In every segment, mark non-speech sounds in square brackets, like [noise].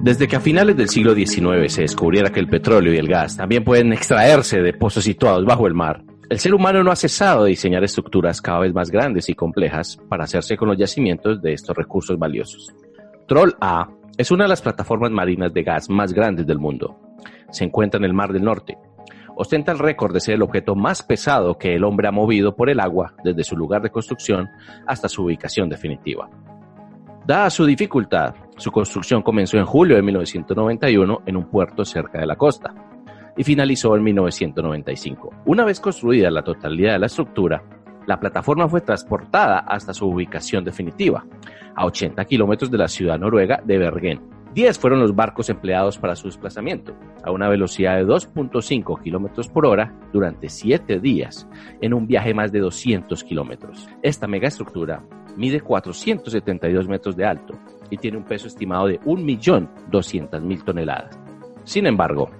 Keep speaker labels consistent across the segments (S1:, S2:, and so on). S1: Desde que a finales del siglo XIX se descubriera que el petróleo y el gas también pueden extraerse de pozos situados bajo el mar, el ser humano no ha cesado de diseñar estructuras cada vez más grandes y complejas para hacerse con los yacimientos de estos recursos valiosos. Troll A es una de las plataformas marinas de gas más grandes del mundo. Se encuentra en el Mar del Norte. Ostenta el récord de ser el objeto más pesado que el hombre ha movido por el agua desde su lugar de construcción hasta su ubicación definitiva. Dada su dificultad, su construcción comenzó en julio de 1991 en un puerto cerca de la costa y finalizó en 1995. Una vez construida la totalidad de la estructura, la plataforma fue transportada hasta su ubicación definitiva, a 80 kilómetros de la ciudad noruega de Bergen. 10 fueron los barcos empleados para su desplazamiento, a una velocidad de 2.5 kilómetros por hora durante 7 días, en un viaje más de 200 kilómetros. Esta megaestructura mide 472 metros de alto y tiene un peso estimado de 1.200.000 toneladas. Sin embargo,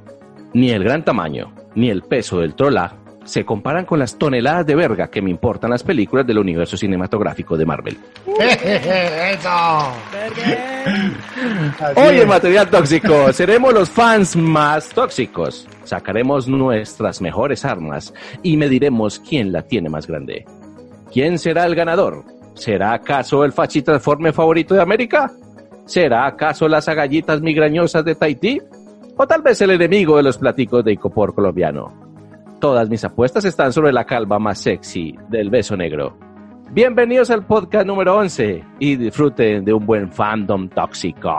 S1: ni el gran tamaño, ni el peso del trola se comparan con las toneladas de verga que me importan las películas del universo cinematográfico de Marvel.
S2: ¡Eso! Así
S1: Hoy
S2: es.
S1: en Material Tóxico seremos los fans más tóxicos. Sacaremos nuestras mejores armas y mediremos quién la tiene más grande. ¿Quién será el ganador? ¿Será acaso el fachitransforme favorito de América? ¿Será acaso las agallitas migrañosas de Tahití? ¿O tal vez el enemigo de los platicos de Icopor colombiano? Todas mis apuestas están sobre la calva más sexy del beso negro. Bienvenidos al podcast número 11 y disfruten de un buen fandom tóxico.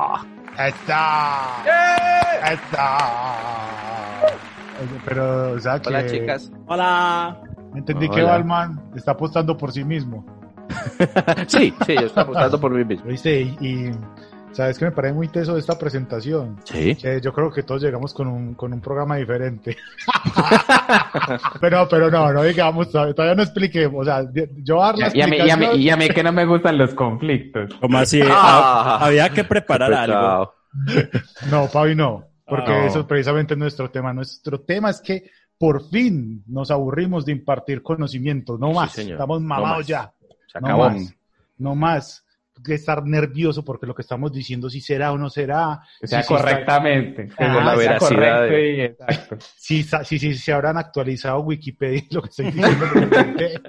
S2: ¡Está! ¡Está! Oye, Pero, o sea, que...
S1: Hola chicas.
S3: Hola.
S2: Entendí
S1: Hola.
S2: que Balman está apostando por sí mismo.
S1: [laughs] Sí, sí, yo estoy apostando por mí mismo.
S2: ¿Viste? Y, y, sabes que me parece muy teso esta presentación.
S1: Sí.
S2: Que yo creo que todos llegamos con un, con un programa diferente. [laughs] pero, pero no, no digamos, todavía todavía no expliquemos. O sea, di- yo voy a dar la
S4: Ya, ya me, ya, me,
S2: explicación.
S4: ya me que no me gustan los conflictos.
S3: ¿Cómo así?
S1: Ah. pues,
S3: Ha- Había que preparar algo.
S1: Apretado.
S2: No, Pavi, no. Porque
S4: Ah.
S2: eso es precisamente nuestro tema. Nuestro tema es que por fin nos aburrimos de impartir conocimiento. No
S1: Sí,
S2: más.
S1: señor.
S2: Estamos
S1: No
S2: mamados
S1: más.
S2: ya.
S1: Se
S2: No
S1: acabó.
S2: más. No más. Que estar nervioso porque lo que estamos diciendo, si será o no será,
S4: O sea,
S2: Sí, sí,
S4: correctamente.
S2: Ah,
S4: Según
S2: la
S4: sea
S1: veracidad
S4: correcto
S1: de-
S4: y exacto.
S2: si, sa- si, si se habrán actualizado Wikipedia y lo que estoy diciendo. lo
S1: [laughs]
S2: inventé.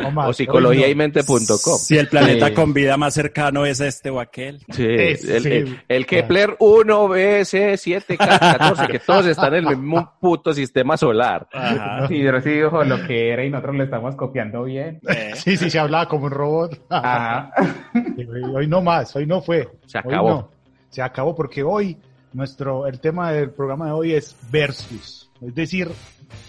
S2: No más.
S1: O psicología
S2: Hoy
S1: y
S2: no.
S1: mente.com.
S3: Si el planeta
S4: Sí.
S3: con vida más cercano es este o aquel.
S1: Sí,
S2: Es-
S1: el,
S2: sí.
S1: el- el
S3: Ah.
S1: Kepler 1 BC 7K14, que todos están en el mismo
S3: [laughs]
S1: puto sistema solar.
S3: Ajá.
S4: Isidro sí dijo lo que era y nosotros lo estamos copiando bien. Ah,
S3: Eh,
S2: Sí, sí, se hablaba como un robot.
S4: Ajá.
S2: Hoy no más, hoy no fue.
S1: Se
S2: Hoy
S1: acabó.
S2: no. Se acabó porque hoy nuestro el tema del programa de hoy es versus. Es decir,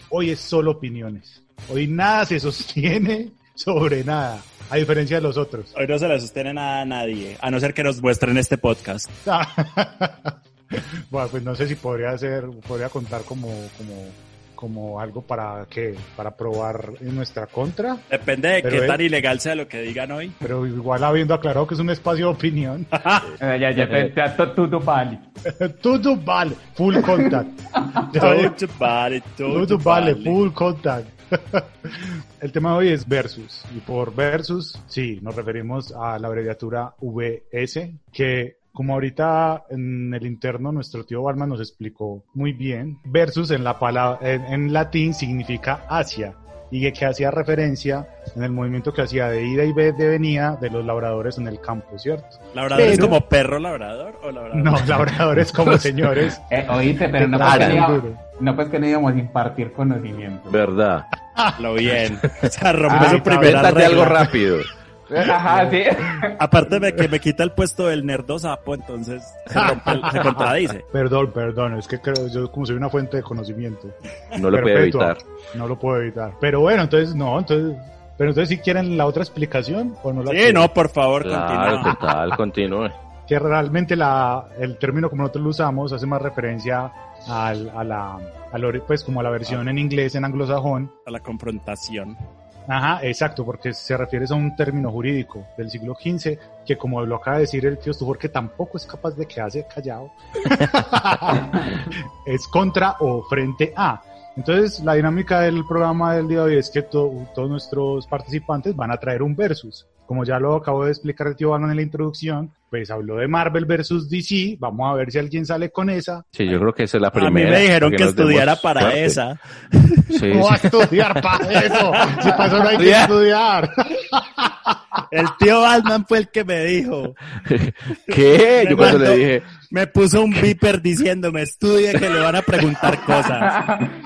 S2: hoy es solo opiniones. Hoy nada se sostiene [laughs] sobre nada, a diferencia de los otros. [laughs]
S3: hoy no se le sostiene nada a nadie, a no ser que nos muestren este podcast.
S2: bueno, pues no sé si podría ser, podría contar como como como algo para que para probar en nuestra contra,
S3: Depende de
S2: Pero
S3: qué
S2: es-
S3: tan ilegal sea lo que digan hoy.
S2: pero igual habiendo aclarado que es un espacio de opinión. [laughs]
S4: Ya, ya, ya, ya, ya, to- todo vale.
S2: Todo vale,
S1: [laughs]
S2: full contact.
S3: Todo vale, todo
S2: Todo vale,
S3: vale.
S2: full contact. [laughs] El tema de hoy es versus. Y por versus, sí, nos referimos a la abreviatura VS, que como ahorita en el interno nuestro tío Balma nos explicó muy bien, versus en la palabra, en, en latín significa hacia y que, que hacía referencia en el movimiento que hacía de ida y ve- de venida de los labradores en el campo, ¿cierto?
S3: ¿Labrador es
S2: Pero-
S3: como perro labrador o labrador?
S2: No, labradores como señores.
S4: Eh, oíste, pero no
S2: Te
S4: pues, que
S1: paran
S4: no íbamos-
S2: duro.
S4: no pues que no íbamos a impartir conocimiento.
S1: ¿Verdad?
S3: Lo bien. O sea, rompió
S4: Ah,
S3: su primera
S1: Invéntate
S3: regla.
S1: algo rápido.
S4: Ajá, sí.
S3: Aparte de que me quita el puesto del nerdo sapo, entonces se, rompe el- se contradice.
S2: Perdón, perdón, es que creo, yo como soy una fuente de conocimiento.
S1: No lo puedo
S2: Perpetua.
S1: evitar.
S2: No lo puedo evitar. Pero bueno, entonces no, entonces. Pero entonces si quieren la otra explicación o no la
S3: Sí,
S2: quieren?
S3: no, por favor,
S1: Claro,
S3: continúa.
S1: total, continúe.
S2: Que realmente la, el término como nosotros lo usamos hace más referencia al, a la, al ori- pues como a la versión
S3: Ah.
S2: en inglés, en anglosajón.
S3: A la confrontación.
S2: Ajá, exacto, porque se refiere a un término jurídico del siglo XV que como lo acaba de decir el tío Stubor, que tampoco es capaz de quedarse callado, es contra o frente a. Entonces, la dinámica del programa del día de hoy es que to- todos nuestros participantes van a traer un versus. Como ya lo acabo de explicar el tío Bannon en la introducción, pues habló de Marvel versus DC. Vamos a ver si alguien sale con esa.
S1: Sí, yo creo que esa es la
S3: A mí
S1: primera.
S3: me dijeron
S1: porque
S3: que
S1: nos demos
S3: estudiara para
S1: suerte.
S3: esa. [laughs]
S1: Sí, sí.
S2: No va ¡Oh, a estudiar para
S1: [laughs]
S2: eso. Si para eso no hay que estudiar.
S3: El tío Batman fue el que me dijo.
S1: ¿Qué? Yo cuando le
S3: Fernando.
S1: dije,
S3: Me puso un beeper diciéndome, estudie que le van a preguntar cosas.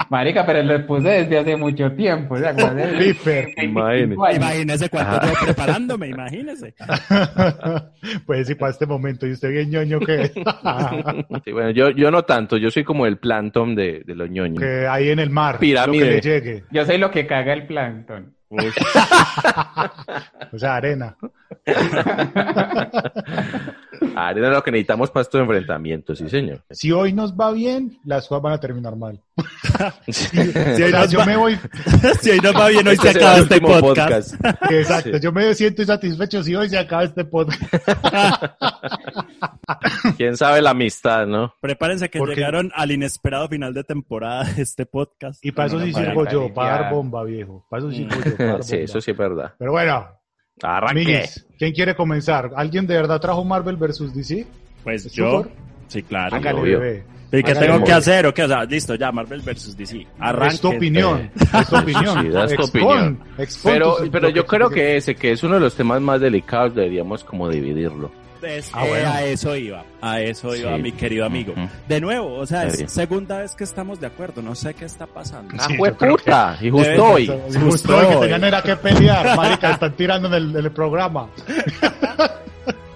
S4: Marica, pero lo puse desde hace mucho tiempo. ¿se acuerdan?
S2: Piper.
S1: Imagínate.
S3: Imagínese cuánto
S1: Ajá.
S3: yo preparándome, imagínese.
S2: [laughs] Pues sí, para este momento. Y usted bien ñoño que, [laughs]
S1: sí, bueno, yo, yo no tanto, yo soy como el plantom de, de los ñoños.
S2: que hay en el mar.
S1: Pirámide.
S2: Lo que le llegue.
S4: Yo soy lo que caga el plancton.
S2: O sea, arena.
S1: Arena lo que necesitamos para estos enfrentamientos, sí, señor.
S2: Si hoy nos va bien, las cosas van a terminar mal.
S3: Si
S2: O
S3: hoy,
S2: sea,
S3: nos
S2: yo
S3: va,
S1: [laughs]
S2: me voy.
S3: [laughs] si hoy nos va bien, hoy
S1: Este
S3: se
S1: será
S3: acaba
S1: el
S3: este
S1: último
S3: podcast.
S2: Exacto.
S1: Sí.
S2: Yo me siento insatisfecho si hoy se acaba este podcast.
S1: Quién sabe la amistad,
S4: [laughs]
S1: ¿no?
S3: Prepárense que
S2: Porque-
S3: llegaron al inesperado final de temporada de este podcast.
S2: Y para eso
S4: No, no,
S2: sí
S4: para
S2: sirvo yo,
S4: calificar.
S2: para dar bomba, viejo. Para eso sirvo
S1: [laughs]
S2: yo, para dar
S1: Sí,
S2: bomba.
S1: eso sí es verdad.
S2: Pero bueno,
S1: Arranque.
S2: amiguis, ¿quién quiere comenzar? ¿Alguien de verdad trajo Marvel versus DC?
S3: Pues
S2: ¿Es
S3: yo,
S2: mejor?
S3: sí, claro.
S1: Hágale.
S2: Hágale,
S1: obvio.
S2: bebé.
S3: ¿Y qué
S2: Hágale,
S3: tengo que
S2: hombre.
S3: hacer? ¿O qué? O sea, listo, ya, Marvel versus DC.
S2: Es tu
S3: Arranque.
S2: opinión. Es tu opinión.
S1: [laughs] Sí, das tu
S2: Expon,
S1: opinión.
S2: expon
S1: Pero,
S2: tus-
S1: pero
S2: lo
S1: yo
S2: tú
S1: creo
S2: quieres.
S1: que ese, que es uno de los temas más delicados, deberíamos como dividirlo.
S3: Es-
S2: Ah,
S3: eh,
S2: bueno.
S3: A eso iba, a eso iba,
S1: Sí.
S3: mi querido amigo.
S1: Ujú.
S3: De nuevo, o sea,
S1: Serio.
S3: es segunda vez que estamos de acuerdo, no sé qué está pasando.
S1: ¡Ah,
S2: Sí,
S1: fue
S2: yo creo que-
S1: puta! Y
S3: Debe-
S1: justo hoy.
S2: Justo, justo el que
S3: hoy.
S2: tenían era que pelear, marica, están tirando en el, en el programa.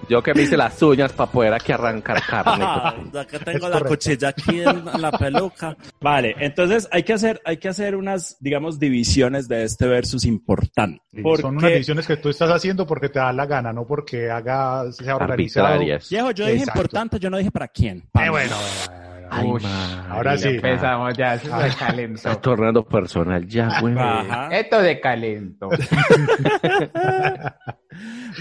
S1: Yo que me hice las uñas para poder aquí arrancar carne.
S3: Ah, acá tengo
S2: Es
S3: la
S2: correcto.
S3: cuchilla aquí en la peluca. Vale, entonces hay que hacer, hay que hacer unas, digamos, divisiones de este versus importante. Porque,
S2: Son unas decisiones que tú estás haciendo porque te da la gana, no porque haga, sea organizado.
S1: Arbitrarias.
S3: viejo, yo dije
S2: Exacto.
S3: importante, yo no dije para quién.
S2: Eh, bueno, bueno, bueno.
S1: Ay,
S4: Uy,
S1: madre.
S2: ahora sí. Ah.
S4: Empezamos ya, eso se
S1: Estás
S4: calentó.
S1: tornando personal ya, güey.
S3: Ajá.
S4: Esto de calento.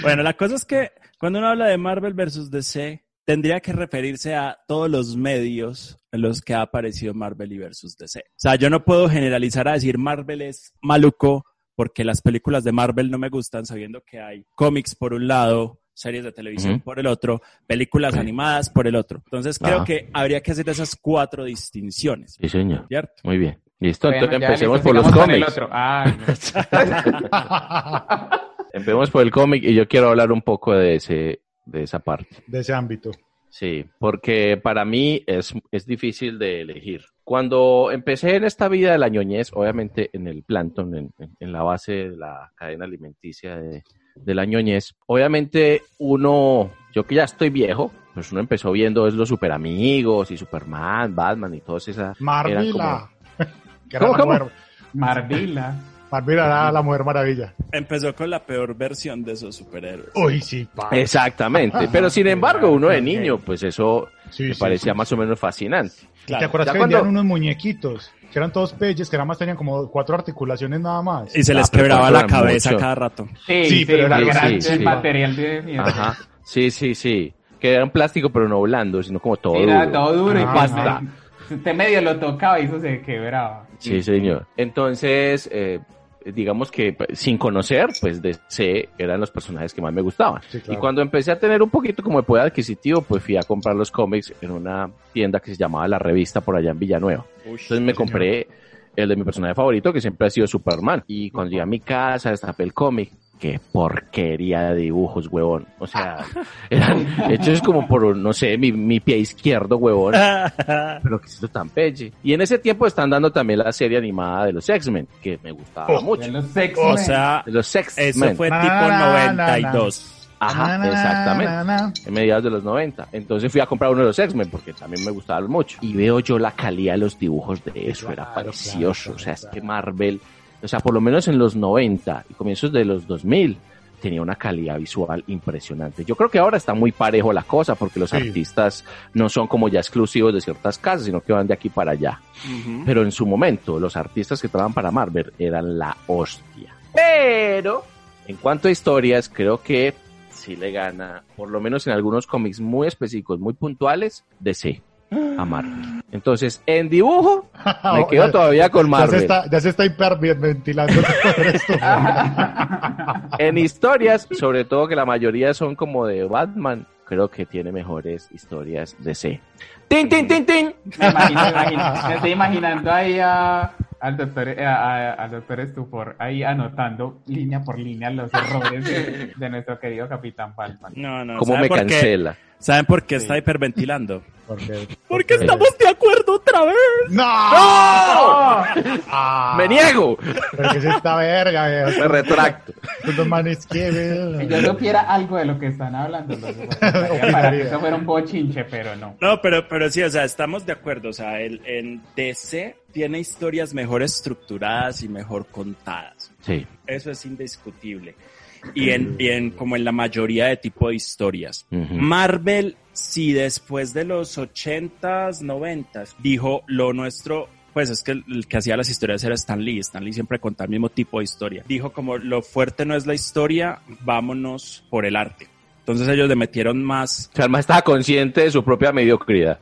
S3: Bueno, la cosa es que cuando uno habla de Marvel versus DC, tendría que referirse a todos los medios en los que ha aparecido Marvel y versus DC. O sea, yo no puedo generalizar a decir Marvel es maluco porque las películas de Marvel no me gustan, sabiendo que hay cómics por un lado, series de televisión
S1: Ujú.
S3: por el otro, películas
S1: Sí.
S3: animadas por el otro. Entonces creo
S1: Ajá.
S3: que habría que hacer esas cuatro distinciones,
S1: Sí, señor.
S3: ¿cierto?
S1: Muy bien. Listo,
S4: Bueno,
S1: entonces
S4: ya,
S1: empecemos
S4: listo,
S1: por los
S4: sigamos con el
S1: cómics.
S4: otro. Ah, no.
S1: Empecemos por el cómic y yo quiero hablar un poco de ese de esa parte.
S2: de ese ámbito.
S1: Sí, porque para mí es, es difícil de elegir. Cuando empecé en esta vida de la ñoñez, obviamente en el plancton, en, en- en la base de la cadena alimenticia de, de la ñoñez, obviamente uno, yo que ya estoy viejo, pues uno empezó viendo es los superamigos y Superman, Batman y todas esas. eran como-
S2: Marvila. [laughs] Que era
S1: ¿Cómo,
S2: la
S1: cómo?
S2: mujer-
S1: [laughs]
S4: Marvila.
S2: Marvila era la mujer maravilla.
S3: Empezó con la peor versión de esos superhéroes.
S2: Uy, sí, pa.
S1: Exactamente, pero sin embargo uno de niño, pues eso
S2: Sí,
S1: me
S2: sí,
S1: parecía
S2: sí,
S1: más o menos fascinante.
S2: ¿Te
S3: Claro.
S2: acuerdas
S1: Ya
S2: que
S1: cuando-
S2: vendían unos muñequitos? Que eran todos peyes, que nada más tenían como cuatro articulaciones nada más.
S3: Y se les
S1: Ah, pero
S3: quebraba
S1: cuatro
S3: la
S1: eran
S3: cabeza
S1: mucho.
S3: cada rato.
S4: Sí,
S2: Sí,
S4: sí,
S2: pero era
S4: porque
S1: grande,
S4: era
S1: sí.
S4: el material de mierda.
S1: Ajá. [laughs] Sí, sí, sí. Que era un plástico, pero no blando, sino como todo.
S4: Era
S1: duro.
S4: todo duro y
S2: Ah,
S1: basta.
S4: Si usted medio lo tocaba y eso se quebraba.
S1: Sí, señor. Entonces, eh, digamos que pues, sin conocer, pues DC eran los personajes que más me gustaban.
S2: Sí, claro.
S1: Y cuando empecé a tener un poquito como de poder adquisitivo, pues fui a comprar los cómics en una tienda que se llamaba La Revista por allá en Villanueva. Entonces me compré el de mi personaje favorito, que siempre ha sido Superman. Y cuando llegué a mi casa, destapé el cómic. Qué porquería de dibujos, huevón. O sea,
S3: [laughs]
S1: eran hechos como por, no sé, mi, mi pie izquierdo, huevón. Pero que es esto tan pelle. Y en ese tiempo están dando también la serie animada de los X-Men, que me gustaba
S2: Oh,
S1: mucho.
S4: De los sexos.
S3: [laughs] O sea,
S1: De los
S3: Eso
S1: X-Men.
S3: fue Ah,
S2: Na,
S3: tipo
S2: na, na,
S3: 92.
S1: Ajá,
S2: Na, na,
S1: exactamente.
S2: na, na.
S1: en mediados de los 90. Entonces fui a comprar uno de los X-Men porque también me gustaban mucho. Y veo yo la calidad de los dibujos de eso, era
S2: Claro,
S1: precioso.
S2: claro,
S1: o sea, es
S2: claro.
S1: que Marvel, o sea, por lo menos en los 90 y comienzos de los 2000, tenía una calidad visual impresionante. Yo creo que ahora está muy parejo la cosa porque los
S2: Sí.
S1: artistas no son como ya exclusivos de ciertas casas, sino que van de aquí para allá. Pero en su momento, los artistas que trabajan para Marvel eran la hostia. Pero, en cuanto a historias, creo que sí le gana, por lo menos en algunos cómics muy específicos, muy puntuales, DC. a Marvel. Entonces, en dibujo,
S2: Ah,
S1: me
S2: [laughs]
S1: quedo todavía con
S2: Ya se
S1: Marvel.
S2: está, ya se está hiperventilando [laughs] todo el resto.
S1: En historias, sobre todo que la mayoría son como de Batman, creo que tiene mejores historias de C. ¡Tin, tin, tin, tin!
S4: Me, imagino, me
S3: [laughs]
S4: imagino- me estoy imaginando ahí a- al doctor, eh, a- a- al doctor Estupor ahí anotando línea por línea los errores de, de nuestro querido Capitán Palma.
S3: No, no.
S1: ¿Cómo
S3: ¿saben
S1: me
S3: por qué?
S1: cancela?
S3: ¿Saben por qué
S2: Sí.
S3: está hiperventilando?
S2: Porque,
S3: [laughs] Porque estamos de acuerdo otra vez.
S2: ¡No! Ah,
S1: ¡Me niego!
S2: Pero que es esta verga,
S3: [laughs]
S2: viejo.
S1: Me retracto.
S2: Estos dos manes que,
S4: Si
S2: viejo.
S4: yo supiera algo de lo que están hablando, lo
S3: [laughs]
S4: soportaría para que eso fuera un bochinche, pero no.
S3: No, pero, pero sí, o sea, estamos de acuerdo. O sea, el, en DC tiene historias mejor estructuradas y mejor contadas.
S1: Sí.
S3: Eso es indiscutible. Y en, y en- como en la mayoría de tipo de historias.
S1: Ujú.
S3: Marvel, si después de los 80s, 90s, dijo lo nuestro, pues es que el, el que hacía las historias era Stan Lee. Stan Lee siempre contaba el mismo tipo de historia. Dijo como lo fuerte no es la historia, vámonos por el arte. Entonces ellos le metieron más, [laughs]
S1: O sea, el más estaba consciente de su propia mediocridad.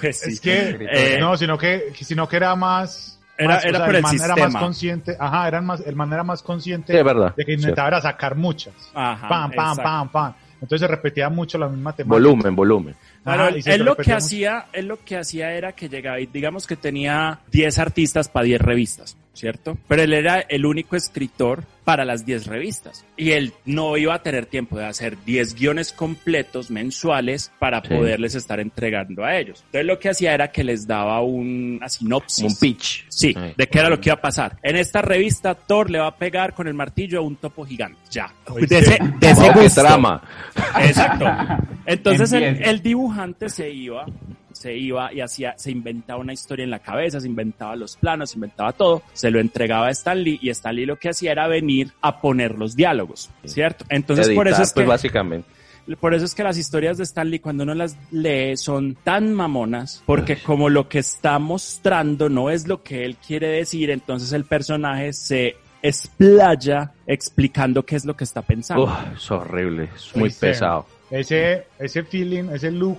S3: pues sí.
S2: Es que,
S3: Eh,
S2: no, sino que, sino que era más.
S3: Era-
S2: más-
S3: era por
S2: el
S3: el
S2: man era
S3: sistema.
S2: más consciente. Ajá, eran más, el man era más consciente
S1: Sí, es verdad.
S2: de que intentaba era sacar muchas.
S3: Ajá,
S2: pam, pam,
S3: exacto.
S2: pam, pam. Entonces se repetía mucho la misma temática.
S1: Volumen, volumen.
S2: Ajá,
S3: Claro,
S2: y se
S3: él lo que
S2: repetía mucho.
S3: hacía, él lo que hacía era que llegaba y digamos que tenía 10 artistas para 10 revistas, ¿cierto? Pero él era el único escritor para las 10 revistas y él no iba a tener tiempo de hacer 10 guiones completos mensuales para
S1: Sí.
S3: poderles estar entregando a ellos. Entonces lo que hacía era que les daba una sinopsis.
S1: Un pitch.
S3: Sí,
S1: Ay.
S3: de qué era lo que iba a pasar. En esta revista, Thor le va a pegar con el martillo a un topo gigante. Ya.
S2: Oye,
S3: De ese, de ese
S1: Oh, qué
S3: gusto.
S1: trama.
S3: Exacto. Entonces el,
S4: Empieza.
S3: el dibujante se iba, se iba y hacía, se inventaba una historia en la cabeza, se inventaba los planos, se inventaba todo, se lo entregaba a Stan Lee y Stan Lee lo que hacía era venir a poner los diálogos, ¿cierto? Entonces por
S1: Editar,
S3: eso es
S1: pues,
S3: que
S1: básicamente.
S3: por eso es que las historias de Stan Lee cuando uno las lee son tan mamonas porque como lo que está mostrando no es lo que él quiere decir, entonces el personaje se explaya explicando qué es lo que está pensando.
S1: Uf, es horrible. Es muy
S2: Sí, sí.
S1: pesado.
S2: Ese, ese feeling, ese look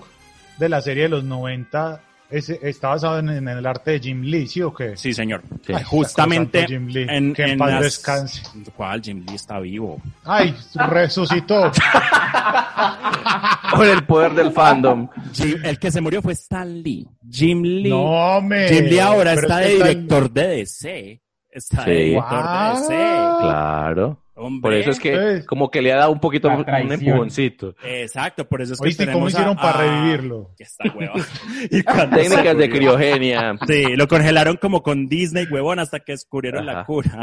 S2: de la serie de los 90 ese, está basado en, en el arte de Jim Lee, ¿sí o qué?
S3: Sí, señor.
S1: Sí.
S2: Ay,
S3: Justamente
S2: santo Jim Lee,
S3: en,
S2: que en
S3: en
S2: paz
S3: las-
S2: descanse.
S3: ¿Cuál? Jim Lee está vivo.
S2: ¡Ay! Resucitó.
S3: [laughs]
S1: Por el poder del fandom.
S3: Jim- el que se murió fue Stan Lee. Jim Lee.
S2: no, me.
S3: Jim Lee ahora
S2: pero
S3: está
S2: es
S3: de
S2: que está-
S3: director de DC. Está
S1: Sí.
S3: de director de DC.
S1: Claro.
S3: Hombre.
S1: Por eso es que
S2: Hombre.
S1: como que le ha dado un poquito
S4: La
S1: un
S4: traición.
S3: [laughs]
S1: empujoncito.
S3: Exacto, por eso es que
S2: Oíste, ¿cómo
S3: tenemos a-
S2: hicieron para
S3: a-
S2: revivirlo?
S3: Ya está, huevón. [laughs] Y cuando se
S1: Técnicas de
S3: murió-
S1: criogenia.
S3: Sí, lo congelaron como con Disney, huevón, hasta que descubrieron
S1: Ajá.
S3: la cura.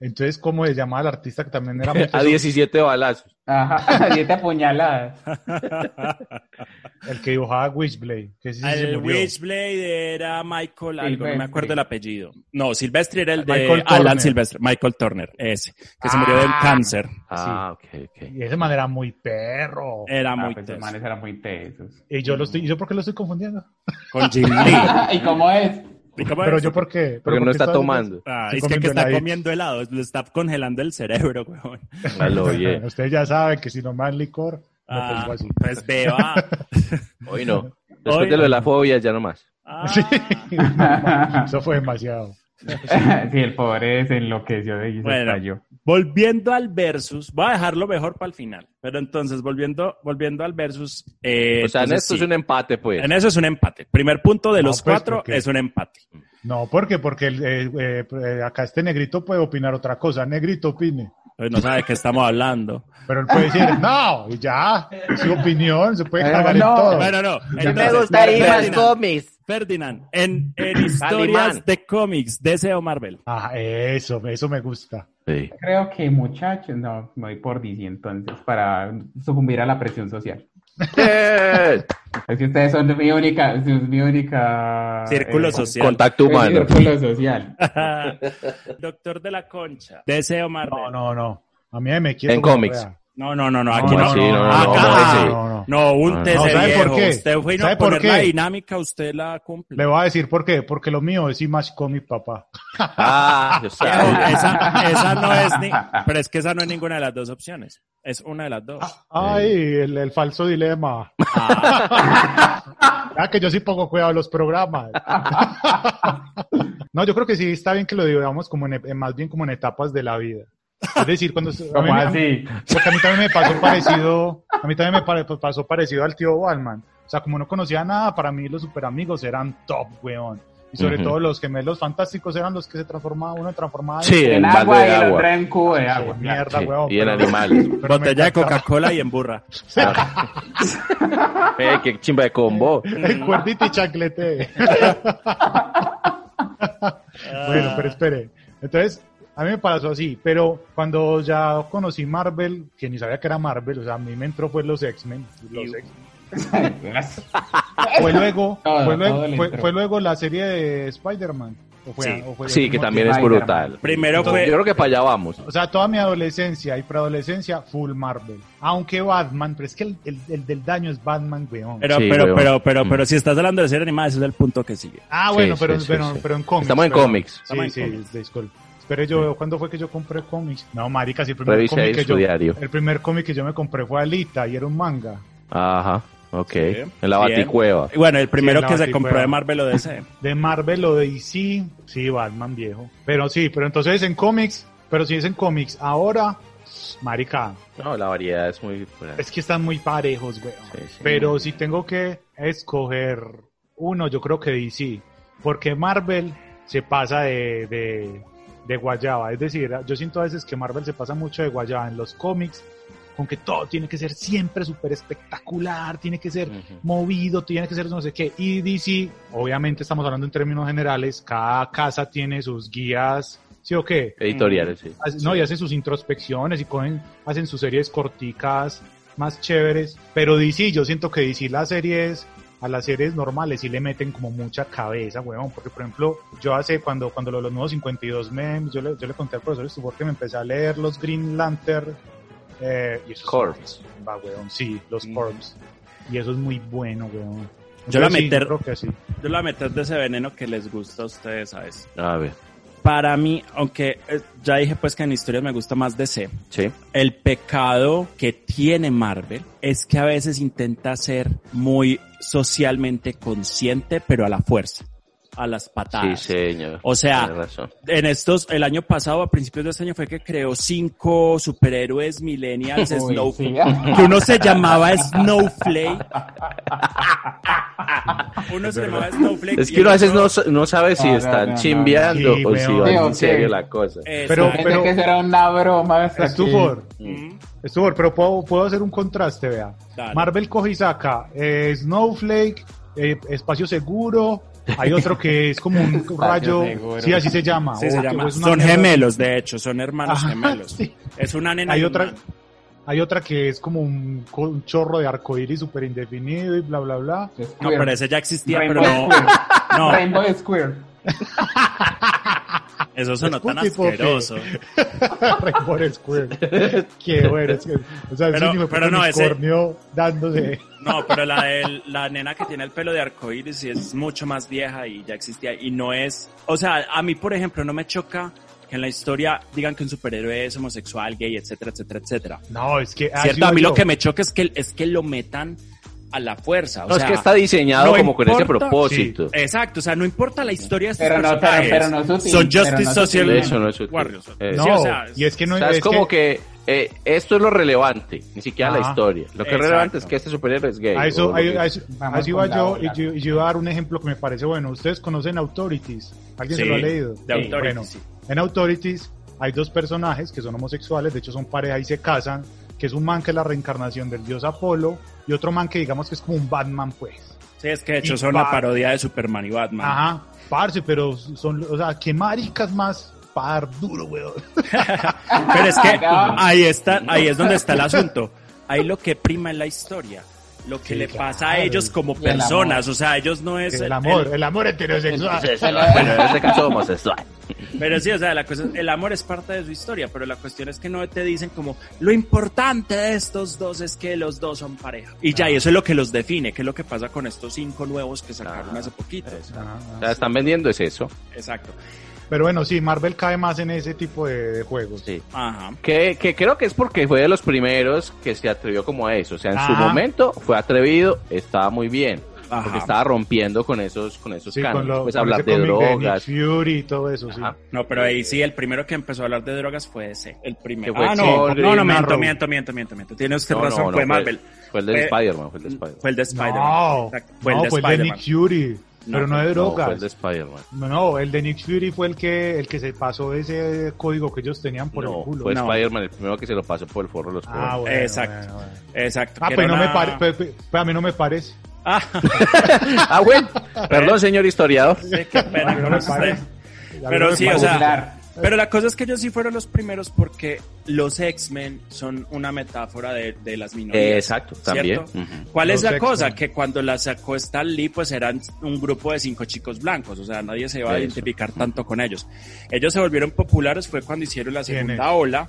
S2: Entonces, ¿cómo le llamaba al artista que también era muy
S1: [laughs] A 17 balazos.
S4: Ajá, [laughs] siete apuñaladas.
S2: El que dibujaba Witchblade. Que sí, sí se
S3: El
S2: murió.
S3: Witchblade era Michael, algo, no me
S4: Silvestri.
S3: acuerdo el apellido. No, Silvestri era el de
S2: Michael
S3: Alan
S2: Turner.
S3: Silvestri, Michael Turner, ese, que se murió del
S2: Ah.
S3: cáncer.
S1: Ah, ok, ok.
S2: Y ese man era muy perro.
S1: Eh.
S3: Era
S4: Ah,
S3: muy
S4: pues, los
S3: teso.
S4: manes eran muy tesos.
S2: Y yo lo estoy, ¿y yo por qué lo estoy confundiendo?
S3: con Jim [laughs] Lee.
S4: Ah, ¿Y cómo es?
S3: ¿Y cómo
S2: Pero
S3: es?
S2: yo por qué. ¿Pero
S1: Porque
S2: por
S1: no
S2: qué
S1: está
S2: estaba-
S1: tomando.
S3: Ah,
S2: Estoy
S3: es
S2: comiendo
S3: que, el que está
S2: heladitos.
S3: comiendo helados, le está congelando el cerebro, weón.
S2: pues,
S1: Ya lo oye.
S2: [laughs]
S3: [laughs]
S2: Ustedes ya saben que si no más licor, me
S3: Ah,
S2: pongo así. [laughs]
S3: pues beba.
S1: Hoy no. Después
S3: Hoy
S1: de lo de
S3: no.
S1: la fobia, ya no más.
S3: Ah,
S2: Sí. Eso fue demasiado.
S4: [laughs] Sí, el pobre se enloqueció y se
S3: Bueno.
S4: estalló.
S3: Volviendo al versus, voy a dejarlo mejor para el final. Pero entonces, volviendo, volviendo al versus. eh,
S1: O sea, en
S3: entonces,
S1: esto es
S3: sí,
S1: un empate, pues.
S3: en eso es un empate. Primer punto de
S2: No,
S3: los
S2: pues,
S3: cuatro
S2: porque-
S3: es un empate.
S2: No, porque porque eh, eh, eh, acá este negrito puede opinar otra cosa. Negrito opine.
S3: Pues no sabe de qué estamos hablando.
S2: Pero él puede decir, no, y ya, su opinión, se puede
S4: Pero
S2: cargar
S4: no.
S2: en todo.
S3: Bueno, [laughs] no.
S2: me
S3: gustaría
S1: cómics.
S3: Ferdinand, en, en historias
S1: Calimán.
S3: de cómics, DC o Marvel. [laughs]
S2: Ah, eso, eso me gusta.
S1: Sí.
S4: Creo que muchachos, no, me voy por DC entonces para sucumbir a la presión social.
S1: Eh,
S4: Es que ustedes son mi única, son mi única
S3: Círculo
S4: eh,
S3: social.
S1: Contacto humano.
S4: Círculo [laughs] social.
S3: Doctor de la Concha. Deseo Marvel.
S2: No, no, no. A mí me quiere.
S1: En
S2: como
S1: cómics.
S2: sea.
S3: No, no, no, no, aquí
S1: No,
S3: no.
S1: sí, no, no,
S3: Acá.
S1: no,
S2: no, no.
S3: No, úntese,
S1: No,
S2: ¿sabe
S3: viejo.
S2: por qué?
S3: Usted fue no
S2: ¿Sabe
S3: a
S2: por
S3: poner
S2: qué?
S3: la dinámica, usted la cumple.
S2: Le voy a decir por qué. Porque lo mío es Image Comic, papá.
S1: Ah, yo
S3: Viejo,
S1: sabía.
S2: [laughs]
S3: [laughs] esa, esa no es ni, pero es que esa no es ninguna de las dos opciones. Es una de las dos.
S2: Ay, el, el falso dilema. [laughs] Ah, que yo sí pongo cuidado a los programas. no, yo creo que sí está bien que lo digamos como en, en- más bien como en etapas de la vida. Es decir, cuando a mí-
S4: Como
S2: a mí-
S4: así.
S2: porque a mí también me pasó parecido, a mí también me pare- pues, pasó parecido al tío Balman. O sea, como no conocía nada, para mí los super amigos eran top, weón. Y sobre
S1: Ujú.
S2: todo los gemelos fantásticos eran los que se transformaban, uno transformaba
S1: Sí, el
S4: En
S1: balde
S4: agua y
S1: de
S4: el otro
S1: agua.
S4: en cubo de
S2: Sí,
S4: agua. claro.
S2: mierda,
S1: Sí,
S2: weón.
S1: y en
S2: pero-
S1: animales.
S2: [laughs] pero me
S3: Botella de
S2: encantaba.
S3: Coca-Cola y en burra.
S1: Ah. Eh, qué chimba de combo.
S2: El cuerdito y chanclete. [laughs]
S1: Ah.
S2: bueno, pero espere. Entonces, a mí me pasó así, pero cuando ya conocí Marvel, que ni sabía que era Marvel, o sea, a mí me entró fue los X-Men. los
S3: Iu.
S2: X-Men.
S4: [laughs]
S2: Fue luego,
S4: Todo,
S2: fue, luego
S4: todo le
S2: fue-
S4: entró.
S2: fue luego la serie de Spider-Man. o fue- o fue
S1: Sí,
S2: el
S1: que
S2: último
S1: también es
S4: Spider-Man.
S1: brutal.
S3: Primero
S1: Yo
S3: fue.
S1: creo que para allá vamos.
S2: O sea, toda mi adolescencia y preadolescencia, full Marvel. Aunque Batman, pero es que el, el- el del daño es Batman, weón.
S3: Pero,
S1: Sí,
S3: pero,
S1: weón.
S3: pero, pero,
S1: Mm.
S3: pero, si estás hablando de serie animada, ese es el punto que sigue.
S2: ah,
S1: Sí,
S2: bueno,
S1: sí,
S2: pero,
S1: sí,
S2: pero,
S1: sí.
S2: pero en cómics.
S1: Estamos en
S2: pero-
S1: cómics.
S2: Sí,
S3: Estamos en
S2: sí,
S3: cómics.
S2: disculpe. Pero yo, ¿cuándo fue que yo compré cómics? No, marica, sí, el primer
S1: Revise ahí
S2: cómic que
S1: su
S2: yo...
S1: diario.
S2: El primer cómic que yo me compré fue Alita y era un manga.
S1: Ajá, ok.
S3: Sí.
S1: En la
S3: Bien.
S1: baticueva.
S3: Y Bueno, el primero
S2: Sí, no,
S3: que se
S2: sí,
S3: compró
S2: fue-
S3: de Marvel o DC.
S2: De Marvel o de DC, sí, Batman viejo. Pero sí, pero entonces en cómics, pero si es en cómics ahora, marica,
S1: No, la variedad es muy...
S2: es que están muy parejos, güey.
S1: Sí, sí.
S2: Pero si tengo que escoger uno, yo creo que DC, porque Marvel se pasa de, de, de guayaba. Es decir, yo siento a veces que Marvel se pasa mucho de guayaba en los cómics, con que todo tiene que ser siempre súper espectacular, tiene que ser
S1: Ujú.
S2: movido, tiene que ser no sé qué. Y DC, obviamente estamos hablando en términos generales, cada casa tiene sus guías, ¿sí o qué?
S1: Editoriales, sí.
S2: Hace- No, y hacen sus introspecciones y cogen- hacen sus series corticas más chéveres. Pero DC, yo siento que DC las series, a las series normales sí le meten como mucha cabeza, weón. Porque, por ejemplo, yo hace cuando, cuando lo de los nuevos 52 memes, yo le, yo le conté al profesor Stubor que me empecé a leer los Green Lantern. Eh, y eso es-
S1: Corps.
S2: Va, weón, sí, los
S3: Mm.
S2: Corps. Y eso es muy bueno, weón.
S3: Yo la
S2: Entonces, sí,
S3: meter-
S2: creo que sí.
S3: Yo la meto de ese veneno que les gusta a ustedes, ¿sabes?
S1: A ver,
S3: Para mí, aunque eh, ya dije pues que en historias me gusta más DC,
S1: sí.
S3: el pecado que tiene Marvel es que a veces intenta ser muy socialmente consciente, pero a la fuerza, a las
S1: Sí,
S3: patadas.
S1: señor.
S3: Ah, O sea,
S1: Tiene razón.
S3: en estos, el año pasado, a principios de este año, fue que creó cinco superhéroes
S2: [laughs]
S3: millennials,
S4: Uy,
S3: Snow,
S4: sí. ah,
S3: que uno se llamaba Snowflake. uno se llamaba Snowflake.
S1: Es
S3: y
S1: que uno a
S3: el
S1: veces
S3: otro-
S1: no, no sabe si
S4: Ah, no,
S1: están
S4: no, no.
S1: chimbeando
S2: Sí,
S1: o si
S2: weón.
S1: va
S4: Sí,
S1: en
S4: ok.
S1: serio la cosa.
S2: Pero-
S3: Exacto.
S4: Pensé que eso era una broma.
S2: Ah,
S4: hasta aquí.
S2: Stubor,
S3: Mm,
S2: Stubor, pero puedo, puedo hacer un contraste, vea.
S3: dale.
S2: Marvel coge y saca eh, Snowflake, eh, Espacio Seguro. Hay otro que es como [laughs] un rayo.
S4: Seguro.
S2: Sí, así se llama.
S3: Sí, se
S2: o que
S3: llama.
S2: es pues, una
S3: Son
S2: mierda.
S3: gemelos, de hecho, son hermanos
S2: Ajá,
S3: gemelos.
S2: sí.
S3: Es una nena. y
S2: Hay
S3: un
S2: otra,
S3: man.
S2: hay otra que es como un, co- un chorro de arcoíris súper indefinido y bla, bla, bla. [laughs]
S3: No,
S4: Square.
S3: pero esa ya existía,
S4: Rainbow
S3: pero
S4: Square.
S3: no. No,
S4: Rainbow Square.
S3: eso sonó tan
S2: Scooby Poppy.
S3: asqueroso.
S2: Rainbow Square. Qué bueno. Es que, o sea,
S3: Pero-
S2: es un hijo de
S3: pero
S2: puta
S3: no, ese-
S2: unicornio dándose.
S3: No, pero la de la nena que tiene el pelo de arcoíris sí es mucho más vieja y ya existía y no es, o sea, a mí por ejemplo no me choca que en la historia digan que un superhéroe es homosexual, gay, etcétera, etcétera, etcétera.
S2: No, es que. así
S3: Cierto, a
S2: soy
S3: mí
S2: yo.
S3: lo que me choca es que es que lo metan a la fuerza, o
S1: No,
S3: sea,
S1: es que está diseñado
S3: no
S1: como con ese
S3: importa.
S1: propósito.
S3: Exacto, o sea, no importa la historia de estos
S4: Pero no, pero,
S3: personajes.
S4: pero no sutil.
S3: son
S4: pero
S3: Justice
S4: no
S3: Social
S4: sutil.
S1: De hecho, no es sutil.
S3: Warriors.
S1: Eh,
S2: No,
S3: Sí, o sea,
S2: y es que no
S1: O sea, es
S2: es
S1: como que, eh, esto es lo relevante, ni siquiera la
S2: Ajá.
S1: historia. Lo que
S3: Exacto.
S1: es relevante es que este superhéroe es gay.
S2: A eso,
S1: o
S2: a,
S1: lo
S2: a
S1: que-
S2: eso-
S4: Vamos
S2: a eso iba
S4: con la
S2: yo y,
S4: ola.
S2: yo y yo iba a dar un ejemplo que me parece bueno. Ustedes conocen Authorities. ¿Alguien
S3: Sí,
S2: se lo ha leído?
S3: de Authorities,
S2: Bueno,
S3: sí.
S2: en Authorities hay dos personajes que son homosexuales, de hecho son pareja y se casan, que es un man que es la reencarnación del dios Apolo y otro man que digamos que es como un Batman, pues.
S3: Sí, es que de
S2: Y
S3: hecho son la
S2: Bat-
S3: parodia de Superman y Batman.
S2: Ajá, parce, pero son, o sea, qué maricas más par duro, weón.
S3: Pero es que
S4: No.
S3: ahí está, ahí es donde está el asunto. Ahí lo que prima es la historia, lo que
S2: Sí,
S3: le
S2: claro.
S3: pasa a ellos como
S4: Y el
S3: personas, o sea, ellos no es
S2: El,
S3: el-
S2: amor, el, amor
S3: Pues
S2: heterosexual.
S1: Entonces, bueno, en este caso homosexual.
S3: el- pero sí, o sea, la cosa, es- el amor es parte de su historia, pero la cuestión es que no te dicen como lo importante de estos dos es que los dos son pareja. Y ya, y eso es lo que los define, que es lo que pasa con estos cinco nuevos que sacaron
S1: Ah,
S3: hace poquito.
S1: Exacto.
S2: Ajá,
S1: O
S2: ajá.
S1: sea, están vendiendo es eso.
S3: Exacto.
S2: Pero bueno, sí, Marvel cae más en ese tipo de, de juegos.
S1: Sí.
S3: Ajá.
S1: Que, que creo que es porque fue de los primeros que se atrevió como a eso. O sea, en su
S2: Ajá.
S1: momento fue atrevido, estaba muy bien.
S3: Ajá.
S1: Porque estaba rompiendo con esos, con esos
S2: Sí,
S1: cánones.
S2: con lo
S1: pues
S2: con
S1: hablar
S2: ese
S1: de
S2: cómic Nick
S1: drogas.
S2: Fury y todo eso,
S1: Ajá.
S2: sí.
S3: No, pero ahí sí, el primero que empezó a hablar de drogas fue ese. El primero.
S1: Que fue
S3: Ah, no,
S1: Thor y
S3: no, no, miento,
S2: Arrow.
S3: miento, miento, miento, miento. Tiene usted
S1: No, no,
S3: razón,
S1: no,
S3: fue
S1: fue-
S3: Marvel.
S1: Fue el de
S3: Fue-
S1: Spider-Man, fue el de Spider-Man.
S3: Fue el de Spider-Man.
S2: pues, No,
S3: Exacto, Fue
S2: fue no,
S3: el de
S2: fue el de
S3: Spider-Man.
S2: Nick Fury,
S3: No,
S2: pero no de
S1: No, fue
S2: drogas.
S1: el de Spider-Man.
S2: No, no, el de Nick Fury fue el que el que se pasó ese código que ellos tenían por
S1: no,
S2: el culo.
S1: fue
S3: No.
S1: Spider-Man el primero que se lo pasó por el forro de los
S2: Ah,
S1: cojones.
S2: bueno, bueno,
S3: Exacto.
S2: bueno.
S3: Exacto.
S2: Ah,
S3: que
S2: pues
S3: era
S2: no me
S3: una-
S2: pare, pues, pues, pues a mí no me parece.
S3: Ah, [laughs]
S1: [laughs] Ah, bueno. Perdón, señor historiador.
S3: sí, qué pena
S2: No, no
S3: con
S2: me
S3: usted.
S2: parece. A mí
S3: Pero
S2: no me
S3: sí, o
S2: parece.
S3: sea,
S4: Popular.
S3: Pero la cosa es que ellos sí fueron los primeros porque los X-Men son una metáfora de, de las
S1: Eh,
S3: minorías.
S1: exacto, también.
S3: ¿Cierto?
S1: Ujú.
S3: ¿Cuál es
S2: Los
S3: la
S2: X-Men.
S3: cosa? Que cuando la sacó Stan Lee, pues eran un grupo de cinco chicos blancos, o sea, nadie se iba a
S1: Eso.
S3: identificar tanto con ellos. Ellos se volvieron populares fue cuando hicieron la
S2: ¿Quiénes?
S3: segunda ola.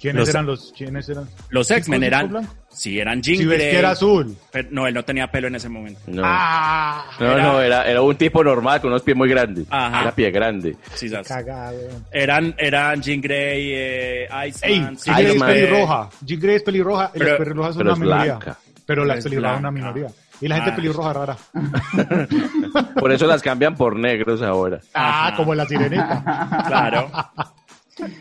S2: ¿Quiénes
S3: los-
S2: eran los quiénes eran?
S3: Los X-Men
S2: ¿Cinco
S3: eran,
S2: blancos?
S3: sí, eran Jean
S2: Si ves
S3: Grey,
S2: que era azul.
S3: pero- no, él no tenía pelo en ese momento.
S1: No.
S2: Ah,
S1: No,
S3: era-
S1: no, era, era un tipo normal con unos pies muy grandes.
S3: Ajá.
S1: Era pie grande.
S3: Sí, ¿sabes?
S2: cagado.
S3: Eran, eran Jean Grey, eh,
S2: Ey,
S3: Iceman,
S2: Jean Grey es
S1: Iceman.
S2: pelirroja. Jean Grey es pelirroja y
S3: Pero-
S2: las pelirrojas son
S1: pero
S2: una
S1: es
S2: minoría.
S1: blanca.
S2: Pero
S3: Pero
S2: las
S3: es
S2: pelirrojas son una
S3: blanca.
S2: minoría. Y la gente
S3: Ah.
S2: pelirroja rara.
S1: Por eso las cambian por negros ahora.
S2: Ah,
S3: Ajá.
S2: como la
S3: [laughs]
S2: sirenita.
S3: Claro.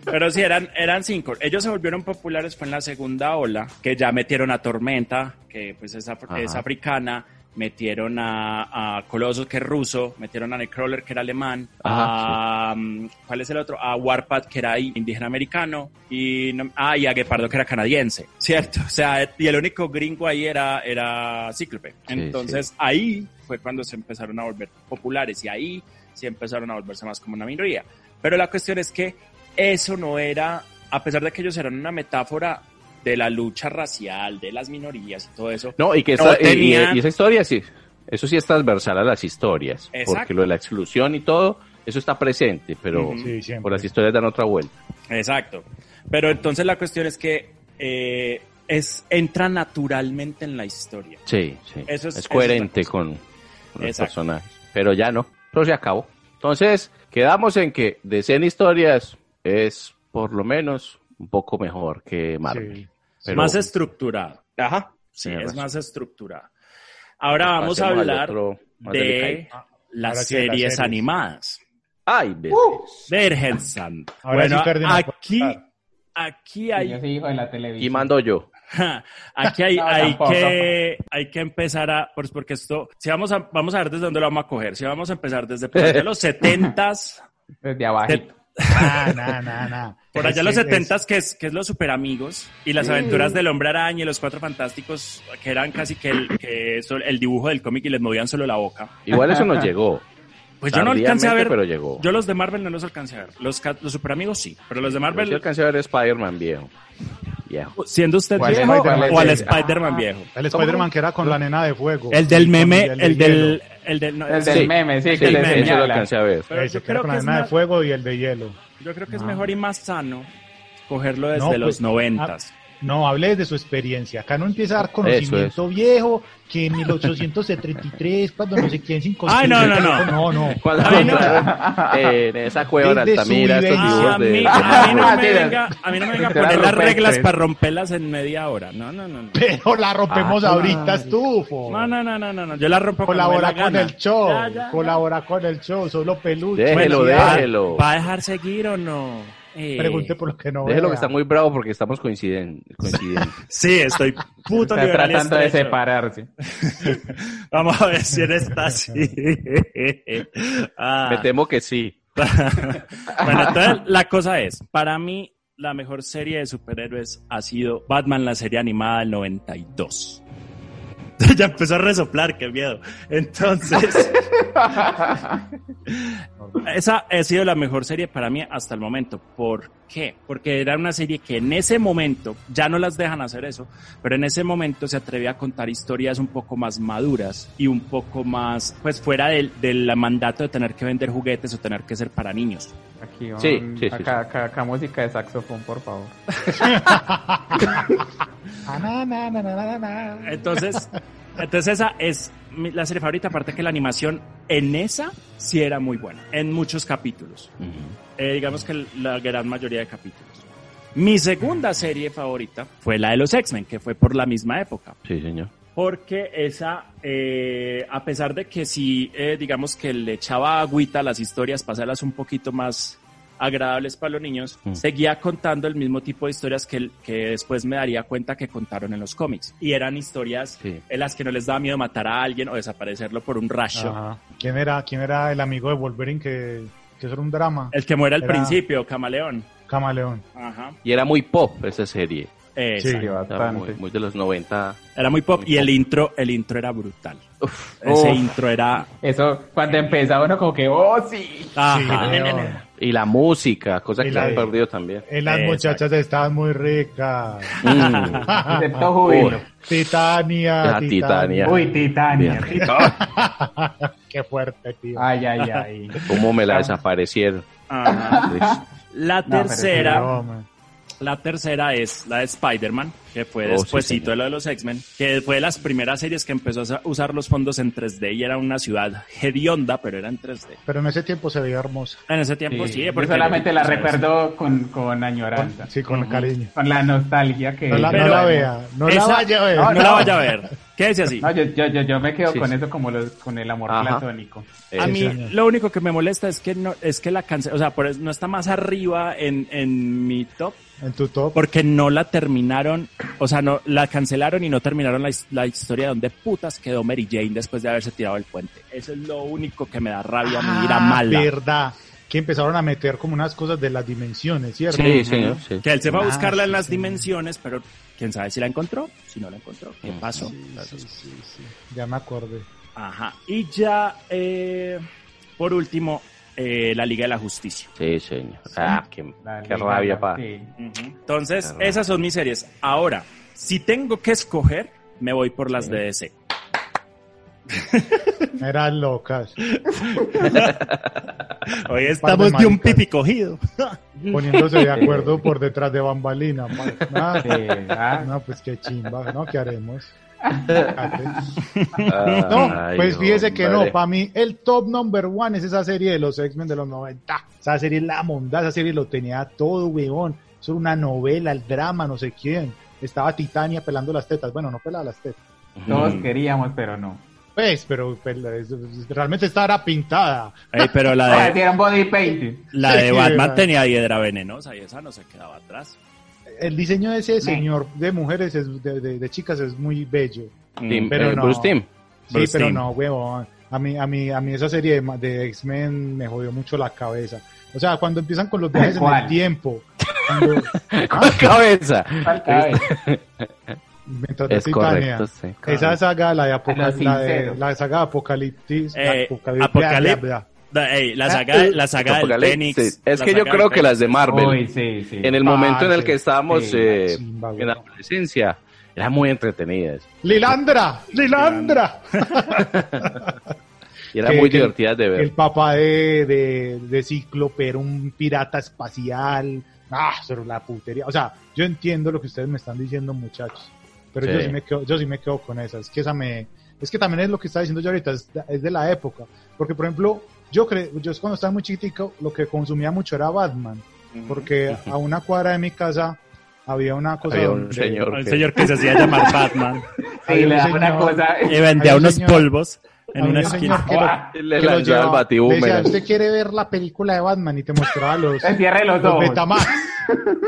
S3: Pero sí, eran, eran cinco. Ellos se volvieron populares fue en la segunda ola, que ya metieron a Tormenta, que pues es, af-
S1: Ajá.
S3: es africana, metieron a, a Colossus, que es ruso, metieron a Necrawler, que era alemán,
S1: Ajá,
S3: a, um, ¿cuál es el otro? A Warpath, que era indígena americano, y, no- ah, y a Gepardo, que era canadiense, ¿cierto? O sea, y el único gringo ahí era, era Cíclope.
S1: Sí,
S3: Entonces ahí fue cuando se empezaron a volver populares y ahí sí empezaron a volverse más como una minoría. Pero la cuestión es que eso no era, a pesar de que ellos eran una metáfora de la lucha racial, de las minorías y todo eso.
S1: No, y que
S3: No
S1: esta- y-
S3: tenía-
S1: y, y esa historia sí. Eso sí es transversal a las historias.
S3: Exacto.
S1: Porque lo de la exclusión y todo, eso está presente, pero
S3: Ujú.
S2: Sí,
S1: por
S2: siempre.
S1: las historias dan otra vuelta.
S3: Exacto. Pero entonces la cuestión es que eh, es, entra naturalmente en la historia.
S1: Sí, sí.
S3: Eso
S1: es,
S3: es- eso es
S1: coherente
S3: la cosa.
S1: con, con los
S3: Exacto.
S1: personajes. Pero ya no. Todo se acabó. Entonces, quedamos en que de 100 historias es por lo menos un poco mejor que Marvel.
S2: Sí.
S1: Pero-
S3: más estructurada. Ajá. Sí,
S1: Tienes
S3: es
S1: razón.
S3: más estructurada. Ahora vamos a
S1: Pasemos al
S3: hablar
S1: otro más
S3: de
S1: delicadito.
S3: las
S2: Ahora sí, de las
S3: series
S2: series.
S3: animadas.
S1: Ay, bebé.
S3: Virgen Santa.
S2: Ahora sí,
S3: Bueno,
S2: Cárdenas, puede
S3: aquí,
S2: hablar.
S3: aquí
S4: Y Yo
S3: hay,
S4: soy hijo de la
S1: y
S4: televisión.
S1: mando yo.
S3: aquí hay,
S4: [laughs] No,
S3: hay
S4: tampoco.
S3: que, hay que empezar a, pues, porque esto, si vamos a, vamos a ver desde dónde lo vamos a coger, si vamos a empezar desde por allá
S4: [laughs]
S3: los setentas,
S4: Desde abajo.
S3: se-
S2: [laughs] Ah, na, na, na.
S3: por allá
S2: Es-
S3: los
S2: es-
S3: setentas que es, que es los super amigos y las
S4: Sí.
S3: aventuras del hombre araña y los cuatro fantásticos que eran casi que el, que eso- el dibujo del cómic y les movían solo la boca.
S1: Igual eso nos llegó.
S3: [laughs] Pues yo no alcancé
S1: Tardíamente,
S3: a ver,
S1: Pero llegó.
S3: yo los de Marvel no los alcancé a ver, los, ca- los super amigos sí, pero los de
S1: Yo sí
S3: Marvel,
S1: alcancé a ver Spider-Man viejo. Viejo.
S3: siendo usted
S4: ¿Cuál
S3: viejo
S4: Spider-Man?
S3: o al
S4: Sí.
S3: Spider-Man viejo.
S2: El Spider-Man que era con la nena de fuego.
S3: El del
S2: Y con
S3: meme, el del,
S2: hielo.
S3: el del, no,
S4: El
S3: sí.
S4: del meme, sí,
S1: Sí,
S4: que
S1: eso
S4: le
S3: meme.
S1: lo
S4: señala.
S1: alcancé a ver.
S3: Pero
S2: Ese
S3: yo
S2: que era
S3: creo
S2: con
S3: que
S2: la
S3: es
S2: nena
S3: más-
S2: de fuego y el de hielo.
S3: Yo creo que es
S4: Ah.
S3: mejor y más sano cogerlo desde
S2: pues. No, pues,
S3: los noventas.
S2: No, hable de su experiencia. Acá no empieza a dar
S1: Eso
S2: conocimiento viejo, que en 1833, cuando no sé quién se encontró.
S3: Ay, no, no, no.
S2: No, no.
S1: Cuando
S3: A mí no-
S1: encontraron, eh, en esa cueva de
S2: Desde su
S1: Altamira estos
S2: vivencia.
S1: dibujos
S3: Ah, A
S1: de,
S3: mí,
S1: de
S3: a mí no
S4: Ah,
S1: Marvel.
S3: me venga, a mí no me venga a
S4: Literal
S3: poner las
S4: rupestre.
S3: reglas para romperlas en media hora. No, no, no, no.
S2: Pero la rompemos
S1: Ah,
S2: ahorita, estufo.
S3: No, no, no, no, no, no. Yo las rompo cuando me
S2: Colabora
S3: la
S2: con
S3: gana.
S2: el show.
S3: Ya, ya, ya.
S2: Colabora con el show. Solo peluche.
S1: Déjelo,
S2: Bueno, ya.
S1: déjelo.
S3: ¿Va a dejar seguir o no? Eh.
S2: Pregunte por lo que no
S1: Déjelo que
S2: vea.
S1: está muy bravo porque estamos coinciden, coincidiendo.
S3: Sí, estoy puto
S4: Está
S3: liberal y
S4: tratando de
S3: estrecho.
S4: separarse.
S3: Vamos a ver si en esta así. [laughs] [laughs] Ah.
S1: Me temo que sí.
S3: bueno, entonces la cosa es, para mí la mejor serie de superhéroes ha sido Batman, la serie animada del 92. [laughs] ya empezó a resoplar, qué miedo. Entonces, [laughs] esa ha sido la mejor serie para mí hasta el momento. ¿Por qué? Porque era una serie que en ese momento, ya no las dejan hacer eso, pero en ese momento se atrevía a contar historias un poco más maduras y un poco más, pues fuera del, del mandato de tener que vender juguetes o tener que ser para niños.
S4: Aquí, un-
S1: Sí, sí, sí,
S4: acá, acá, acá música de saxofón,
S1: [laughs]
S4: por favor.
S2: Ah, na, na, na, na, na, na.
S3: Entonces, Entonces esa es mi- la serie favorita, aparte que la animación en esa sí era muy buena, en muchos capítulos, Eh, digamos que la gran mayoría de capítulos. Mi segunda serie favorita fue la de los X-Men, que fue por la misma época
S1: Sí, señor.
S3: porque esa, eh, a pesar de que sí, eh, digamos que le echaba agüita a las historias para hacerlas un poquito más agradables para los niños,
S1: Mm.
S3: seguía contando el mismo tipo de historias que, el- que después me daría cuenta que contaron en los cómics. Y eran historias
S1: Sí.
S3: en las que no les daba miedo matar a alguien o desaparecerlo por un rayo.
S2: Ajá. ¿Quién era, ¿Quién era el amigo de Wolverine que, que eso era un drama?
S3: El que muere al
S2: Era-
S3: principio, Camaleón.
S2: Camaleón.
S3: Ajá.
S1: Y era muy pop esa serie.
S3: Esa.
S2: Sí.
S4: Sí,
S1: Era muy,
S4: bastante.
S1: muy de los 90.
S3: Era muy pop
S1: Muy
S3: y el
S1: pop.
S3: intro, el intro era brutal.
S1: Uf.
S3: Ese
S4: Uf.
S3: intro era...
S4: Eso, cuando empezaba uno como que,
S1: [laughs]
S4: oh, sí.
S3: Ajá.
S2: weón.
S1: Y la música, cosa que
S2: Y
S1: se
S2: la
S1: han
S2: de-
S1: perdido
S2: [laughs]
S1: también.
S2: Eh, Las
S3: Exacto.
S2: muchachas estaban muy ricas.
S1: Mm.
S4: Excepto Júbilo.
S2: Titania,
S1: La Titania.
S4: Uy, Titania.
S1: Bien.
S2: Qué fuerte, tío.
S3: Ah,
S4: Ay, ay,
S1: [laughs]
S4: ay.
S1: ¿Cómo me la desaparecieron?
S3: Ajá. La
S4: pero
S2: [laughs]
S3: tercera...
S2: No, man.
S3: La tercera es la de Spider-Man, que fue
S1: Oh, sí,
S3: despuésito
S1: señor.
S3: de lo de los X-Men, que fue de las primeras series que empezó a sa- usar los fondos en 3D y era una ciudad hedionda, pero era en 3D.
S2: Pero en ese tiempo se veía hermosa.
S3: En ese tiempo
S1: pues Sí,
S3: sí,
S1: yo
S4: Yo
S3: porque
S4: solamente la
S3: o sea,
S4: recuerdo con, con añoranza.
S2: Sí, con
S3: Ujú.
S2: cariño.
S4: Con la nostalgia que...
S2: No la, no
S3: Pero-
S2: la vea, no
S3: esa-
S2: la vaya a ver.
S3: No, la vaya a ver. Quédese así.
S4: No, yo, yo, yo, yo me quedo
S1: Sí,
S4: con
S1: sí.
S4: eso como los, con el amor
S1: Ajá.
S4: platónico.
S1: Eh,
S3: A
S2: Sí,
S3: mí
S2: señor.
S3: lo único que me molesta es que no es que la cancela, o sea, por eso no está más arriba en, en mi top
S2: En tu top.
S3: porque no la terminaron, o sea, no la cancelaron y no terminaron la, his- la historia de donde putas quedó Mary Jane después de haberse tirado el puente. Eso es lo único que me da rabia, mi ira
S2: Ah,
S3: mala.
S2: verdad. Que empezaron a meter como unas cosas de las dimensiones, ¿cierto?
S1: Sí, señor. sí.
S3: Que él se fue a
S2: Ah,
S3: buscarla en
S2: sí,
S3: las
S2: sí.
S3: dimensiones, pero quién sabe si la encontró, si no la encontró, qué
S1: Mm.
S3: pasó.
S2: Sí, sí, sí. Ya me acordé.
S3: Ajá. Y ya, eh, por último, eh, la Liga de la Justicia.
S1: Sí, señor. Ah, qué,
S4: La
S1: qué
S4: Liga,
S1: rabia, pa.
S4: sí.
S3: Entonces,
S1: Claro.
S3: esas son mis series. Ahora, si tengo que escoger, me voy por las de DC.
S2: Eran locas.
S3: Hoy
S2: estamos de un pipi
S3: cogido.
S2: Poniéndose de
S1: [laughs]
S2: acuerdo por detrás de bambalina. man. Ah,
S4: Sí, ah,
S2: [laughs] No, pues qué chimba, ¿no? ¿Qué
S1: [laughs]
S2: haremos? No,
S1: Ah, Ay,
S2: pues fíjese que no,
S1: hombre.
S2: para mí el top number one es esa serie de los X-Men de los 90. Esa serie es la monda, esa serie lo tenía todo, weón. Eso era una novela, el drama, no sé quién. Estaba Titania pelando las tetas. Bueno, no pelaba las tetas.
S4: Todos
S1: Mm.
S4: queríamos, pero no.
S2: Pues, pero pues, es- es- realmente estaba pintada.
S3: pero la
S4: Ah,
S3: de,
S4: hicieron body painting.
S3: la de
S2: Sí,
S3: Batman
S2: ¿verdad?
S3: tenía hiedra venenosa y esa no se quedaba atrás.
S2: El diseño de ese
S4: Sí.
S2: señor de mujeres, es- de, de- de chicas, es muy bello.
S1: Tim-
S2: pero
S1: eh,
S2: no.
S1: Bruce Tim. [laughs]
S2: Sí,
S3: Bruce
S2: pero
S3: Timm.
S2: no, huevón. A mí, a mí, a mí esa serie de, ma- de X-Men me jodió mucho la cabeza. O sea, cuando empiezan con los viajes en el
S4: ¿Cuál?
S2: tiempo. cuando-
S1: Con cabeza.
S4: Falta ver.
S1: este [laughs]
S2: mientras de
S1: Es
S2: Titania.
S1: correcto, sí.
S2: Esa saga, la de, Apocal-
S4: Los
S2: la, de-
S4: sinceros.
S2: la saga de Apocalipsis.
S3: Eh,
S2: Apocalip-
S3: Apocalip-
S2: bla, bla,
S3: Da- ey, la saga, la saga del
S1: Ah, Apocalipsis.
S3: Fénix.
S1: Es
S3: la
S1: que yo
S3: saga
S1: creo
S3: del
S1: que las de
S4: Uy,
S1: Marvel,
S4: sí, sí.
S1: en el
S2: Parce,
S1: momento en el que estábamos
S4: sí,
S2: bla.
S1: eh,
S2: Chimba,
S1: en la
S2: huevón.
S1: adolescencia, eran muy entretenidas.
S2: Lilandra, Lilandra.
S1: Y eran
S2: Que-
S1: muy
S2: que-
S1: divertidas de
S2: El
S1: ver.
S2: papá de, de, de Cíclope era un pirata espacial. Ah, pero la putería. O sea, yo entiendo lo que ustedes me están diciendo, muchachos. Pero yo,
S1: Sí.
S2: sí me quedo, yo sí me quedo con esa. Es que esa me. Es que también es lo que está diciendo yo ahorita, es, es de la época. Porque, por ejemplo, yo creo, yo cuando estaba muy chiquitico, lo que consumía mucho era Batman. Porque a una cuadra de mi casa había una cosa.
S1: Había un
S2: donde-
S1: señor
S3: El
S1: que-
S3: señor que se hacía
S2: [laughs]
S3: llamar Batman
S4: Sí, le da
S2: Ay,
S4: una
S1: [laughs]
S2: señor.
S4: cosa.
S3: y vendía
S2: Hay un
S3: unos
S2: señor-
S3: polvos en
S2: había
S3: una
S2: un
S3: esquina.
S2: señor que lo-
S1: le
S2: que lo
S1: lanzaba el
S2: llevaba. Le decía,
S1: batibúmeran.
S2: ¿usted quiere ver la película de Batman? Y te mostraba
S4: [laughs]
S2: los,
S4: Encierre los
S2: los
S4: ojos.
S2: Betamax.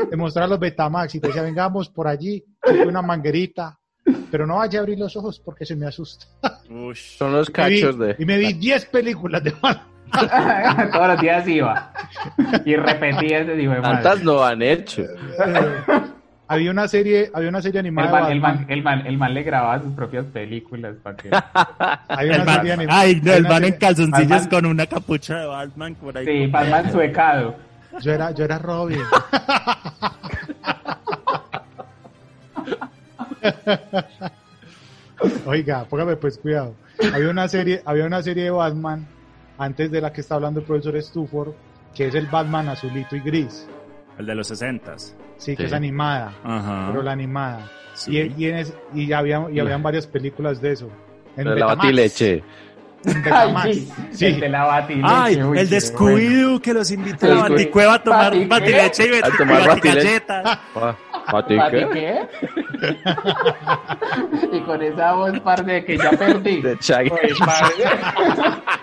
S2: Te mostraba los Betamax y te decía, vengamos por allí, coge una manguerita. Pero no vaya a abrir los ojos porque se me
S3: [laughs]
S2: asusta.
S3: Ush.
S1: Son los
S2: Me vi-
S1: cachos de.
S2: Y me vi 10 películas de
S3: [laughs]
S2: Batman.
S4: [laughs] Todos los días iba. Y repetía ese tipo de madre.
S1: Tantas no han
S2: Eh,
S1: hecho.
S2: había una serie, había una serie animada
S4: El
S2: de Batman.
S4: man, el, man, el, man, el man le grababa sus propias películas para que...
S2: Había
S3: El
S2: una
S3: man,
S2: serie anim-
S3: ay, no,
S2: había
S3: el
S2: una
S3: man en
S2: serie-
S3: calzoncillos
S4: Batman.
S3: con una capucha de Batman por ahí.
S4: Sí, Batman suecado.
S2: Yo era, yo era Robin. Oiga, póngame pues cuidado. Había una serie, había una serie de Batman antes de la que está hablando el profesor Stuford, que es el Batman azulito y gris.
S3: El de los 60s.
S2: Sí,
S1: Sí. Ah.
S2: que es animada,
S3: Ajá.
S2: pero la animada.
S3: Sí.
S2: Y, y, en es- y, había, y habían varias películas de eso. En
S1: La
S2: Betamax,
S1: batileche.
S2: en Betamax.
S4: Ay, sí.
S2: Sí.
S4: El de la batileche.
S3: Ay,
S4: uy,
S3: el de
S4: qué bueno.
S3: Scooby-Doo que los invitó
S4: El
S3: a
S4: Scooby-
S3: Baticueva a tomar
S4: ¿Batiqué?
S3: batileche y
S1: A tomar batileche.
S3: galletas.
S1: Ah,
S4: ¿Pati
S1: ¿Batique?
S4: qué? [laughs] y con esa voz, parte de que ya perdí.
S1: De
S4: [laughs]
S1: Chaggy.
S4: Uy, parce.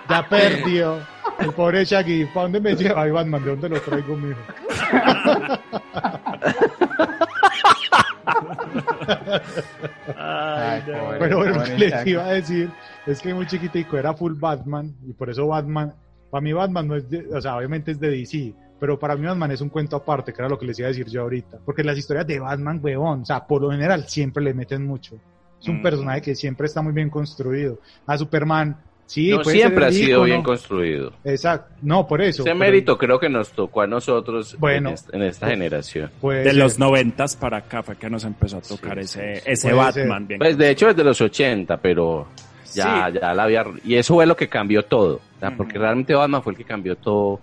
S2: Ya perdió. El pobre Shaggy, ¿para dónde me lleva? Ay, Batman, ¿de dónde lo traigo, mijo?
S3: Ay,
S4: Ay, pobre.
S2: Pero bueno, lo
S4: pobre
S2: que les
S4: Shaggy.
S2: iba a decir es que muy chiquitico era full Batman y por eso Batman, para mí Batman no es, de- o sea, obviamente es de DC, pero para mí Batman es un cuento aparte, que era lo que les iba a decir yo ahorita. Porque las historias de Batman, huevón, o sea, por lo general siempre le meten mucho. Es un
S3: Mm.
S2: personaje que siempre está muy bien construido. A Superman, sí,
S1: No,
S2: puede
S1: siempre
S2: ser
S1: ha
S2: el
S1: sido
S2: ícono.
S1: bien construido.
S2: Exacto, no, por
S1: Ese
S2: eso. pero
S1: mérito creo que nos tocó a nosotros
S2: Bueno. Pues,
S1: en, est- en esta generación.
S2: puede
S3: De
S2: ser.
S3: los noventas para acá fue que nos empezó a tocar ese, ese
S2: Puede ser.
S3: Batman. Bien.
S1: Pues de hecho desde los 80, pero ya, ya la había... Y eso fue lo que cambió todo. o sea,
S3: Ujú.
S1: Porque realmente Batman fue el que cambió todo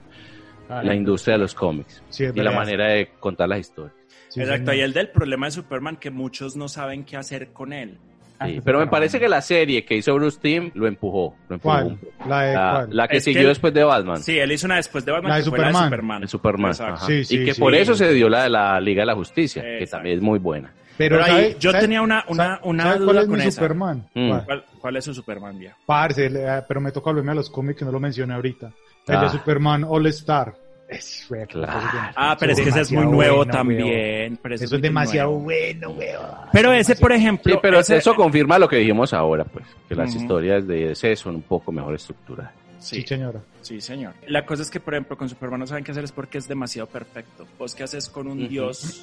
S1: la industria de los cómics.
S2: Ah, Sí, es
S1: Y la
S2: verdad.
S1: manera de contar las historias.
S2: Sí,
S3: Exacto,
S2: señor.
S3: y el del problema de Superman que muchos no saben qué hacer con él.
S2: Ah,
S1: Sí, Pero me parece que la serie que hizo Bruce Team lo empujó. Lo empujó.
S2: ¿Cuál? La de
S1: La,
S2: cuál?
S1: la que
S3: Es
S1: siguió
S3: que-
S1: después de Batman.
S3: Sí, él hizo una después de Batman
S2: La de
S3: que fue la de
S2: Superman.
S3: Superman.
S1: El Superman.
S3: Exacto.
S1: ajá.
S2: Sí, sí,
S1: y que
S2: sí.
S1: por eso se dio la de la Liga de la Justicia, que
S3: Exacto.
S1: también es muy buena.
S2: Pero
S3: Pero ahí,
S2: ¿sabe-
S3: yo
S2: sabe-
S3: tenía una, una,
S2: ¿sabe-
S3: una
S2: sabe cuál
S3: duda
S2: es
S3: con
S2: mi
S3: esa.
S2: Superman?
S1: Mm.
S2: ¿Cuál?
S3: ¿Cuál, cuál es su Superman, viejo?
S2: Parce, le- eh, pero me toca volverme a los cómics que no lo mencioné ahorita. El
S1: Ah.
S2: de Superman All Star. Es, fue-
S1: Claro.
S3: Ah, pero es que ese es muy
S2: demasiado
S3: nuevo
S2: bueno,
S3: también. pero ese
S2: Eso es
S3: muy
S2: demasiado
S3: nuevo.
S2: bueno, weón.
S3: Pero ese, por ejemplo.
S1: Sí, pero
S3: ese-
S1: eso confirma lo que dijimos ahora, pues, que las
S3: Ujú.
S1: historias de ese son un poco mejor estructuradas.
S2: Sí,
S3: Sí,
S2: señora.
S3: sí, señor. La cosa es que, por ejemplo, con Superman no saben qué hacer es porque es demasiado perfecto. Vos qué haces con un
S1: Ujú.
S3: dios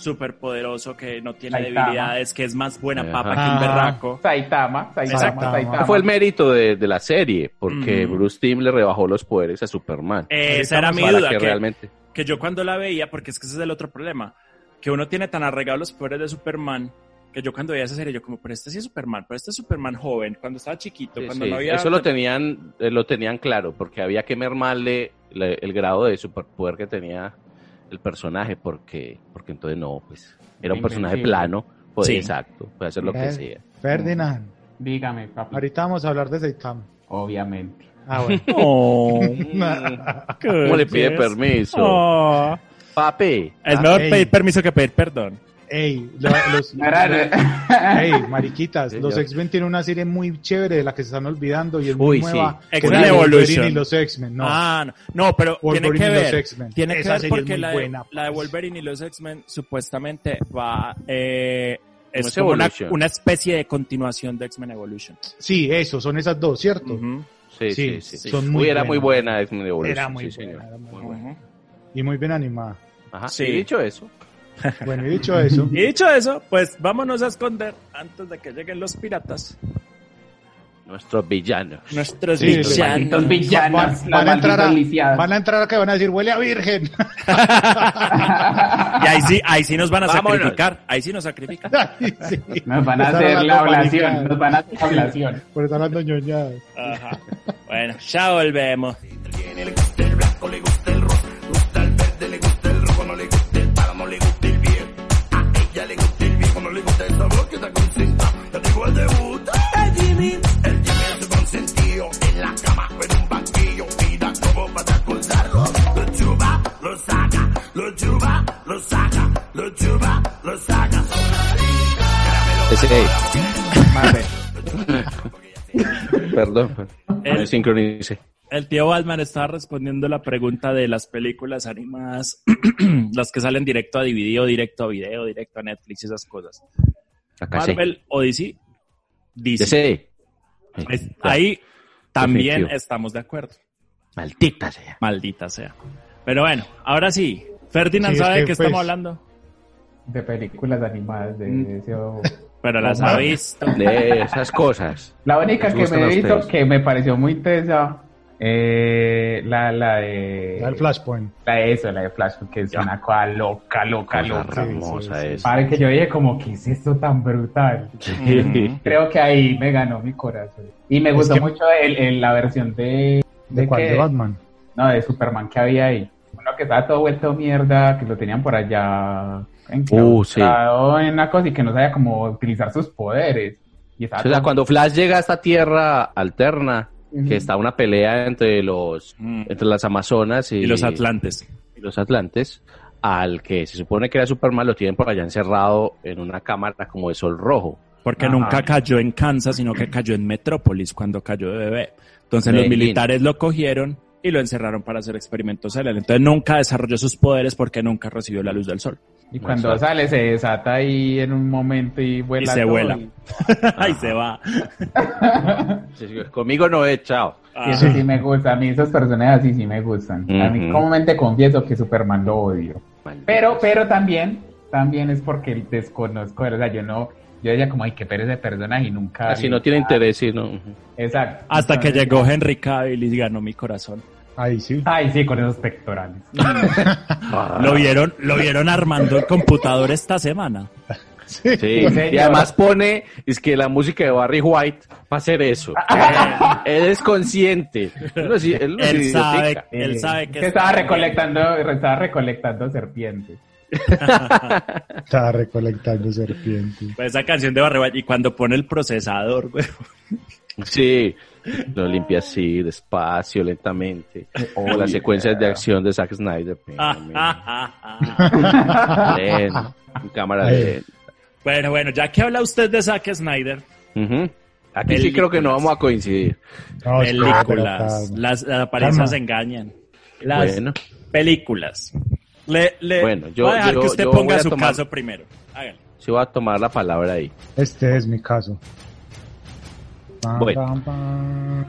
S3: superpoderoso que no tiene
S4: Saitama.
S3: debilidades, que es más buena
S1: Ajá.
S3: papa que un
S2: Ah.
S3: berraco.
S4: Saitama, Saitama,
S3: Exacto.
S4: Saitama.
S1: Fue el mérito de, de la serie, porque
S3: Ujú.
S1: Bruce Timm le rebajó los poderes a Superman.
S3: Eh, Esa era mi
S1: para
S3: duda.
S1: que
S3: que-
S1: realmente.
S3: que yo cuando la veía, porque es que ese es el otro problema, que uno tiene tan arregados los poderes de Superman, que yo cuando veía esa serie, yo como, pero este sí es Superman, pero este es Superman joven, cuando estaba chiquito,
S1: Sí,
S3: cuando
S1: sí,
S3: no había...
S1: Eso lo tenían, eh, lo tenían claro, porque había que mermarle le- el grado de superpoder que tenía el personaje, porque, porque entonces no, pues, era un personaje
S4: Invencible.
S1: plano, pues,
S3: Sí.
S1: exacto, puede hacer lo que
S2: Eh.
S1: sea.
S2: Ferdinand.
S1: Mm.
S4: Dígame, papi.
S2: Ahorita vamos a hablar de Saitama.
S4: [laughs] Obviamente.
S2: Ah,
S1: [laughs]
S2: bueno.
S3: Oh,
S1: ¿Cómo le pide permiso?
S3: Oh. Eh,
S1: Papi.
S3: Es
S2: Ah,
S3: mejor
S2: ey.
S3: pedir permiso que pedir perdón.
S2: Ey, la- los,
S4: No era-
S2: ey, mariquitas,
S1: Sí,
S2: los
S1: ya.
S2: X-Men tienen una serie muy chévere de la que se están olvidando y es
S1: Uy,
S2: muy
S1: sí.
S2: nueva. que
S3: X-Men
S2: era Wolverine
S3: Evolution.
S2: y los X-Men, no.
S3: Ah, no, no, pero
S2: Wolverine y
S3: tiene que
S2: los
S3: ver.
S2: X-Men.
S3: Tiene que
S2: Esa
S3: ver
S2: serie
S3: porque
S2: es muy
S3: la, de-
S2: buena. pues.
S3: la de
S2: parce.
S3: Wolverine y los X-Men supuestamente va... Eh,
S1: ¿Cómo
S3: es
S1: es
S3: como una,
S1: Evolution?
S3: una especie de continuación de X-Men Evolution.
S2: Sí, eso, son esas dos, ¿cierto?
S3: Ujú,
S1: Ah, Sí, sí,
S2: Sí,
S1: sí.
S2: son muy
S1: Uy, era
S2: buenas.
S1: muy buena X-Men Evolution,
S2: Era
S1: sí,
S2: muy buena,
S1: señor.
S2: era muy
S1: Muy
S2: buena.
S1: buena.
S3: ujú.
S2: Y muy bien animada.
S1: Ajá,
S3: Sí.
S1: y dicho eso,
S2: Bueno, y dicho eso,
S3: Y dicho eso, pues vámonos a esconder antes de que lleguen los piratas.
S1: nuestros villanos.
S3: Nuestros
S2: Sí,
S3: villanos.
S2: sí.
S4: Malditos
S2: van,
S4: villanos,
S2: van a entrar
S4: a...
S2: a, van a entrar acá y van a decir, huele a virgen. [laughs]
S3: Y ahí sí, ahí sí nos van a
S1: Vámonos.
S3: sacrificar. Ahí sí nos
S2: [laughs]
S3: sacrifican.
S2: Ay, sí.
S4: Nos van a
S2: Están
S4: hacer la
S2: hablando
S4: ablación,
S2: panicadas.
S4: nos van a hacer la ablación.
S2: Por estar hablando ñoñadas.
S3: Ajá. Bueno, ya volvemos.
S1: Ese, ey, [laughs] perdón, pues. perdón.
S3: El-
S1: me sincronicé.
S3: El tío Batman estaba respondiendo la pregunta de las películas animadas, [clears throat] las que salen directo a DVD, o directo a video, directo a Netflix y esas cosas.
S1: Acá Ah, sí.
S3: Marvel o DC.
S1: Ya
S3: DC.
S1: sé.
S3: Es-
S1: Ya,
S3: pues, ahí también
S1: Definitivo.
S3: estamos de acuerdo.
S1: Maldita sea.
S3: Maldita sea. Pero bueno, ahora sí. Ferdinand
S2: Sí, es
S3: sabe de
S2: que,
S3: qué estamos
S2: pues,
S3: hablando.
S4: [laughs] De películas animadas, de, de ese-
S3: Pero las ha
S2: Omar.
S3: visto.
S1: De esas cosas.
S4: La única
S1: Les
S4: que
S1: gustan a
S4: me he visto
S1: ustedes.
S4: que me pareció muy tesa, eh, la, la de...
S2: Da el flashpoint.
S4: La de eso, la de Flash, que es
S1: Ya.
S4: una cosa loca, loca,
S1: Cosa
S4: loca.
S2: sí,
S1: hermosa
S2: sí.
S1: esa.
S4: Padre, que yo dije como, ¿qué es esto tan brutal?
S1: Sí.
S4: Creo que ahí me ganó mi corazón. Y me gustó
S2: que-
S4: mucho el, el- la versión de...
S2: ¿De, cuál?
S4: que-
S2: ¿De Batman?
S4: No, de Superman que había ahí. uno que estaba todo vuelto mierda, que lo tenían por allá
S1: Uh, sí.
S4: enclaustrado en una cosa y que no sabía cómo utilizar sus poderes. Y
S1: [laughs]
S4: estaba
S1: O sea,
S4: todo-
S1: cuando Flash llega a esta tierra alterna,
S4: Ujú.
S1: que está una pelea entre los entre las Amazonas y,
S3: Mm. Y los Atlantes.
S1: y los Atlantes, al que se supone que era Superman lo tienen por allá encerrado en una cámara como de sol rojo.
S3: Porque
S4: Ajá.
S3: nunca cayó en Kansas, sino que cayó en Metrópolis cuando cayó de bebé. Entonces los
S1: Medellín.
S3: militares lo cogieron y lo encerraron para hacer experimentos en él. Entonces nunca desarrolló sus poderes porque nunca recibió la luz del sol. [laughs]
S4: Y cuando sale se desata ahí en un momento y vuela.
S3: Y se
S4: todo
S3: vuela.
S4: y-
S3: Ahí se va.
S1: Sí, sí, Conmigo no es, chao.
S4: y
S3: Ah,
S4: eso sí me gusta, a mí esos personajes así sí me gustan. A mí
S1: Ujú.
S4: comúnmente confieso que Superman lo odio. Pero,
S1: Pues,
S4: pero también, también es porque desconozco, o sea, yo no, yo decía como, ay, qué pereza de personaje y nunca.
S1: Así ah, no tiene interés, sí, no.
S4: Exacto.
S3: Hasta que
S4: Entonces,
S3: llegó Henry Cavill y ganó mi corazón.
S2: Ahí
S4: [laughs]
S2: sí.
S4: Ay, sí, con esos pectorales.
S3: Lo vieron, lo vieron armando el computador esta semana.
S2: Sí.
S1: Sí,
S4: Sí, Pues, señor.
S1: y además pone, es que la música de Barry White va a hacer
S4: [laughs]
S1: eso. Eh, él es consciente. Él no es, él no es
S3: Él
S1: idiotica.
S3: sabe, él sabe que
S4: Que estaba recolectando, estaba recolectando serpientes.
S2: Estaba recolectando serpientes.
S3: Pues esa canción de Barreballe y cuando pone el procesador, güey.
S1: Sí, lo limpia así, despacio, lentamente. O las secuencias de acción de Zack
S3: [laughs]
S1: Snyder. Lento, en cámara de...
S3: bueno, bueno, ya que habla usted de Zack Snyder,
S1: Ujú. Aquí sí creo que no vamos a coincidir.
S2: No, espera, pero
S3: películas,
S2: calma.
S3: las, las apariencias
S2: Calma.
S3: engañan. Las
S1: Bueno.
S3: películas. Le, le-
S1: Bueno, yo-
S3: voy a dejar
S1: yo-
S3: que usted
S1: yo voy
S3: ponga
S1: a
S3: su
S1: tomar-
S3: caso primero. Hágale.
S1: Sí voy a tomar la palabra ahí.
S2: Este es mi caso. Pam,
S1: Bueno.
S2: pam, pam.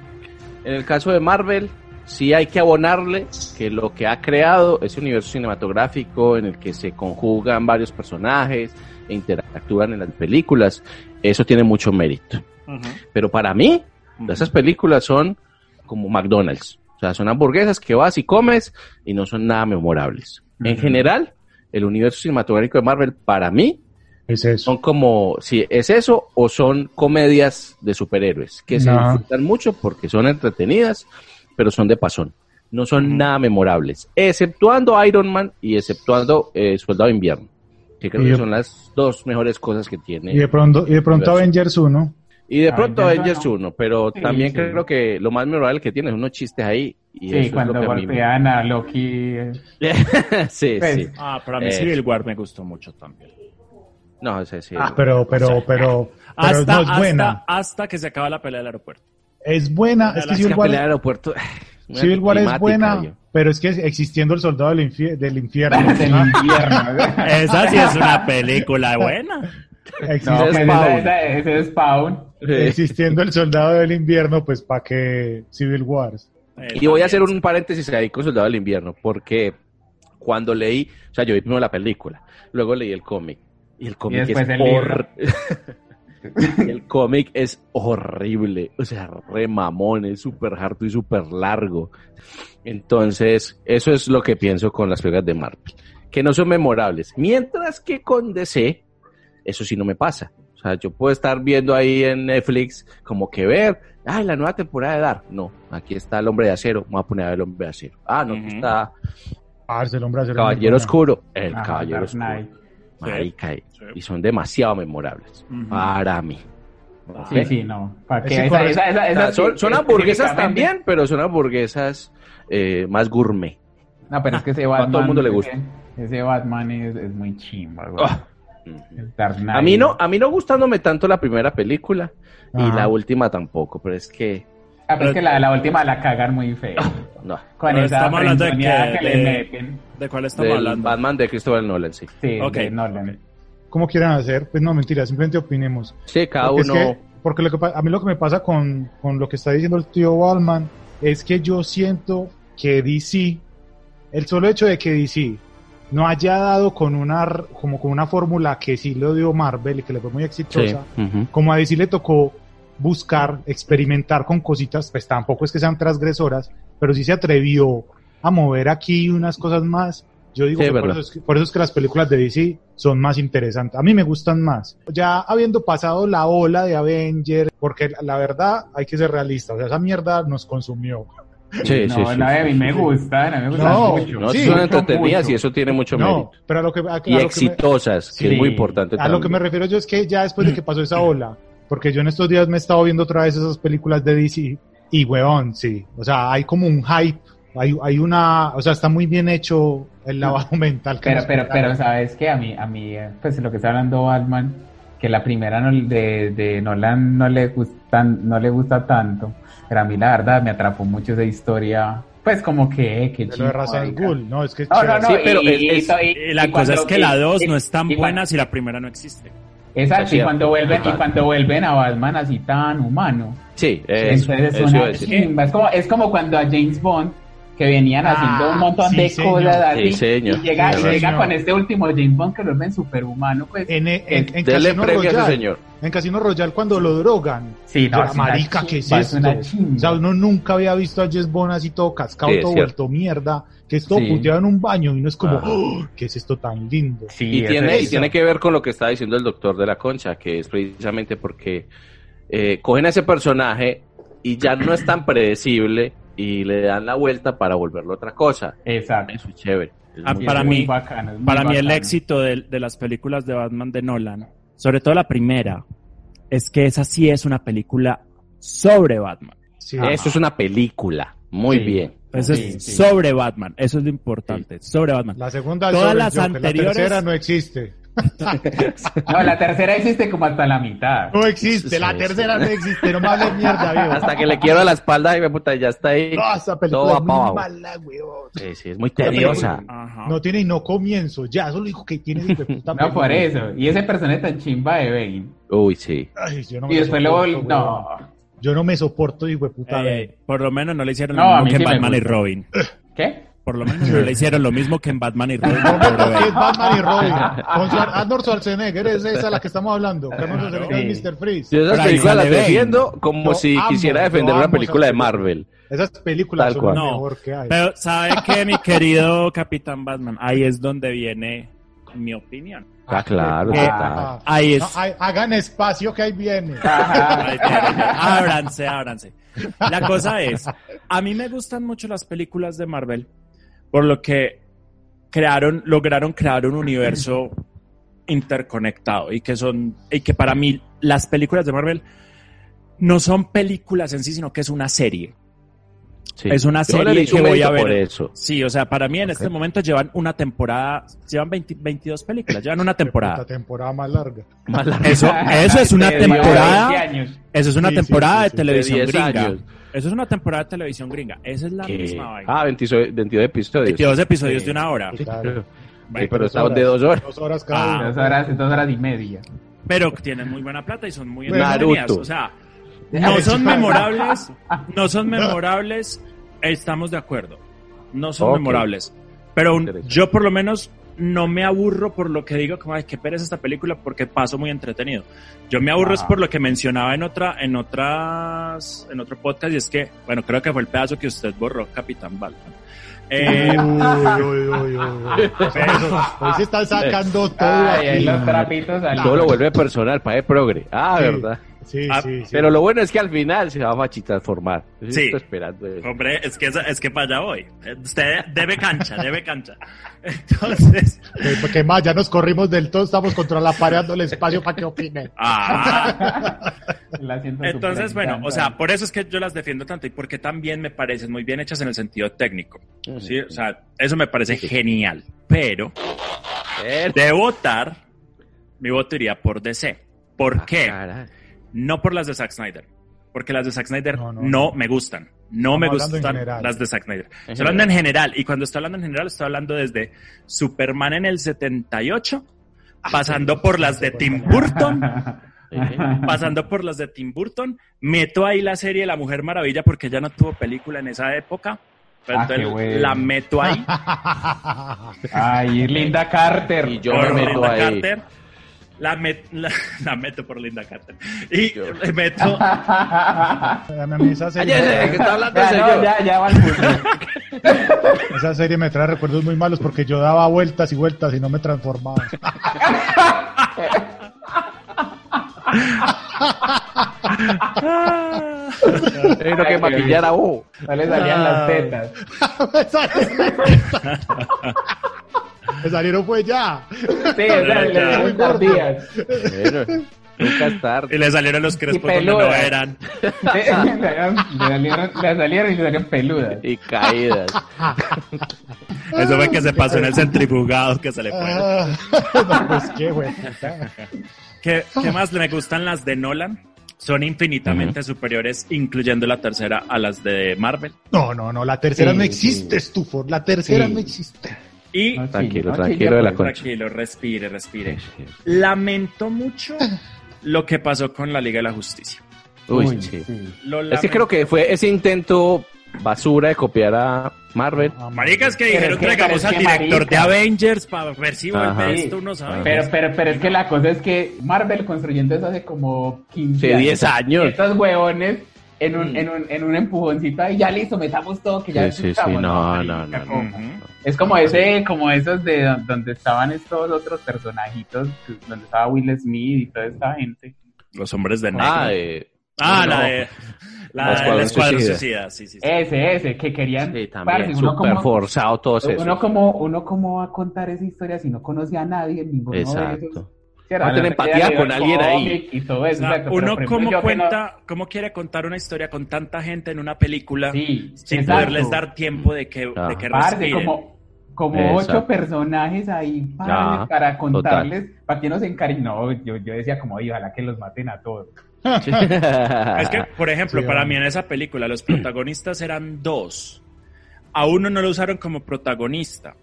S1: En el caso de Marvel, sí hay que abonarle que lo que ha creado ese universo cinematográfico en el que se conjugan varios personajes e interactúan en las películas, eso tiene mucho mérito. Pero para mí, esas películas son como McDonald's. O sea, son hamburguesas que vas y comes y no son nada memorables. En
S4: Ujú.
S1: general, el universo cinematográfico de Marvel, para mí,
S2: Es eso.
S1: son como, si es eso, o son comedias de superhéroes, que se
S2: No.
S1: disfrutan mucho porque son entretenidas, pero son de pasón. No son nada memorables, exceptuando Iron Man y exceptuando eh, Soldado de Invierno, que creo
S2: Y
S1: que
S2: de-
S1: son las dos mejores cosas que tiene.
S2: Y de pronto, y de pronto
S1: Gracias.
S2: Avengers 1.
S1: Y
S2: Ah,
S1: de pronto
S4: Avengers
S1: Avengers
S4: no.
S1: 1, pero
S4: Sí,
S1: también
S4: sí.
S1: creo que lo más memorable que tiene es unos chistes ahí. Y eso
S4: Sí,
S1: es
S4: cuando
S1: lo que a mí me-
S4: golpean a Loki. eh,
S1: [laughs] sí,
S4: Pues,
S1: sí.
S3: Ah, pero a mí
S1: Eh.
S3: Civil War me gustó mucho también.
S1: No, sí, sí.
S2: ah, Pero, pero, pero, pero
S3: Hasta,
S2: no es buena.
S3: hasta, hasta que se acaba la pelea del
S2: [laughs]
S3: aeropuerto.
S2: Es buena. Es
S3: Hasta
S2: que
S3: la
S1: Es
S2: Civil
S1: que
S2: War,
S1: pelea de aeropuerto. [laughs]
S2: Civil War es
S1: climática,
S2: buena,
S1: yo.
S2: pero es que existiendo el soldado del, infie-
S1: [laughs]
S2: del infierno.
S4: Del infierno.
S3: Esa sí es una película buena.
S2: Existe-
S4: No, pues
S1: Ese es
S4: esa-
S1: Spawn.
S4: esa- ese es Spawn.
S2: Eh, existiendo el soldado del invierno, pues para que Civil Wars.
S1: Y voy a hacer un paréntesis ahí con Soldado del Invierno, porque cuando leí, o sea, yo vi primero la película, luego leí el cómic. Y el cómic es
S4: después el libro.
S1: hor- [laughs] El cómic es horrible, o sea, re mamón, es súper harto y súper largo. Entonces, eso es lo que pienso con las películas de Marvel, que no son memorables. Mientras que con DC, eso sí no me pasa. O sea, yo puedo estar viendo ahí en Netflix como que ver, ay, la nueva temporada de Dark. No, aquí está el hombre de acero, me voy a poner a ver el hombre de acero. Ah, no, aquí
S3: Ujú.
S1: está
S2: Ah, es el hombre acero
S1: Caballero
S2: muy buena.
S1: Oscuro, el
S4: Ajá,
S1: Caballero
S4: Ah, Dark
S1: Oscuro.
S4: Knight.
S1: Marica, y-
S3: Sí.
S1: y son demasiado memorables
S3: Ujú.
S1: para mí.
S4: Sí, sí, no. ¿Para qué?
S2: Ese
S4: Esa-
S2: corre-
S4: esa- esa-
S1: O
S4: esa
S1: sea, Ah.
S4: sí,
S1: son, son
S4: es-
S1: hamburguesas
S4: específicamente-
S1: también, pero son hamburguesas eh, más gourmet.
S4: No, pero es que ese Batman.
S1: todo el mundo le gusta.
S4: Ese, ese Batman es, es muy chimba, güey.
S1: Ah.
S4: El Dark Knight.
S1: A mí no, a mí no gustándome tanto la primera película y
S2: Ajá.
S1: la última tampoco, pero es que
S4: Ah, pero es que la, la última la cagan muy
S3: [laughs]
S4: feo.
S1: no.
S4: Con
S3: eh, Pero
S4: esa
S3: estamos hablando de
S4: frenzoneada
S3: que-
S4: que,
S3: de-
S4: le meten.
S3: ¿De cuál estamos
S1: Del
S3: hablando?
S1: Batman de Christopher Nolan, sí.
S4: Sí,
S3: Ok,
S4: de Nolan.
S2: ¿Cómo quieran hacer? Pues no, mentira, simplemente opinemos.
S1: Sí, cada
S2: Porque, es
S1: uno.
S2: que- porque lo que pa- a mí lo que me pasa con, con lo que está diciendo el tío Balman es que yo siento que DC, el solo hecho de que DC no haya dado con una r- como con una fórmula que sí lo dio Marvel y que le fue muy exitosa,
S1: Sí, ujú.
S2: como a DC le tocó buscar, experimentar con cositas, pues tampoco es que sean transgresoras, pero sí se atrevió a mover aquí unas cosas más. Yo digo
S1: Sí,
S2: que por,
S1: verdad.
S2: eso es que, por eso es que las películas de DC son más interesantes. A mí me gustan más. Ya habiendo pasado la ola de Avengers, porque la- la verdad hay que ser realista, o sea, esa mierda nos consumió.
S1: Sí,
S4: no,
S1: sí, sí.
S4: no, a mí me gustan, a mí me gustan
S2: No,
S4: mucho.
S1: No,
S2: Sí,
S1: son
S2: mucho,
S1: entretenidas
S4: mucho.
S1: y eso tiene mucho
S2: No,
S1: mérito.
S2: pero a lo que, a- a
S1: Y
S2: lo que me-
S1: exitosas, que
S4: Sí.
S1: es muy importante
S2: A lo que me
S1: también.
S2: refiero yo es que ya después de que pasó esa ola, porque yo en estos días me he estado viendo otra vez esas películas de DC y weón, sí. O sea, hay como un hype, hay, hay una, o sea, está muy bien hecho el lavado [laughs] mental. que
S4: Pero,
S2: nos
S4: pero,
S2: mandaron.
S4: pero, ¿sabes qué? A mí, a mí, eh, pues lo que está hablando Batman, que la primera no- de, de Nolan no le, gustan, no le gusta tanto, pero a mí la verdad me atrapó mucho esa historia, pues como que, eh, que
S2: De lo de Ra's al
S4: chimba,
S2: Ghul, no, es que es
S4: No, no,
S2: chévere.
S4: no,
S1: Sí, pero
S4: y-
S1: es- es-
S4: y-
S3: Eh,
S4: y
S3: La cosa es
S4: cuando-
S3: que la
S4: y-
S3: 2
S4: y-
S3: no es tan
S4: y cua-
S3: buena si la primera no existe.
S1: Es
S4: Exacto, y
S1: cierto.
S4: cuando vuelven, y
S1: Total.
S4: cuando vuelven a Batman así tan humano.
S1: Sí, eso,
S4: Entonces,
S1: eso
S4: una
S1: iba a decir.
S4: chimba. Es, como, es como cuando a James Bond, que venían
S2: Ah,
S4: haciendo un montón
S2: sí,
S4: de
S2: señor.
S4: cosas así.
S1: Sí, señor.
S4: Y llega,
S1: Sí,
S4: y llega
S2: señor. Eh,
S4: con este último James Bond que lo ven superhumano, pues.
S2: En, en, en, en
S1: Dele
S2: Casino
S1: premio a ese
S2: Royale,
S1: señor.
S2: en Casino Royale cuando lo drogan.
S4: sí,
S2: O sea,
S4: es una
S2: marica, ¿qué es
S4: chimba,
S2: esto?
S4: una chimba.
S2: O sea, uno nunca había visto a Jess Bond así todo cascado,
S1: Sí, es
S2: todo
S1: cierto.
S2: vuelto mierda, que es todo
S1: Sí. Ah.
S2: puteado en un baño y uno es como,
S1: Ajá.
S2: "Oh, ¿qué es esto tan lindo?
S4: Sí,
S1: Y,
S4: es
S1: tiene, y
S4: eso.
S1: tiene que ver con lo que está diciendo el doctor de la concha, que es precisamente porque eh, cogen a ese personaje y ya no es tan predecible y le dan la vuelta para volverlo otra cosa.
S4: Exacto.
S1: Eso es chévere. Es
S3: Ah,
S1: muy
S3: para
S1: bueno.
S3: mí-
S4: bacano, es muy
S3: Para mí el
S4: bacano.
S3: éxito de, de las películas de Batman de Nolan, sobre todo la primera, es que esa sí es una película sobre Batman.
S2: Sí.
S3: ah.
S1: Eso es una película. Muy
S4: Sí.
S1: bien.
S3: Eso
S4: Sí,
S3: es
S4: sí.
S3: sobre Batman, eso es lo importante, sobre Batman.
S2: La segunda es
S3: Todas
S2: sobre el
S3: las
S2: Joker,
S3: anteriores-
S2: la tercera no existe.
S4: Ah, No, la tercera existe como hasta la mitad.
S2: No existe,
S1: Sí,
S2: la
S1: sí.
S2: tercera no existe, no me hables mierda, viejo.
S1: Hasta que le quiero la espalda y me puta, ya está ahí.
S2: No, esa
S1: Todo
S2: película
S1: va
S2: es muy
S1: pa' abajo.
S2: mala, weón.
S1: Sí, sí, es muy tediosa.
S3: Ajá.
S2: No tiene y no comienzo, ya, eso lo dijo que tiene hijo de puta
S4: No, por
S2: película.
S4: eso. Y ese personaje tan chimba de Bane.
S1: Uy, sí.
S2: Ay, yo no me
S4: Y después
S2: la
S4: luego,
S2: soporto,
S4: no.
S2: weón. Yo no me soporto, hijo de puta.
S3: Eh,
S2: weón.
S3: por lo menos no le hicieron
S4: No, a
S3: lo
S4: mí
S3: mismo que
S4: sí
S3: en
S4: me
S3: Batman y
S4: gusta.
S3: Robin.
S4: ¿Qué?
S3: Por lo menos no le hicieron lo mismo que en Batman y
S4: [laughs]
S3: Robin.
S2: Porque es
S3: pobre
S2: Batman y Robin. Con Schwar- Arnold Schwarzenegger es esa la que estamos hablando. Que Arnold Schwarzenegger es
S4: Sí.
S2: Mr. Freeze.
S1: Yo esas
S3: Pero ahí
S1: películas las
S3: sale Ben.
S1: defiendo como
S2: Yo
S1: si
S2: amo,
S1: quisiera
S2: yo
S1: defender
S2: amo
S1: una
S2: esas
S1: película de
S2: películas.
S1: Marvel.
S2: Esas películas
S1: Tal
S2: son
S1: cual.
S2: lo
S3: No,
S2: mejor que hay.
S3: Pero ¿sabe qué, mi querido Capitán Batman? Ahí es donde viene mi opinión.
S1: Ah, claro,
S3: Eh,
S4: qué-
S1: total.
S3: Ahí ah, es.
S2: Ah, No, hay- hagan espacio que ahí viene.
S4: Ajá.
S3: Ahí viene. Ábranse, ábranse. La cosa es, a mí me gustan mucho las películas de Marvel, por lo que crearon, lograron crear un universo interconectado y que son, y que para mí las películas de Marvel no son películas en sí, sino que es una serie.
S1: Sí.
S3: Es una
S1: Yo le
S3: serie
S1: dedico
S3: que voy a
S1: mérito Por
S3: ver.
S1: eso.
S3: Sí, o sea, para mí en
S1: Ok.
S3: este momento llevan una temporada, llevan 20 22 películas, llevan una
S2: La
S3: temporada.
S2: temporada más larga.
S1: Más larga.
S4: [laughs]
S3: Eso, eso es una
S4: Te dio 20
S3: temporada,
S4: años.
S3: eso es una
S2: Sí, sí,
S3: temporada
S2: sí,
S3: de
S2: sí.
S3: televisión
S1: De 10
S3: gringa.
S1: años.
S3: Eso es una temporada de televisión gringa. Esa es la
S1: Que-
S3: misma vaina.
S1: Ah, pues, 22, 22 episodios.
S3: 22 episodios
S1: Sí.
S3: de una hora.
S2: Sí, claro.
S1: Pero,
S3: Bueno,
S1: pero
S2: dos
S1: estamos de
S2: horas.
S1: dos horas.
S2: Dos horas cada
S3: Ah,
S2: uno.
S4: Dos horas, dos horas y media.
S3: Pero tienen muy buena plata y son muy
S2: Bueno,
S3: entretenidas.
S1: Naruto.
S3: O sea,
S2: Ah,
S3: no son
S2: sí.
S3: memorables, no son memorables, estamos de acuerdo. No son
S1: Ok.
S3: memorables. Pero un-
S1: Interesante.
S3: yo por lo menos no me aburro por lo que digo, como, ay, qué pereza esta película, porque paso muy entretenido. Yo me aburro es
S4: Ajá.
S3: por lo que mencionaba en otra, en otras, en otro podcast, y es que, bueno, creo que fue el pedazo que usted borró, Capitán
S1: [laughs]
S3: Balkan. Eh,
S2: Uy, uy, uy, uy, uy. O sea, eso- Hoy se están sacando todo
S4: Ay, ahí
S2: aquí.
S4: los trapitos al
S1: Todo lo vuelve personal para el progre. Ah,
S2: Sí.
S1: verdad.
S2: Sí,
S3: Ah,
S2: sí, sí.
S1: Pero lo bueno es que al final se va a transformar. Yo
S3: Sí.
S1: estoy esperando eso.
S3: Hombre, es que, esa- es que para allá voy. Eh, Usted debe cancha, debe cancha. [laughs] Entonces,
S2: Eh, Porque más, ya nos corrimos del todo, estamos contra la pared dándole espacio para que opine.
S3: ah.
S4: La siento
S3: entonces
S4: súper
S3: bueno, o sea,
S4: encantada.
S3: por eso es que yo las defiendo tanto y porque también me parecen muy bien hechas en el sentido técnico. ¿sí? O sea, eso me parece genial. Pero
S1: Eh,
S3: de votar, mi voto iría por DC. ¿Por
S1: ah,
S3: qué?
S1: caray.
S3: No por las de Zack Snyder. Porque las de Zack Snyder
S2: No,
S3: no,
S2: no, no.
S3: me gustan. No me
S2: hablando en
S3: gustan
S2: general.
S3: las de Zack Snyder.
S1: En
S3: Estoy hablando en general. Y cuando estoy hablando en general, estoy hablando desde Superman en el 78, pasando por las de Tim Burton,
S1: Eh,
S3: pasando por las de Tim Burton. Meto ahí la serie La Mujer Maravilla porque ya no tuvo película en esa época. Pero
S4: Ah,
S3: entonces
S4: qué bueno.
S3: la meto ahí. pues, [laughs]
S4: Ay, Linda Carter.
S1: Y [laughs] yo
S3: por
S1: me meto
S3: Linda
S1: ahí.
S3: Carter. La, met- la- [laughs] la meto por Linda Carter. Y
S1: Yo.
S3: le meto
S2: Dame a mí esa
S1: Ay, ese que
S2: serie.
S1: está hablando
S4: Ya,
S1: soy
S4: no,
S1: yo.
S4: ya, ya va al punto.
S2: Esa serie me trae recuerdos muy malos porque yo daba vueltas y vueltas y no me [laughs] transformaba.
S3: Ah.
S1: Tengo que maquillar a vos.
S4: No le salían
S2: Ah.
S4: las tetas.
S2: Me salieron- [laughs] Me salieron fue ya.
S4: Sí, o sea, le dieron tardías.
S1: Bueno, nunca es tarde.
S3: Y le salieron
S1: [laughs]
S3: los crespos
S4: Y
S3: cuando no
S4: peluda.
S3: eran.
S4: Sí, [laughs] le salieron- le salieron- le salieron y le salieron peludas.
S1: Y
S3: [laughs]
S1: caídas.
S3: Eso fue que se
S1: [laughs]
S3: pasó en el centrifugado que se le fue.
S2: Ah, [laughs] no, pues qué, güey.
S3: ¿Qué, qué más me gustan las de Nolan? Son infinitamente superiores, incluyendo la tercera, a las de Marvel.
S2: No, no, no, la tercera
S4: Sí,
S2: no existe,
S4: sí.
S2: Stuford. La tercera
S4: Sí.
S2: no existe.
S3: Y
S4: No,
S1: Tranquilo,
S4: chilla, no,
S1: tranquilo
S4: chilla,
S1: de Ah, la
S4: pues.
S1: concha.
S3: tranquilo, respire, respire. Lamento mucho lo que pasó con la Liga de la Justicia.
S1: Uy,
S4: Uy,
S1: sí.
S4: sí.
S3: Lo
S1: Es que
S3: lamento.
S1: creo que fue ese intento basura de copiar a Marvel.
S2: Ah,
S3: Maricas que
S4: Pero
S3: dijeron
S4: es que-
S3: traigamos
S4: pero
S3: al
S4: es que
S3: director de
S4: marica.
S3: Avengers para ver si
S1: Ajá.
S3: vuelve
S4: Sí.
S3: esto, uno sabe.
S4: Pero, pero, pero es que la cosa es que Marvel construyendo eso hace como 15
S1: Hace 10 años.
S4: Estos huevones en un,
S3: Mm.
S4: en un, en un empujoncito y ya listo, metamos todo que ya
S1: Sí, sí, sí,
S4: estamos,
S1: no,
S4: Marica,
S1: no, no,
S4: como-
S3: Ujú.
S4: Es como ese, como esos de don- donde estaban estos otros personajitos, que- donde estaba Will Smith y toda esta gente.
S3: Los hombres de negro.
S1: Ah, de-
S3: Ah,
S1: no.
S3: la de
S1: La
S3: la del
S1: Escuadrón
S3: Escuadrón
S1: Suicida.
S3: Suicida, sí, sí. sí.
S4: Ese, ese, que querían.
S1: Sí,
S4: parce,
S1: también.
S4: uno
S1: Súper
S4: como-
S1: forzado todo eso.
S4: uno como, uno como va a contar esa historia si no conoce a nadie, ninguno de [laughs] esos.
S1: Exacto.
S4: ¿cierto?
S1: Va a tener
S4: No sé qué
S1: empatía
S4: haya
S1: con
S4: leído
S1: alguien ahí.
S4: cómic Y todo
S3: O
S4: eso,
S3: sea,
S4: exacto, pero,
S3: uno
S4: por ejemplo,
S3: cómo
S4: yo que no-
S3: cuenta, cómo quiere contar una historia con tanta gente en una película
S4: Sí,
S3: sin
S4: exacto.
S3: poderles dar tiempo de que,
S1: Ah.
S3: de que
S4: Parce,
S3: respiren.
S4: como, como
S1: Exacto.
S4: ocho personajes ahí parce,
S1: Ya,
S4: para contarles, para que nos encariñen. No, yo, yo decía como, "Ay, ojalá que los maten a todos.
S3: Es que, por ejemplo,
S2: Ah, Sí,
S3: para
S2: hombre.
S3: mí en esa película los protagonistas eran dos. A uno no lo usaron como protagonista.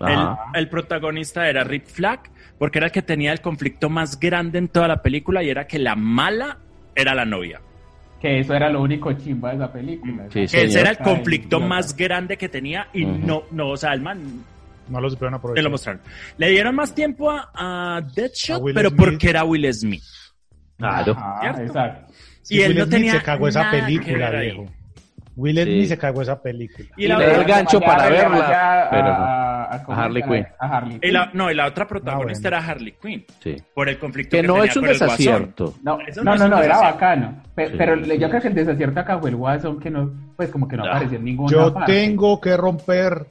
S3: El,
S1: Ajá.
S3: el protagonista era Rip Flag, porque era el que tenía el conflicto más grande en toda la película y era que la mala era la novia.
S4: Que eso era lo único chimba de esa película.
S1: Sí,
S4: ¿sí?
S1: sí.
S3: Ese era el
S4: Ay,
S3: conflicto
S4: idiota.
S3: más grande que tenía y
S1: Ujú.
S3: no, no, o sea, el man
S2: No los supieron aprovechar.
S3: te lo mostraron. Le dieron más tiempo a, a Deadshot,
S2: A Will
S3: pero
S2: Smith.
S3: porque era Will Smith.
S1: Claro.
S4: Ajá,
S3: ¿Cierto?
S4: exacto.
S2: Sí,
S3: y él
S2: Will
S3: no
S2: Smith
S3: tenía
S2: se cagó esa
S3: nada que
S2: película,
S3: ver ahí.
S2: viejo. Will Smith
S1: Sí.
S2: se cagó esa película.
S3: Y la,
S1: Le da el
S3: otra,
S1: gancho
S4: Vaya a
S1: para
S4: ver,
S1: verla,
S4: vaya a-
S1: pero no.
S4: a- a- ¿cómo
S1: Harley
S4: se llama?
S1: Quinn.
S4: A Harley
S3: y la- no, y la otra protagonista
S2: Ah, bueno.
S3: era Harley Quinn,
S1: Sí.
S3: por el conflicto que,
S1: Que no
S3: tenía
S1: es un
S3: con el Guasón.
S1: desacierto.
S4: No,
S3: Eso no
S4: no,
S3: es
S4: no,
S3: un
S4: no, era
S3: desacierto.
S4: bacano. Pe-
S1: Sí.
S4: Pero le- yo creo que el desacierto acá fue el Guasón que no, pues como que no
S1: Ah.
S4: apareció en ninguna
S2: Yo
S4: parte.
S2: tengo que romper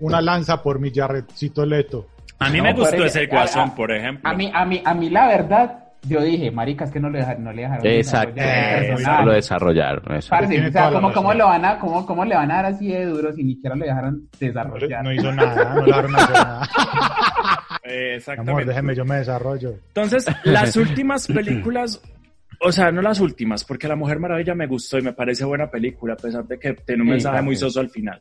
S2: una lanza por mi Jarretcito Leto.
S3: A mí
S4: No,
S3: me gustó
S4: parece-
S3: ese
S4: a-
S3: Guasón,
S4: a-
S3: por ejemplo.
S4: A mí, a mí, a mí la verdad, yo dije, marica, es que no le dejaron, no le dejaron.
S1: Exacto.
S4: desarrollar el
S2: Eh,
S4: personaje".
S2: Ah.
S1: No lo desarrollaron. eso.
S4: Parce,
S2: Tiene
S4: o sea,
S2: toda la
S4: ¿cómo, cómo
S2: razón.
S4: lo van a, cómo, cómo le van a dar así de duro si ni siquiera lo dejaron
S2: No,
S4: desarrollar?
S2: no hizo nada, no le dieron a hacer nada.
S3: [laughs] Eh,
S2: Amor,
S3: exactamente.
S2: déjeme, yo me desarrollo. [laughs]
S3: Entonces, las últimas películas, o sea, no las últimas, porque La Mujer Maravilla me gustó y me parece buena película, a pesar de que tiene un
S4: Sí,
S3: mensaje muy
S4: también.
S3: soso al final.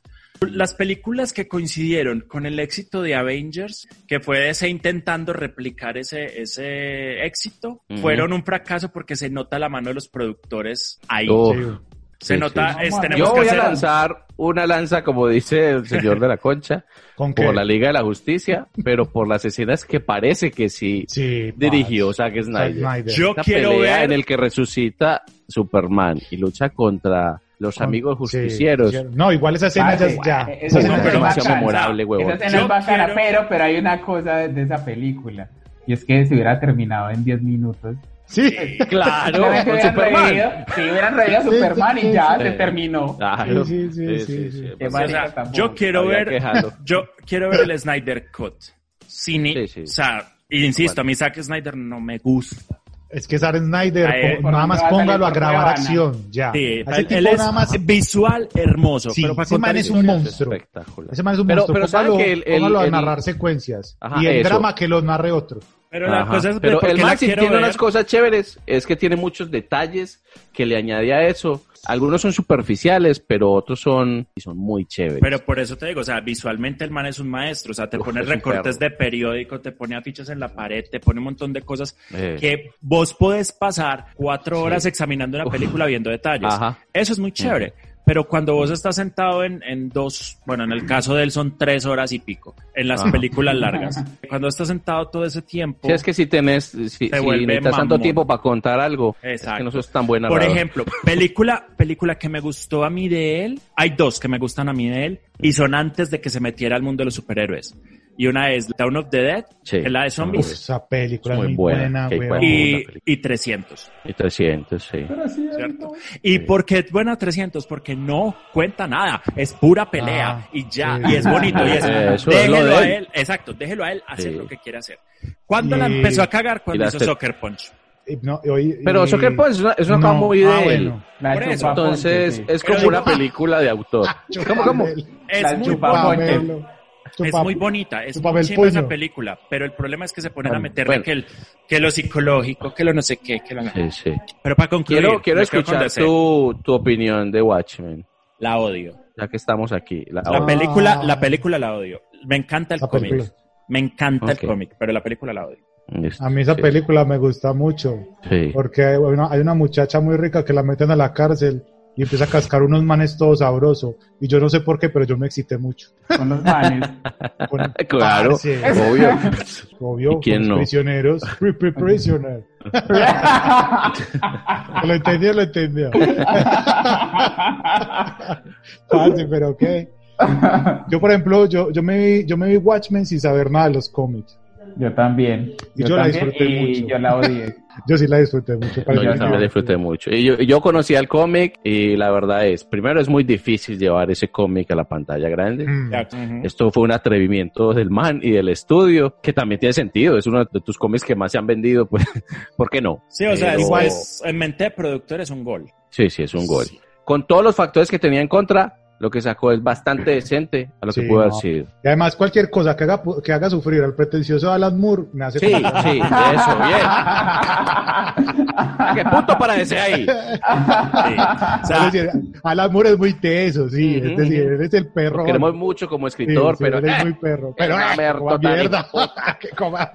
S3: Las películas que coincidieron con el éxito de Avengers, que fue ese intentando replicar ese, ese éxito,
S1: Ujú.
S3: fueron un fracaso porque se nota la mano de los productores ahí.
S1: Oh,
S2: Sí.
S3: se
S1: sí,
S3: nota,
S4: sí.
S3: es,
S4: Yo
S3: tenemos
S1: Yo
S3: que
S1: voy a
S3: hacer-
S1: lanzar una lanza, como dice el señor de la concha,
S2: ¿Con qué?
S1: por la Liga de la Justicia, pero por las escenas que parece que sí
S2: Sí,
S1: dirigió
S2: parce.
S1: Zack
S2: Zack
S1: Snyder.
S2: Snyder.
S3: Yo
S1: Esta
S3: quiero
S1: pelea
S3: ver-
S1: en el que resucita Superman y lucha contra los
S2: Con-
S1: amigos
S2: sí,
S1: justicieros.
S2: justicieros. no, igual esa escena ya
S4: Parce,
S2: es ya.
S4: eh,
S1: Esa escena
S4: esa escena
S1: es
S4: es
S1: demasiado
S4: bacana.
S1: memorable, huevón.
S4: Esa escena
S3: Yo
S4: es bacana,
S3: quiero-
S4: pero, pero hay una cosa de, de esa película. Y es que se hubiera terminado en 10 minutos.
S2: Sí.
S1: Claro,
S4: Una vez que
S1: con
S4: hubieran revivido,
S1: Superman.
S4: si hubieran reído a
S2: Sí, sí,
S4: Superman
S2: sí,
S4: y ya
S1: sí.
S4: se terminó.
S1: Claro.
S2: Sí, sí, sí, sí, sí.
S4: Qué
S1: pues,
S3: O
S4: marica
S3: sea,
S4: tampoco.
S3: yo quiero
S1: había
S3: ver
S1: que dejarlo.
S3: Yo quiero ver el Snyder Cut. Sin,
S1: Sí, sí.
S3: O sea, insisto, a mí Zack Snyder no me gusta.
S2: Es que Zack Snyder,
S3: Ahí,
S2: po-
S4: por
S2: nada
S4: mí
S2: más
S4: va a salir
S2: póngalo a
S4: por
S2: grabar
S4: Cuevana.
S2: acción,
S1: Ah,
S2: ya.
S3: Sí,
S2: A ese
S3: él,
S2: tipo
S3: él Eh, es
S2: nada más...
S3: visual hermoso.
S2: Sí,
S3: pero para
S2: ese man
S3: contar
S2: es
S3: historias-
S2: [laughs] un monstruo.
S1: espectacular.
S2: Ese man es un
S1: Pero-
S2: monstruo.
S1: pero ¿saben
S2: póngalo,
S1: que el- el-
S2: póngalo a
S1: el-
S2: narrar secuencias.
S1: Ajá,
S2: y el
S1: eso.
S2: drama que los narre otro.
S3: Pero la
S1: Ajá.
S3: cosa es de
S1: Pero
S3: por qué
S1: el
S3: la
S1: man sí
S3: quiero
S1: tiene
S3: ver.
S1: unas cosas chéveres, es que tiene muchos detalles que le añade a eso. Algunos son superficiales, pero otros son y son muy chéveres.
S3: Pero por eso te digo, o sea, visualmente el man es un maestro. O sea, te
S1: Uf,
S3: pone
S1: es un
S3: recortes de periódico, te pone afiches en la pared, te pone un montón de cosas
S1: Eh,
S3: que vos podés pasar cuatro
S1: Sí.
S3: horas examinando una
S1: Uf.
S3: película viendo detalles.
S1: Ajá. Mm.
S3: Eso es muy chévere. Pero cuando vos estás sentado en, en dos, bueno, en el caso de él son tres horas y pico, en las
S1: Ajá.
S3: películas largas. Cuando estás sentado todo ese tiempo,
S1: Si es que si tenés, si, si
S3: vuelve
S1: necesitas tanto
S3: mamón.
S1: tiempo para contar algo, es
S3: Exacto.
S1: que no sos tan buena.
S3: por ejemplo, película, película que me gustó a mí de él, hay dos que me gustan a mí de él y son antes de que se metiera al mundo de los superhéroes. y una es Dawn of the Dead,
S1: Sí.
S3: que es la de
S2: Uf,
S3: zombies,
S2: esa película es
S1: Muy
S2: muy
S1: buena,
S2: buena,
S1: qué
S2: weón.
S1: buena.
S3: y,
S1: película.
S3: y 300.
S1: Y 300, sí.
S3: ¿Cierto? ¿Y por qué es buena 300? Porque no cuenta nada, es pura pelea
S2: Ah,
S3: y ya,
S2: sí.
S3: y es bonito, y
S1: [laughs]
S3: es,
S1: Eso es lo
S3: déjelo
S1: de
S3: a
S1: él.
S3: él. exacto, déjelo a él hacer
S1: Sí.
S3: lo que quiere hacer. ¿Cuándo la
S2: Y-
S3: empezó a cagar?
S1: y
S3: Cuando
S1: la
S3: hizo
S1: te-
S3: Soccer Punch.
S2: Y no, y hoy-
S1: Pero
S2: y-
S1: Soccer Punch es una, es una
S2: No,
S1: cosa muy
S2: ah,
S1: de él.
S2: bueno.
S4: La
S3: Por eso,
S4: chupa ponche,
S1: Entonces,
S4: sí.
S1: es
S3: Pero
S1: como una
S3: digo-
S1: película de
S3: [laughs]
S1: autor. ¿Cómo, cómo?
S3: Es
S4: La
S3: muy
S4: chupa
S3: bonita.
S4: papel.
S2: Chupamelo.
S3: Es
S2: Chupa-
S3: muy bonita, es
S2: chupa
S3: muy
S2: el
S3: chimba esa
S2: puño.
S3: película, pero el problema es que se ponen a
S1: Ah,
S3: meterle
S1: bueno.
S3: que, el- que lo psicológico, que lo no sé qué, que lo...
S1: Sí, sí.
S3: Pero para concluir,
S1: Quiero, quiero
S3: me quedo con
S1: escuchar
S3: DC.
S1: tu, tu opinión de Watchmen,
S3: La odio.
S1: ya que estamos aquí. La-
S3: La
S2: Ah.
S3: película, la película la odio. Me encanta el
S2: Esa
S3: cómic.
S2: película.
S3: Me encanta
S1: Ok.
S3: el cómic, pero la película la odio.
S2: A mí esa
S1: Sí,
S2: película me gusta mucho.
S1: sí.
S2: Porque hay una, hay una muchacha muy rica que la meten a la cárcel y empieza a cascar unos manes todo sabroso. Y yo no sé por qué, pero yo me excité mucho.
S4: Con los manes.
S2: Con-
S1: [laughs] Claro,
S2: Parce, [laughs] Pues
S1: obvio.
S2: obvio,
S1: ¿Y quién
S2: con los
S1: no?
S2: prisioneros. Pri-
S1: [laughs]
S2: pri- prisoner. Lo entendió,
S1: [laughs]
S2: lo entendió. Parce, pero qué. Yo, por ejemplo, yo, yo, me vi, yo me vi Watchmen sin saber nada de los cómics.
S4: yo también.
S2: Y yo la
S4: también,
S2: disfruté
S4: y
S2: mucho.
S4: yo la odié.
S2: Yo sí la disfruté mucho.
S1: No, yo
S2: parce,
S4: Claro.
S1: también disfruté mucho. Y yo, yo conocía el cómic y la verdad es, primero es muy difícil llevar ese cómic a la pantalla grande.
S2: Mm.
S1: Esto fue un atrevimiento del man y del estudio, que también tiene sentido. Es uno de tus cómics que más se han vendido, pues, [laughs] ¿por qué no?
S3: Sí, o sea,
S1: Pero-
S3: es- es- en mente de productor es un
S2: [laughs]
S3: gol.
S1: Sí, sí, es un gol.
S3: Sí.
S1: Con todos los factores que tenía en contra, lo que sacó es bastante decente a lo que
S2: Sí,
S1: pudo haber
S2: no.
S1: sido.
S2: Y además, cualquier cosa que haga, pu- que haga sufrir al pretencioso Alan Moore me hace.
S1: Sí,
S2: [laughs]
S1: sí, eso, bien. [laughs] Ah, ¿Qué punto para ese ahí?
S3: Sí. O sea,
S2: Es decir, Alan Moore es muy teso, sí.
S1: Ujú,
S2: Es decir,
S1: ujú.
S2: él es el
S1: Lo
S2: perro.
S1: queremos mucho como
S2: Sí,
S1: escritor,
S2: sí,
S1: pero...
S2: él es
S1: eh,
S2: muy perro. Pero,
S1: una
S2: ah, que
S1: merda
S2: coma
S1: tan
S2: [laughs] mierda. que coma.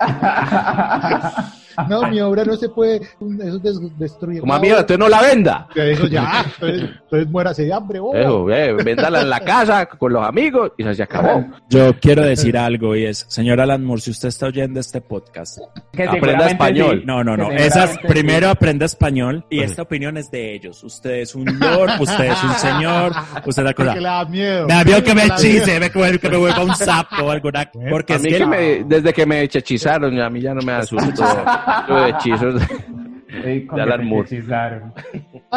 S2: no, mi obra no se puede. Eso des- destruye.
S1: Como a
S2: la
S1: mierda,
S2: [laughs] obra.
S1: usted no la venda.
S2: Eso ya. Entonces, entonces muérase de hambre,
S3: Oh.
S2: bobo.
S1: Eso, eh, véndala en la casa con los amigos y se acabó.
S3: Yo quiero decir algo y es, señor Alan Moore, si usted está oyendo este podcast,
S4: Que
S1: Aprenda
S4: seguramente
S1: español.
S4: sí.
S3: no, no, no,
S4: Que
S3: esas
S4: seguramente
S3: primero aprenda español y
S1: Ujú.
S3: esta opinión es de ellos. Usted es un lord, usted es un señor, usted es la cosa.
S2: Porque le da miedo.
S3: Me vio que
S2: Porque le
S3: me
S2: da miedo.
S3: hechice, me que, que me vuelva un sapo o alguna. Porque
S1: A
S3: es
S1: mí
S3: que,
S1: que me- desde que me hechizaron, a mí ya no me
S3: [laughs]
S1: asustó. Lo de hechizos.
S4: sí. Sí, con
S1: De
S4: que
S1: Alan
S4: me
S1: Moore.
S2: [laughs]
S4: hechizaron.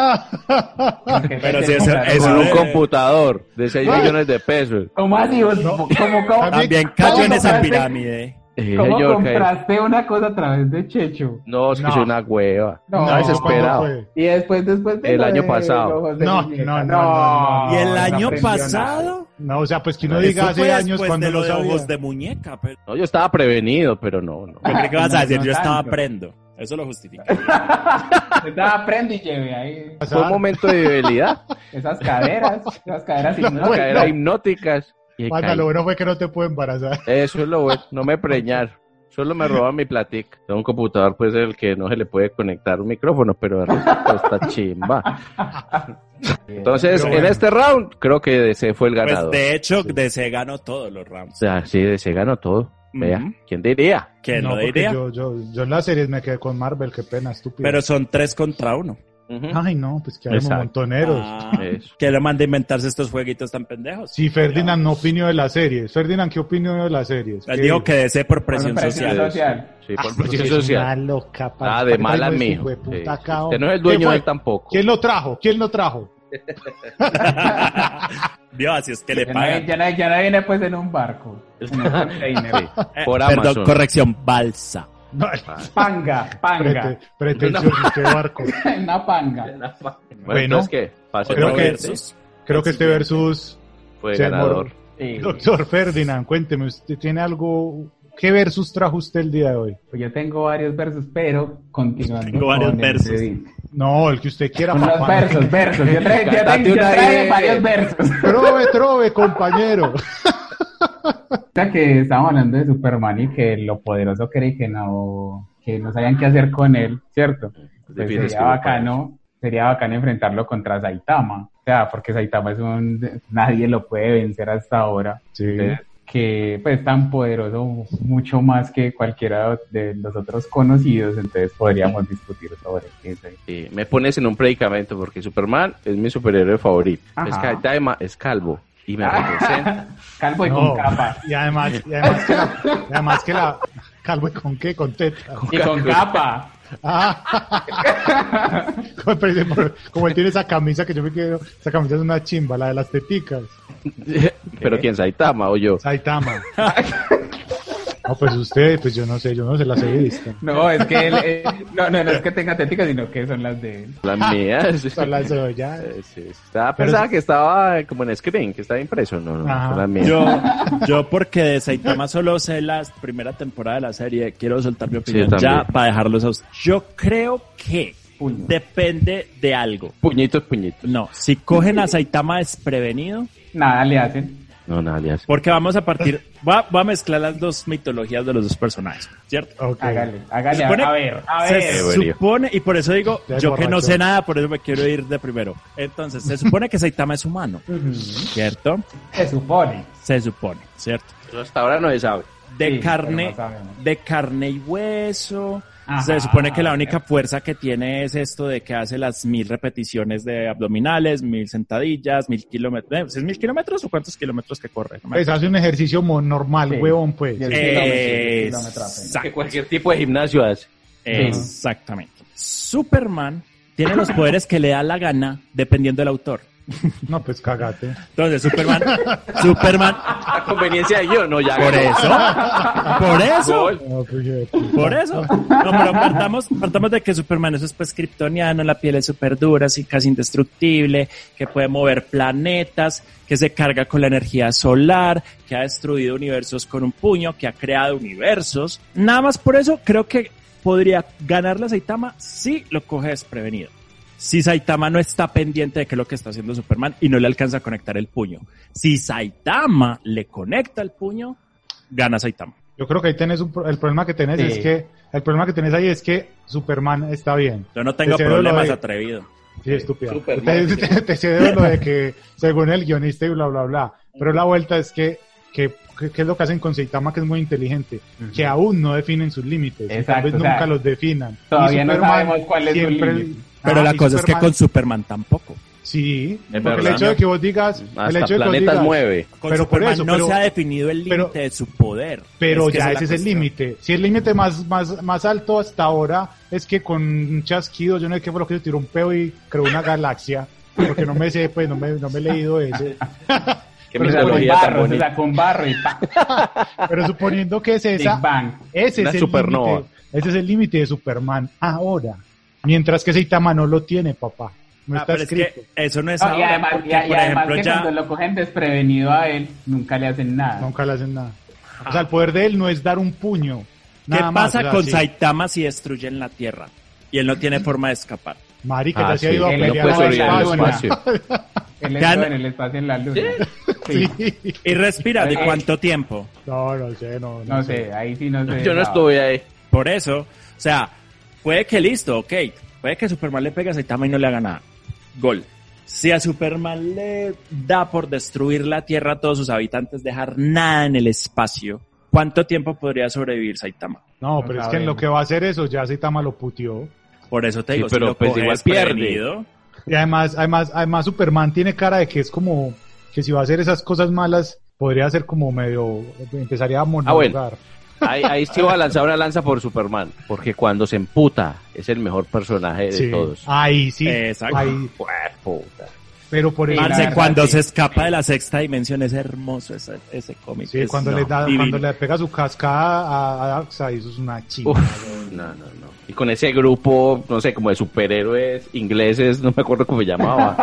S2: Ah,
S4: Con que me
S3: Pero sí, eso-
S4: hechizaron.
S3: eso
S1: [laughs] Con
S3: no-
S1: un computador de 6 millones de pesos.
S4: ¿Cómo así? vos? ¿Cómo, cómo?
S2: A mí-
S3: también cayó
S4: ¿Cómo
S3: en esa
S4: compraste-
S3: pirámide.
S1: Eh,
S4: ¿Cómo
S1: señor, que-
S4: compraste una cosa a través de Checho?
S1: no, es que
S2: No.
S1: soy una hueva.
S4: No.
S1: Estaba desesperado.
S2: ¿cuándo fue?
S4: Y después, después de
S1: El
S4: lo
S1: año
S4: de
S1: pasado.
S4: los de
S2: No,
S4: muñeca.
S2: no, no, no, no.
S3: Y el
S4: no
S3: año
S4: aprendió nada.
S3: pasado.
S2: No, o sea, pues que no
S1: Eso
S2: diga
S3: Eso
S2: hace
S3: fue
S2: años
S3: después
S2: cuando
S3: de
S2: no
S3: lo de
S2: sabía.
S3: ojos de muñeca, pero.
S1: No, yo estaba prevenido, pero no, no.
S3: Yo creí que vas
S4: No,
S3: a decir,
S4: no
S3: yo estaba
S4: tanto.
S3: prendo. Eso lo justifica.
S4: Estaba Pues aprende y lleve ahí
S1: Fue un momento de
S3: [laughs]
S1: debilidad,
S4: esas caderas, esas caderas
S2: No,
S4: hipnóticas.
S1: caer hipnóticas. y
S2: Panda,
S1: caí.
S2: lo bueno fue que no te puedo embarazar.
S1: Eso es lo bueno, Eh, no me preñar. Solo me roban mi platica. Tengo un computador, pues, el que no se le puede conectar un micrófono, pero de resto está
S2: [laughs]
S1: chimba. Entonces,
S2: Pero bueno.
S1: en este round, creo que DC fue el
S3: Pues
S1: ganador.
S3: de hecho, DC ganó todos los
S1: O
S3: rounds.
S1: sea, sí, DC ganó todo. Vea,
S3: Ujú.
S1: ¿quién diría?
S3: Que no,
S2: porque
S3: diría.
S2: Yo, yo, yo en las series me quedé con Marvel, qué pena, estúpido.
S3: Pero son tres contra uno.
S1: Ujú.
S2: Ay, no, pues que éramos
S1: Exacto.
S2: montoneros.
S3: Ah,
S1: Eso.
S3: que le manda a inventarse estos jueguitos tan pendejos.
S2: Si Ferdinand no opinó de las series. Ferdinand, ¿qué opinó de las series?
S3: Él
S2: ¿Qué
S3: dijo que DC por presión
S4: presión
S3: social.
S4: social.
S1: Sí,
S2: Ah,
S1: por
S2: pero
S1: presión
S2: es Una
S1: social.
S2: loca,
S1: Ah, de mala mijo.
S2: mijo.
S1: Sí. Usted no es el dueño de él tampoco.
S2: ¿Quién lo trajo? ¿Quién lo trajo?
S3: Vio, así es que le
S4: Ya no,
S3: pagan.
S4: ya, no, ya no viene pues en un barco.
S1: [laughs]
S4: En un container.
S1: Sí,
S3: Eh,
S1: por
S3: perdón,
S1: Amazon.
S3: corrección, balsa.
S2: [laughs] No,
S4: Panga, panga.
S2: prete- pretencioso, qué barco.
S4: [laughs] Una panga.
S1: Bueno,
S2: Bueno,
S1: entonces, ¿qué? Pase
S2: creo
S1: por
S2: que-
S1: verde.
S3: versus.
S2: Creo que este versus,
S1: fue
S2: se
S1: ganador.
S2: demoró.
S4: Sí.
S2: doctor Ferdinand, cuénteme, ¿usted tiene algo? ¿Qué versus trajo usted el día de hoy?
S4: Pues yo tengo varios versos, pero continuando.
S3: Tengo varios
S4: con el
S3: versos.
S4: de-
S2: No, el que usted quiera.
S4: Con los
S2: papá.
S4: versos, versos. Yo traje, yo traje,
S1: Cantate
S4: yo
S1: una
S4: traje
S1: ahí.
S4: varios versos.
S2: Trove, trove, compañero.
S4: Ahorita que estábamos hablando de Superman y que lo poderoso que era y que no, que no sabían qué hacer con él, ¿cierto? Pues
S1: Difícil
S4: sería
S1: escribir para eso.
S4: bacano, sería bacano enfrentarlo contra Saitama. O sea, porque Saitama es un... Nadie lo puede vencer hasta ahora.
S2: Sí.
S4: Entonces, que pues tan poderoso, mucho más que cualquiera de los otros conocidos, entonces podríamos discutir sobre eso.
S1: Sí, me pones en un predicamento porque Superman es mi superhéroe favorito.
S4: Ajá.
S1: Es que Daima es calvo. y
S2: Ah.
S1: me
S2: [laughs]
S1: representa.
S4: Calvo y
S2: No,
S4: con capa.
S2: Y además, y además que la, y además que la calvo y con qué, con teta.
S4: Y con capa.
S2: Ah, [laughs] como, pero dice, por- como él tiene esa camisa que yo me quiero, esa camisa es una chimba, la de las teticas.
S1: [laughs] Pero quién Saitama o yo.
S4: [laughs]
S2: Saitama. No, pues usted, pues yo no sé, yo no se las he visto.
S4: No, es que él, eh, no, no, no es que tenga tética, sino que son las de él.
S2: [laughs]
S1: La mía. sí.
S2: Son las de ya.
S1: Eh, sí, sí. Estaba,
S2: Pero
S1: pensaba
S2: es-
S1: que estaba como en screen, que estaba impreso. No, no,
S2: Ajá.
S1: son la mía.
S3: Yo, yo porque de Saitama solo sé la primera temporada de la serie, quiero soltar mi opinión
S1: también.
S3: ya para dejarlos a ustedes. Yo creo que
S4: Puño.
S3: depende de algo.
S1: Puñitos, puñitos.
S3: No, si cogen a Saitama desprevenido,
S4: Nada le hacen.
S1: No, nada, alias.
S3: porque vamos a partir, va, va a mezclar las dos mitologías de los dos personajes, ¿cierto?
S2: Ok.
S4: Hágale, hágale.
S3: supone-
S4: A ver, a
S3: se
S4: ver.
S1: Debería.
S3: supone, y por eso digo,
S2: Ya es
S3: yo que no sé
S2: borracho.
S3: nada, por eso me quiero ir de primero. Entonces, se supone que Saitama es humano,
S4: [laughs] Ujú.
S3: ¿cierto?
S4: Se supone.
S3: Se supone, ¿cierto?
S1: Eso hasta ahora no se sabe.
S3: De
S4: Sí,
S3: carne,
S4: pero no sabemos.
S3: de carne y hueso.
S4: Ajá.
S3: se supone que la única fuerza que tiene es esto de que hace las mil repeticiones de abdominales, mil sentadillas, mil kilómetros. eh, ¿Es mil kilómetros o cuántos kilómetros que corre? No me
S2: Pues hace un ejercicio mo- normal,
S4: Sí.
S2: huevón, pues.
S4: Y el
S3: Eh,
S4: kilómetro, kilómetro apenas.
S1: Que cualquier tipo de gimnasio hace.
S3: Exactamente. Superman tiene los poderes que le da la gana dependiendo del autor.
S2: No, pues cagate.
S3: Entonces, Superman, Superman,
S1: A conveniencia de yo, no, ya.
S3: por
S1: ganó.
S3: eso, por eso,
S1: Gol.
S2: No, pues, hijo de puta.
S3: por eso. No, pero partamos, partamos de que Superman eso es pues kryptoniano, la piel es súper dura, así casi indestructible, que puede mover planetas, que se carga con la energía solar, que ha destruido universos con un puño, que ha creado universos. Nada más por eso creo que podría ganar la Saitama si lo coge desprevenido. Si Saitama no está pendiente de qué es lo que está haciendo Superman y no le alcanza a conectar el puño. Si Saitama le conecta el puño, gana Saitama.
S2: Yo creo que ahí tenés un pro- el problema que tenés
S4: Sí.
S2: es que el problema que tenés ahí es que Superman está bien.
S3: Yo no tengo
S2: Ese no lo
S3: problemas
S2: hay.
S3: atrevido.
S2: Sí, estúpida.
S1: Superman,
S2: Te,
S1: sí.
S2: te- te cedo lo de que según el guionista y bla bla bla. Pero la vuelta es que que, que- que es lo que hacen con Saitama que es muy inteligente,
S4: Ujú.
S2: que aún no definen sus límites, y tal
S4: Exacto,
S2: vez
S4: o sea,
S2: nunca los definan. Y
S4: todavía no
S2: Superman
S4: sabemos cuál es su
S2: siempre-
S4: límite.
S3: Pero
S2: Ah,
S3: la
S2: y
S3: cosa es que
S2: Superman-
S3: con Superman tampoco.
S2: sí,
S1: Es
S2: porque el
S1: verdad.
S2: hecho de que vos digas, el
S1: Hasta
S2: hecho de que vos
S1: planetas
S2: digas,
S1: mueve.
S2: Pero
S3: Con
S2: por
S3: Superman
S2: eso,
S3: no
S2: pero-
S3: se ha definido el
S2: pero-
S3: límite de su poder.
S2: Pero
S3: Es que
S2: ya
S3: esa
S2: ese es el
S3: la cuestión.
S2: límite. Si el límite más, más, más alto hasta ahora es que con un chasquido, yo no sé qué fue lo que yo tiró un peo y creó una galaxia. Porque no me sé, pues no me, no me he leído ese.
S1: Qué
S2: Pero
S4: Se sacó un
S1: mitología tan
S4: barro, se
S1: bonita.
S4: sacó un barro y pa,
S2: Pero suponiendo que es esa,
S4: Big Bang.
S2: ese
S1: Una
S2: es el
S1: supernova.
S2: límite. Ese es el límite de Superman ahora. Mientras que Saitama no lo tiene, papá. No
S3: Ah,
S2: está
S3: pero es que
S2: escrito.
S3: eso no es
S4: No, y
S3: ahora,
S4: además,
S3: porque,
S4: y- y
S3: por
S4: además
S3: ejemplo,
S4: que
S3: ya...
S4: cuando lo cogen desprevenido a él, nunca le hacen nada.
S2: Nunca le hacen nada. O sea, el poder de él no es dar un puño.
S3: Ah. ¿Qué
S2: Nada más,
S3: pasa
S2: o sea,
S3: con
S2: sí.
S3: Saitama si destruyen la Tierra? Y él no tiene forma de escapar.
S2: Marica,
S1: Ah,
S2: ya se ha
S1: sí.
S2: ido a
S4: Él es
S2: pelear
S4: bueno
S2: al
S4: en la
S2: espacio.
S4: luna. Él estuvo
S3: Gan-
S4: en el espacio en la luna. Sí.
S2: Sí.
S3: Y respira, ¿de
S4: Ay.
S3: cuánto tiempo?
S2: No, no sé, no, no,
S4: No sé, ahí sí no sé. Ah,
S1: Yo no estuve ahí.
S3: Por eso, o sea, puede que listo, ok, puede que Superman le pegue a Saitama y no le haga nada. Gol. Si a Superman le da por destruir la Tierra a todos sus habitantes, dejar nada en el espacio, ¿cuánto tiempo podría sobrevivir Saitama?
S2: No,
S4: No
S2: pero es que en lo
S4: sabemos.
S2: que va a hacer eso ya Saitama lo puteó.
S3: Por eso te
S1: Sí,
S3: digo,
S1: pero,
S3: si lo
S1: pues,
S3: coges
S1: igual pierde.
S3: prevenido,
S2: Y además, además, además Superman tiene cara de que es como que si va a hacer esas cosas malas, podría ser como medio
S4: Ah,
S2: empezaría a monologar.
S1: Ahí, ahí sí voy a lanzar una lanza por Superman. Porque cuando se emputa, es el mejor personaje de
S2: Sí.
S1: todos.
S2: Ahí sí.
S3: Exacto.
S2: Ahí,
S1: Cuerpo.
S2: pero por eso
S4: la
S3: Parce,
S4: verdad,
S3: cuando
S4: sí.
S3: se escapa de la sexta dimensión es hermoso ese, ese cómic.
S2: sí,
S3: es,
S2: cuando
S3: no,
S2: le da,
S3: divino.
S2: cuando le pega su cascada a, a Darkseid, eso es una chica.
S1: Uf, no, no, no. Y con ese grupo, no sé, como de superhéroes ingleses, no me acuerdo cómo se llamaba.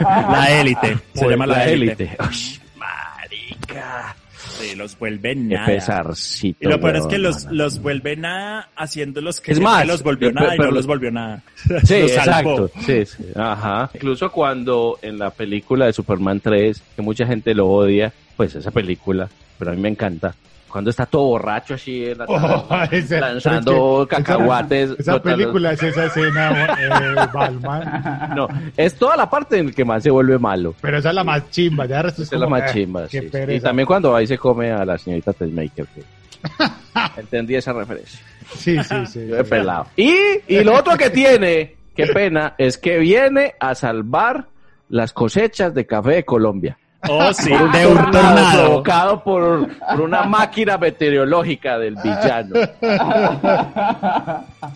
S3: La élite, [laughs]
S1: Pues,
S3: se llama la, élite.
S1: Ush, marica.
S3: Sí, los vuelve
S1: Qué
S3: nada.
S1: pesarcito.
S3: Y lo peor es
S1: weón,
S3: que los,
S1: no, no.
S3: los vuelve nada haciéndolos que
S1: Es más,
S3: que los volvió
S1: pe-
S3: nada y
S1: pero-
S3: no los volvió nada.
S1: Sí,
S3: Los salvó.
S1: exacto. Sí, sí, Ajá. Incluso cuando en la película de Superman 3, que mucha gente lo odia, pues esa película, pero a mí me encanta. Cuando está todo borracho así,
S3: [laughs]
S1: en la
S2: [laughs] Oh,
S1: tarde,
S2: esa-
S1: lanzando
S2: es que esa-
S1: cacahuates.
S2: Esa
S1: botando-
S2: película es esa escena,
S1: [laughs]
S2: eh, Batman.
S1: No, es toda la parte en que más se vuelve malo.
S2: Pero esa es la más chimba, ya el resto es,
S1: Esa es la
S2: como,
S1: más
S2: eh,
S1: chimba,
S2: qué
S1: sí, sí.
S2: pereza.
S1: Y también cuando ahí se come a la señorita Tessmaker. que- Entendí esa referencia. [laughs]
S2: Sí, sí, sí.
S1: Yo de pelado. Y, y lo otro que tiene, qué pena, es que viene a salvar las cosechas de café de Colombia.
S3: Oh, sí,
S1: Por un
S3: de un tornado.
S1: provocado por, por una máquina meteorológica del villano.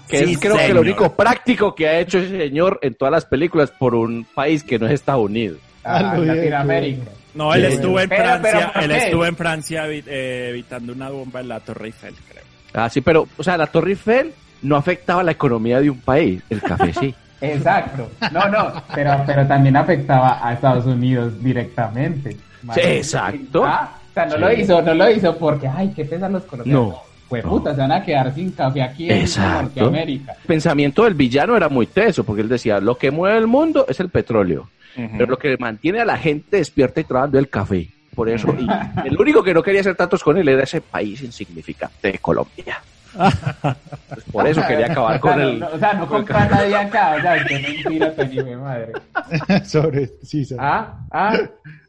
S1: Que
S3: Sí,
S1: es creo que
S3: señor.
S1: lo único práctico que ha hecho ese señor en todas las películas por un país que no es Estados Unidos.
S4: Ah,
S2: Algo bien,
S4: Latinoamérica.
S3: No, él
S1: Sí.
S3: estuvo en
S4: Pero,
S3: Francia,
S4: pero, ¿por
S3: él
S4: qué?
S3: estuvo en Francia evi- eh, evitando una bomba en la Torre Eiffel, creo.
S1: Ah, sí, pero, o sea, la Torre Eiffel no afectaba la economía de un país, el café sí.
S4: Exacto. No, no, pero, pero también afectaba a Estados Unidos directamente.
S1: Sí, exacto.
S4: Ah, o sea, no
S1: Sí.
S4: lo hizo, no lo hizo porque, ay, qué pesan los colombianos.
S1: No.
S4: Pues puta, se van a quedar sin café aquí en
S1: Exacto.
S4: Norteamérica.
S1: El pensamiento del villano era muy teso, porque él decía, lo que mueve el mundo es el petróleo, pero lo que mantiene a la gente despierta y trabajando es el café. Por eso, y el único que no quería hacer tratos con él era ese país insignificante de Colombia. Pues por eso quería acabar
S4: O sea,
S1: con
S4: no-
S1: el...
S4: no- o sea, no
S1: con el
S4: compra a nadie acá, o sea, qué mentira tan hijo de madre.
S2: [laughs] Sobre, sí, sobre-
S4: Ah, ah,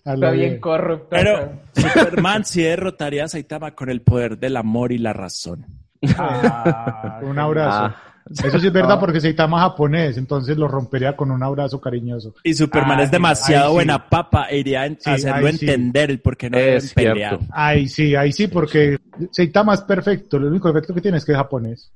S2: a lo
S4: está bien
S2: bien.
S4: corrupto.
S3: Pero [laughs] Superman sí derrotaría a Saitama con el poder del amor y la razón.
S4: Ah,
S2: [laughs] Un abrazo.
S1: Ah.
S2: Eso sí es verdad
S4: Ah.
S2: porque Saitama es japonés, entonces lo rompería con un abrazo cariñoso.
S3: Y Superman
S4: Ah,
S3: es demasiado
S2: ahí sí.
S3: buena papa e iría a
S2: Sí,
S3: hacerlo
S2: ahí sí.
S3: entender el por qué no deben
S1: Es cierto.
S3: pelear.
S2: Ahí sí, ahí sí, porque Saitama es perfecto. Lo único defecto que tiene es que es japonés.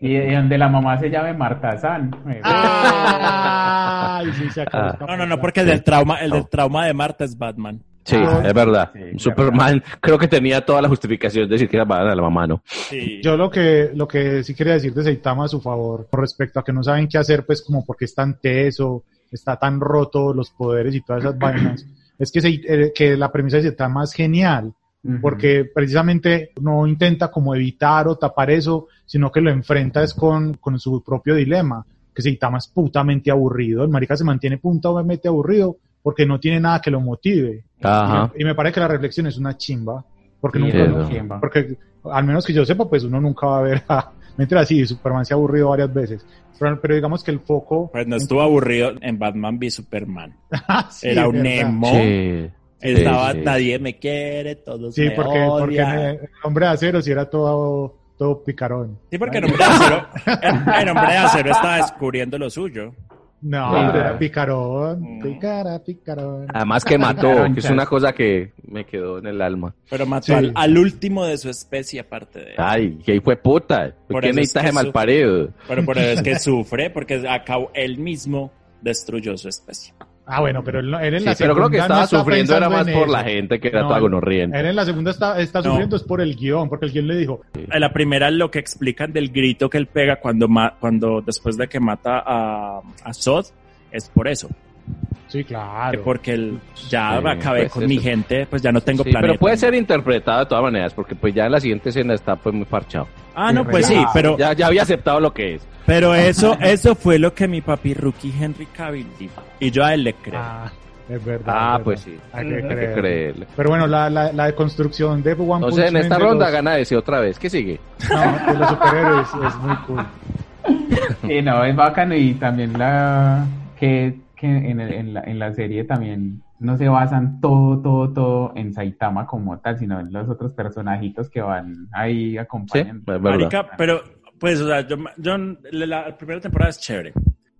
S4: Y, y donde la mamá se llame Marta San. eh,
S2: Ah. Ay, sí, se acabó
S1: Ah.
S2: esta
S3: No, no, no,
S2: mezcla.
S3: porque el del trauma, el del
S1: No.
S3: trauma de Marta es Batman.
S1: Sí,
S2: Ah,
S1: es verdad.
S4: sí,
S1: Superman creo que tenía toda la justificación de decir que era banana la mamá, ¿no?
S3: Sí.
S2: Yo lo que, lo que sí quería decir de Saitama a su favor, con respecto a que no saben qué hacer, pues como porque es tan teso, está tan roto los poderes y todas esas vainas, es que, Sai- eh, que la premisa de Saitama es genial,
S4: ujú.
S2: porque precisamente no intenta como evitar o tapar eso, sino que lo enfrenta es con, con su propio dilema, que Saitama es putamente aburrido, el marica se mantiene puntamente aburrido porque no tiene nada que lo motive.
S1: Ajá.
S2: Y me parece que la reflexión es una chimba, porque
S4: Sí,
S2: nunca...
S4: es
S1: no.
S4: un chimba.
S2: Porque al menos que yo sepa, pues uno nunca va a ver a... Mientras sí, Superman se ha aburrido varias veces. Pero, pero digamos que el foco... [laughs]
S3: Pues no estuvo aburrido en Batman v Superman.
S2: Ah, sí,
S3: Era
S2: es
S3: un
S2: verdad.
S3: emo.
S1: Sí.
S3: Estaba
S1: sí.
S3: nadie me quiere, todos
S2: Sí,
S3: me
S2: porque, porque
S3: odian.
S2: en el hombre de acero sí era todo, todo picarón.
S3: Sí, porque el hombre de acero, el, el hombre de acero estaba descubriendo lo suyo.
S2: No,
S1: Claro.
S2: pero era picarón.
S3: Mm.
S2: Picara, picarón.
S1: Además que mató,
S4: Caronchas.
S1: que es una cosa que me quedó en el alma.
S3: Pero mató
S2: Sí.
S3: al, al último de su especie, aparte de él.
S1: Ay, que fue puta.
S3: Por
S1: ¿Por qué
S3: eso es
S1: necesitas
S3: que
S1: de mal
S3: su-
S1: parido?
S3: Pero por eso es que sufre, porque acabó él mismo destruyó su especie.
S2: Ah, bueno, pero él, no- él en la
S1: pero creo que
S2: segunda
S1: estaba
S2: no está
S1: sufriendo era
S2: pensando
S1: más
S2: en
S1: por
S2: eso.
S1: la gente que era
S2: No,
S1: toda
S2: él-
S1: gonorriente.
S2: Él en la segunda está, está
S3: No.
S2: sufriendo es por el guión, porque el guión le dijo,
S3: En la primera lo que explican del grito que él pega cuando ma- cuando después de que mata a, a Sod es por eso,
S2: sí,
S3: que
S2: claro.
S3: porque él ya
S1: Sí,
S3: acabé
S1: pues
S3: con
S1: eso.
S3: mi gente, pues ya no tengo
S1: Sí,
S3: planeta.
S1: pero puede ser interpretado de todas maneras, porque pues ya en la siguiente escena está pues muy parchado.
S3: Ah, no, pues sí,
S4: Relajado.
S3: pero
S1: Ya, ya había aceptado lo que es.
S3: pero eso eso fue lo que mi papi rookie Henry Cavill dijo y yo a él le creo.
S2: Ah, es verdad.
S1: Ah,
S2: es
S1: pues
S2: verdad.
S1: sí.
S2: Hay
S1: Hay
S2: que
S1: que
S2: creer.
S1: creerle.
S2: Pero bueno, la, la, la deconstrucción de One
S1: Entonces en
S2: Punch Man
S1: esta
S2: de
S1: ronda
S2: los-
S1: gana ese otra vez. ¿Qué sigue?
S2: No, de los superhéroes es muy cool.
S4: Sí, Eh, no, es bacano y también la que, que en, el- en la, en la serie también no se basan todo, todo, todo en Saitama como tal, sino en los otros personajitos que van ahí
S1: Sí, es
S4: acompañando.
S1: verdad.
S3: Marica, pero pues o sea, yo, yo- la primera temporada es chévere.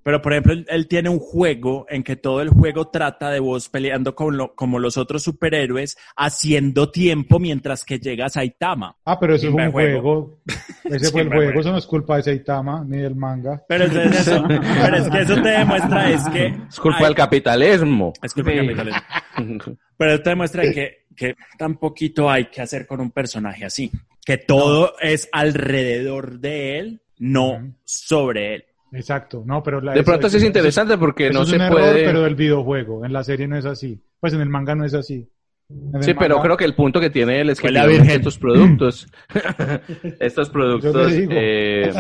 S3: Pero, por ejemplo, él, él tiene un juego en que todo el juego trata de vos peleando con lo- como los otros superhéroes, haciendo tiempo mientras que llega Saitama.
S2: Ah, pero eso
S3: Sí,
S2: fue
S3: me
S2: un
S3: juego.
S2: juego.
S3: [laughs]
S2: Ese
S3: Sí,
S2: fue el
S3: me
S2: juego,
S3: juego.
S2: eso no es culpa de Saitama ni del manga.
S3: Pero,
S1: [laughs]
S3: entonces eso- pero es que eso te demuestra es que...
S1: Es culpa
S3: ay,
S1: del capitalismo.
S3: es culpa del
S4: Sí.
S3: capitalismo. Pero eso te demuestra que, que tan poquito hay que hacer con un personaje así. Que todo es alrededor de él,
S2: Ujú.
S3: no sobre él.
S2: Exacto, no, pero la-
S1: De pronto eso
S2: eso-
S1: es
S2: eso-
S1: interesante porque
S2: eso
S1: no
S2: es
S1: se
S2: un error,
S1: puede...
S2: pero del videojuego, en la serie no es así. Pues en el manga no es así. En el
S1: Sí, pero
S2: manga-
S1: creo que el punto que tiene él es que
S3: Huele a
S1: tiene
S3: virgen.
S1: estos productos, [laughs] estos
S2: Yo
S1: productos
S2: le digo. [laughs]
S1: eh,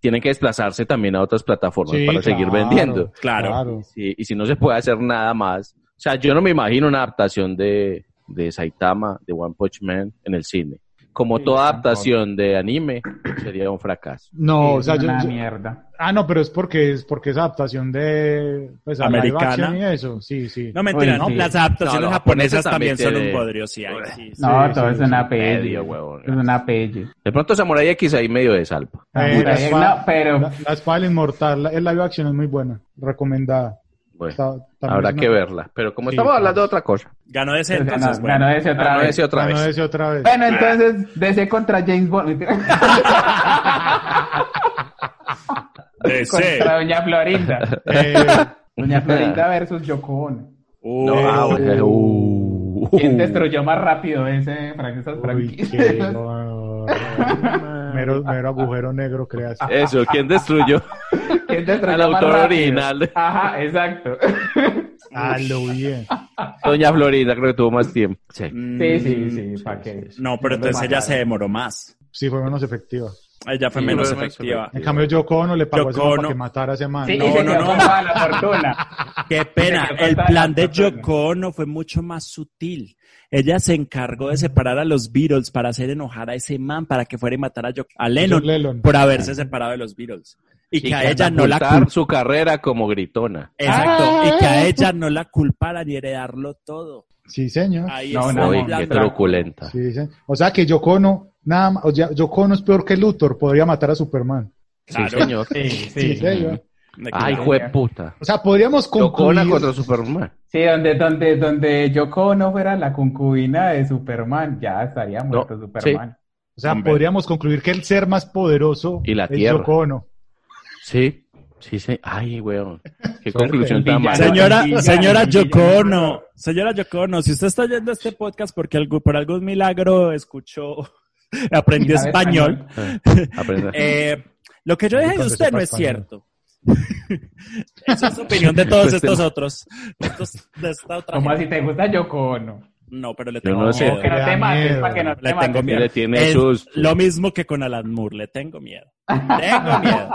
S1: tienen que desplazarse también a otras plataformas
S2: Sí,
S1: para seguir
S2: claro,
S1: vendiendo.
S3: Claro.
S4: Ah,
S1: Sí, y si no se puede hacer nada más, o sea, yo no me imagino una adaptación de, de Saitama, de One Punch Man en el cine. Como
S4: Sí,
S1: toda
S4: tampoco.
S1: adaptación de anime sería un fracaso.
S2: No, o sea,
S4: es
S2: yo,
S4: una
S2: yo-
S4: mierda.
S2: Ah, no, pero es porque es porque esa adaptación de pues a live
S3: Americana.
S2: action y eso, sí, sí.
S3: No mentira,
S4: Oye, no,
S3: las adaptaciones
S1: no, los
S3: japonesas
S1: japoneses
S3: también son
S1: también
S3: un
S1: tienen-
S3: bodrio, sí, ahí sí, sí.
S4: No,
S2: sí,
S4: todo
S2: sí,
S4: es una
S1: Medio,
S4: pelle.
S1: huevón.
S4: Es una pelle.
S1: De pronto Samurai X ahí medio de salva.
S2: Eh,
S4: Samurai
S2: la
S4: X,
S2: espada-
S4: no, pero-
S2: la, la espada del inmortal, la- el live action es muy buena, recomendada.
S1: Bueno,
S2: Está- también
S1: Pues, habrá
S2: es
S1: que
S2: una-
S1: verla. Pero como
S2: Sí,
S1: estamos
S2: claro.
S1: hablando de otra cosa,
S3: Ganó ese
S4: Ganó-
S3: entonces, bueno.
S4: ganó ese otra
S1: Ganó
S4: vez.
S1: Ah, ese otra [laughs]
S2: Bueno,
S1: vez.
S2: ese otra vez.
S4: Bueno, entonces, DC contra James Bond. Mentira.
S3: DC.
S4: contra Doña Florinda.
S2: Eh,
S4: Doña Florinda versus Yoko Ono.
S3: Uh,
S1: No, ah, bueno, uh.
S4: ¿Quién destruyó más rápido ese fran- esas
S2: Uy,
S4: franquicias?
S2: qué horror. mero, mero agujero negro creas.
S1: Eso, ¿quién destruyó?
S4: ¿Quién destruyó
S1: Al
S4: más
S1: autor
S4: rápido?
S1: original.
S4: Ajá, exacto.
S2: A Ah, lo bien.
S1: Doña Florinda creo que tuvo más tiempo. Sí.
S4: Sí, sí, sí, ¿para qué?
S3: Mm. No, pero
S4: No me
S3: entonces ella
S4: mataron.
S3: se demoró más.
S2: Sí, fue menos efectiva.
S3: Ella fue
S1: Sí,
S3: menos
S1: fue menos
S3: efectiva.
S2: En cambio, Yoko no le pagó
S3: Yoko
S2: ese man
S3: Ono.
S2: para que matara a ese man.
S4: Sí,
S3: No,
S4: y se
S3: no,
S4: quedó
S3: no.
S4: con toda la fortuna.
S3: Qué pena.
S4: Se quedó
S3: El
S4: con
S3: plan de
S4: toda la fortuna.
S3: Yoko Ono fue mucho más sutil. Ella se encargó de separar a los Beatles para hacer enojar a ese man para que fuera y matara a, Yoko- a Lennon
S2: John Lennon.
S3: por haberse separado de los Beatles. Y que a ella no la
S1: Catapultar
S3: culpara.
S1: su carrera como gritona.
S3: Exacto.
S4: Ah.
S3: Y que a ella no la culpara ni heredarlo todo.
S2: Sí, señor.
S3: Ahí
S4: No,
S3: está
S4: no,
S1: Uy,
S3: el
S4: no,
S1: qué
S3: plan.
S4: no.
S1: truculenta.
S2: Sí, señor. O sea que Yoko no, nada más, o sea, Yoko Ono es peor que Luthor, podría matar a Superman.
S1: Sí,
S3: Claro.
S1: señor.
S2: Sí,
S4: Sí, sí. Sí,
S2: señor.
S1: Ay,
S4: Claro.
S1: jue puta.
S2: O sea, podríamos
S1: Yokona
S2: concluir.
S1: contra Superman.
S4: donde, donde, donde Yoko no fuera la concubina de Superman, ya estaría muerto
S1: No,
S4: Superman.
S2: O sea,
S3: Hombre.
S2: podríamos concluir que el ser más poderoso
S1: Y la
S2: es
S1: Tierra.
S2: Yoko Ono.
S1: Sí, sí, sí. Ay, weón. Qué [laughs]
S2: Suerte.
S1: conclusión tan
S4: Villano.
S1: mala.
S3: Señora,
S4: Villano,
S3: señora
S4: villano.
S3: Yocono, señora Yocono, si usted está oyendo este podcast porque algún- por algún milagro escuchó, [laughs] aprendió
S4: ¿Sabe
S3: español,
S1: [laughs] Aprenda.
S3: eh, lo que yo
S2: Maldito
S3: dije de
S2: que
S3: usted
S2: sepa
S3: no es
S2: español.
S3: cierto. [laughs] Esa es opinión de todos
S1: Pues
S3: estos
S1: no.
S3: otros. de estos- de esta otra
S4: ¿Cómo
S3: gente.
S4: así te gusta Yoko Ono?
S3: No, pero le
S1: Yo
S3: tengo
S1: no sé.
S3: miedo.
S4: Que no
S2: da
S4: te mates,
S2: miedo.
S4: para que no
S3: Le
S4: te
S3: tengo
S4: mates.
S3: miedo.
S1: le tiene
S3: Es
S1: sus-
S3: lo mismo que con Alan Moore, le tengo miedo. Tengo miedo.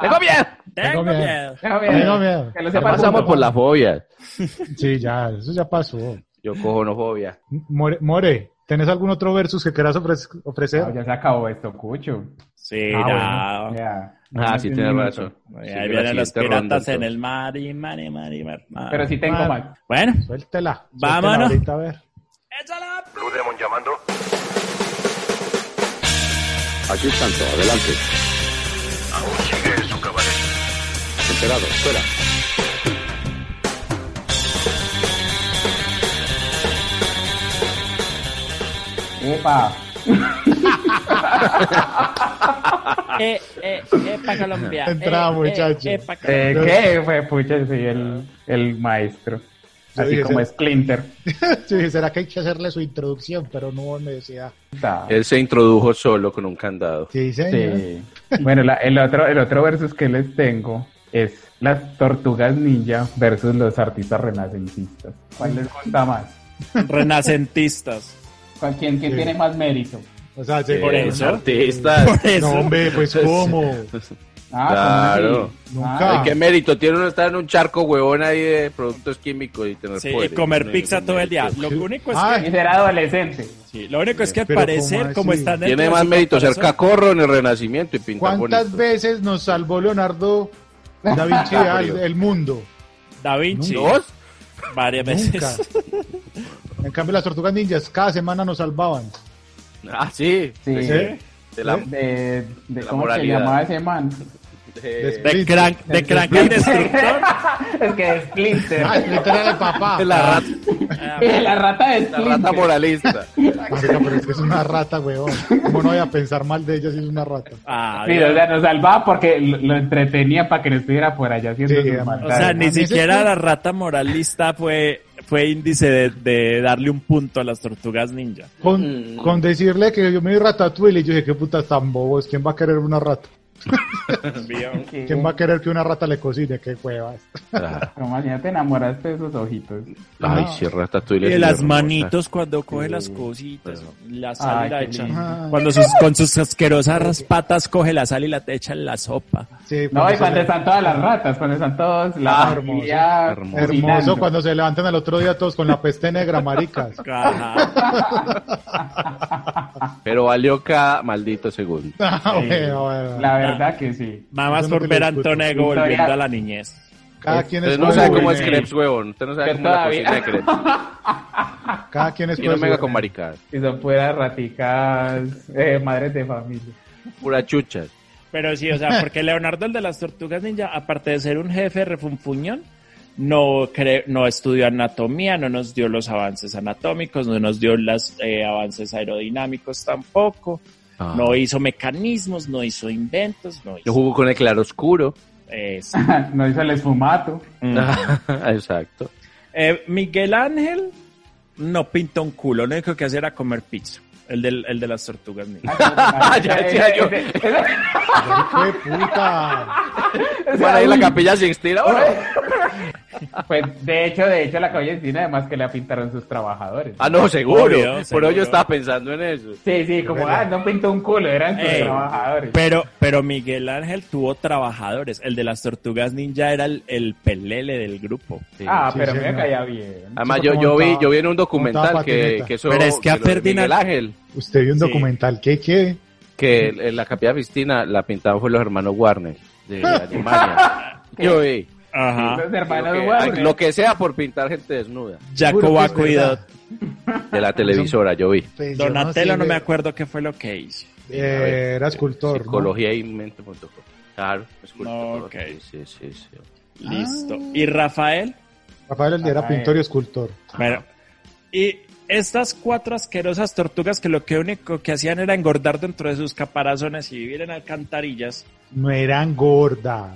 S1: ¡Tengo miedo!
S3: Tengo
S2: [laughs] Tengo miedo.
S3: miedo.
S4: Tengo miedo.
S2: Tengo miedo.
S4: Que lo
S1: Ya
S4: sepa
S1: ah, pasamos
S4: todo.
S1: por la fobia.
S2: Sí, ya, eso ya pasó.
S1: Yo cojo no fobia.
S2: More, More, ¿tenés algún otro versus que quieras ofre- ofrecer?
S4: Ah, ya se acabó esto, Cucho.
S3: Sí,
S2: Ah,
S3: ya.
S4: Ya.
S1: Ah,
S4: No
S1: sí,
S4: tiene
S1: tienes
S4: minuto.
S1: razón.
S3: Ahí
S1: Sí, la
S3: vienen los
S1: siguiente ronda,
S3: piratas en
S1: entonces.
S3: el mar y mar y mar y mar. Ah.
S4: Pero sí tengo
S2: Ah.
S4: más.
S3: Bueno,
S2: Suéltela. suéltela
S3: Vámonos.
S2: ahorita, a ver. [laughs]
S3: échala.
S5: Aquí están todos, adelante. Aún sigue su cabaret. Enterado, fuera.
S4: Epa.
S3: Ah.
S6: Eh, eh, epa Colombia.
S2: Entraba,
S6: Eh, eh,
S2: muchacho.
S6: epa Colombia.
S4: Eh,
S2: Yo-
S4: ¿Qué? Fue pucha, soy el, el maestro.
S2: Yo
S4: Así
S2: dije,
S4: como
S2: sí.
S4: Splinter.
S2: Sí, será que hay que hacerle su introducción, pero no hubo necesidad.
S4: Está.
S1: Él se introdujo solo con un candado.
S2: Sí, señor. [laughs]
S4: Sí. Bueno, la- el, otro, el otro versus que les tengo es las tortugas ninja versus los artistas renacentistas. ¿Cuál les cuenta más?
S3: Renacentistas.
S4: ¿Cuál- ¿Quién, quién
S2: Sí.
S4: tiene más mérito?
S2: O sea,
S1: Sí,
S2: se-
S3: por eso.
S1: Eh, Artistas.
S3: [laughs] Por eso.
S2: No, hombre, pues cómo.
S4: Ah,
S1: Claro.
S4: ¿cómo así?
S2: Nunca.
S1: Ay, qué mérito. Tiene uno estar en un charco huevón ahí de productos químicos y tener
S3: Sí, y
S1: poderes.
S3: comer
S1: Tiene
S3: pizza
S1: un
S3: todo el día.
S1: mérito.
S3: Lo único es
S2: Ay.
S3: que,
S4: Ah, y ser adolescente.
S3: sí, lo único es que al
S2: Pero, ¿cómo
S3: parecer, como
S2: así?
S3: están dentro
S1: Tiene
S3: de
S1: más
S3: su
S1: mérito ser
S3: caparazón-
S1: cacorro en el renacimiento y pintar
S2: ¿Cuántas
S1: bonito.
S2: veces nos salvó Leonardo da Vinci de al- el mundo?
S3: Da Vinci.
S1: ¿Dos?
S3: Varias
S2: Nunca.
S3: veces.
S2: En cambio, las tortugas ninjas cada semana nos salvaban.
S1: Ah, sí.
S4: Sí.
S2: ¿Sí?
S1: De la,
S4: De, de
S1: la
S4: cómo se
S1: moralidad.
S4: llamaba ese man. [laughs]
S1: de-
S3: De crank, de crank al destructor.
S4: es que de Splinter.
S2: Ah, literal el papá.
S1: de la rata,
S3: Ah,
S4: Eh, la rata de
S1: la
S4: Splinter.
S1: rata
S2: [laughs]
S1: moralista.
S2: Marica, Ah, pero es que es una rata, weón. ¿Cómo no voy a pensar mal de ella si es una rata?
S3: Ah,
S4: Sí, o sea, nos salvaba porque lo, lo entretenía para que no estuviera por allá haciendo
S2: Sí,
S4: sus
S2: además.
S3: O sea,
S4: maldades.
S3: ni siquiera la rata moralista fue, fue índice de, de darle un punto a las tortugas ninja.
S2: Con, con decirle que yo me di ratatouille y yo dije, qué putas tan bobos, ¿quién va a querer una rata?
S4: Sí.
S2: ¿Quién va a querer que una rata le cocine? Qué cuevas.
S1: Claro.
S4: Pero más ya te enamoraste de esos ojitos.
S1: Ah, Ay, si rata tú
S3: Y de las manitos cuando coge las cositas, la sal y
S4: Ay,
S3: la
S4: qué
S3: echa.
S4: lindo.
S3: Cuando sus, con sus asquerosas patas coge la sal y la echa en la sopa.
S2: Sí,
S4: No, y
S2: se
S4: cuando
S2: le-
S4: están todas las ratas, cuando están todos la
S2: Ah,
S4: familia
S1: hermoso,
S2: Hermoso
S4: orinando.
S2: cuando se levantan al otro día todos con la peste negra, maricas.
S3: Ajá.
S1: Pero valió cada maldito segundo.
S2: [laughs] Ah, bueno, bueno.
S4: La verdad que sí.
S3: Nada más
S2: Eso no
S3: por
S2: te
S3: ver
S2: lo
S3: a
S2: discuto.
S3: Antonego
S4: Historia-
S3: volviendo a la niñez.
S2: Cada quien es
S1: Usted no sabe
S2: su-
S1: cómo es
S4: eh.
S1: Krebs, huevón. Usted no sabe
S4: Yo
S1: cómo es la
S4: todavía-
S1: cocina de
S2: [laughs]
S1: Krebs.
S2: Cada quien es
S1: Y no
S2: su-
S1: me venga con maricadas.
S4: Si son puras raticas, eh, madres de familia. [laughs]
S1: Pura chuchas.
S3: [laughs] Pero sí, o sea, porque Leonardo el de las tortugas ninja, aparte de ser un jefe refunfuñón, no, cre- no estudió anatomía, no nos dio los avances anatómicos, no nos dio los avances aerodinámicos tampoco,
S1: Ah.
S3: no hizo mecanismos, no hizo inventos, no
S1: Yo
S3: hizo...
S1: jugo con el claroscuro.
S3: eso.
S4: no hizo el esfumato.
S3: Mm.
S1: [laughs] Exacto.
S3: Eh, Miguel Ángel no pintó un culo, lo único que hacía era comer pizza. El, del, el de las tortugas. ninja.
S1: Ah, Ya decía yo.
S4: Ese- ese-
S2: [laughs] ¡Hijo de puta!
S1: Para ir a la capilla sin ahora.
S4: Pues de hecho, de hecho, la caballa tiene además que la pintaron sus trabajadores.
S1: Ah, no, seguro.
S3: Obvio,
S1: Por
S3: seguro.
S1: ello yo estaba pensando en eso.
S4: Sí, sí, como, ah, no pintó un culo, eran sus
S3: Ey.
S4: trabajadores.
S3: Pero, pero Miguel Ángel tuvo trabajadores. El de las tortugas ninja era el, el pelele del grupo.
S1: Sí.
S4: ah,
S2: Sí,
S4: pero
S2: sí,
S4: me
S2: señor.
S4: caía bien.
S1: Además,
S2: Sí,
S1: yo,
S2: como
S1: yo, vi,
S2: estaba-
S1: yo vi en un
S2: como
S1: documental
S2: estaba
S1: que,
S2: patineta.
S1: que eso.
S3: Pero es que a
S1: lo de
S3: Ferdinand-
S1: Miguel Ángel,
S2: Usted vio un
S3: Sí.
S2: documental. ¿Qué, qué?
S1: que el- en la capilla Sistina la pintaban fue los hermanos Warner de
S2: [laughs]
S1: Alemania. yo vi.
S3: Ajá.
S4: Los hermanos eh,
S1: Digo que-
S4: Warner.
S1: lo que sea por pintar gente desnuda.
S3: Jacobo
S2: Seguro que es
S3: Acuidad.
S2: verdad.
S1: De la televisora, yo vi.
S2: Pues yo Ah.
S3: Donatello,
S2: sé,
S3: no me
S2: eh,
S3: acuerdo qué fue lo que hizo.
S1: A ver,
S2: era escultor. ¿no?
S1: Psicología y mente.com. Claro, escultor.
S3: No, ok.
S1: Sí, sí, sí.
S3: Listo. ¿Y Rafael?
S2: Rafael el era
S4: Rafael.
S2: pintor y escultor.
S3: Bueno. Y estas cuatro asquerosas tortugas que lo que único que hacían era engordar dentro de sus caparazones y vivir en alcantarillas. mm,
S2: No eran gordas.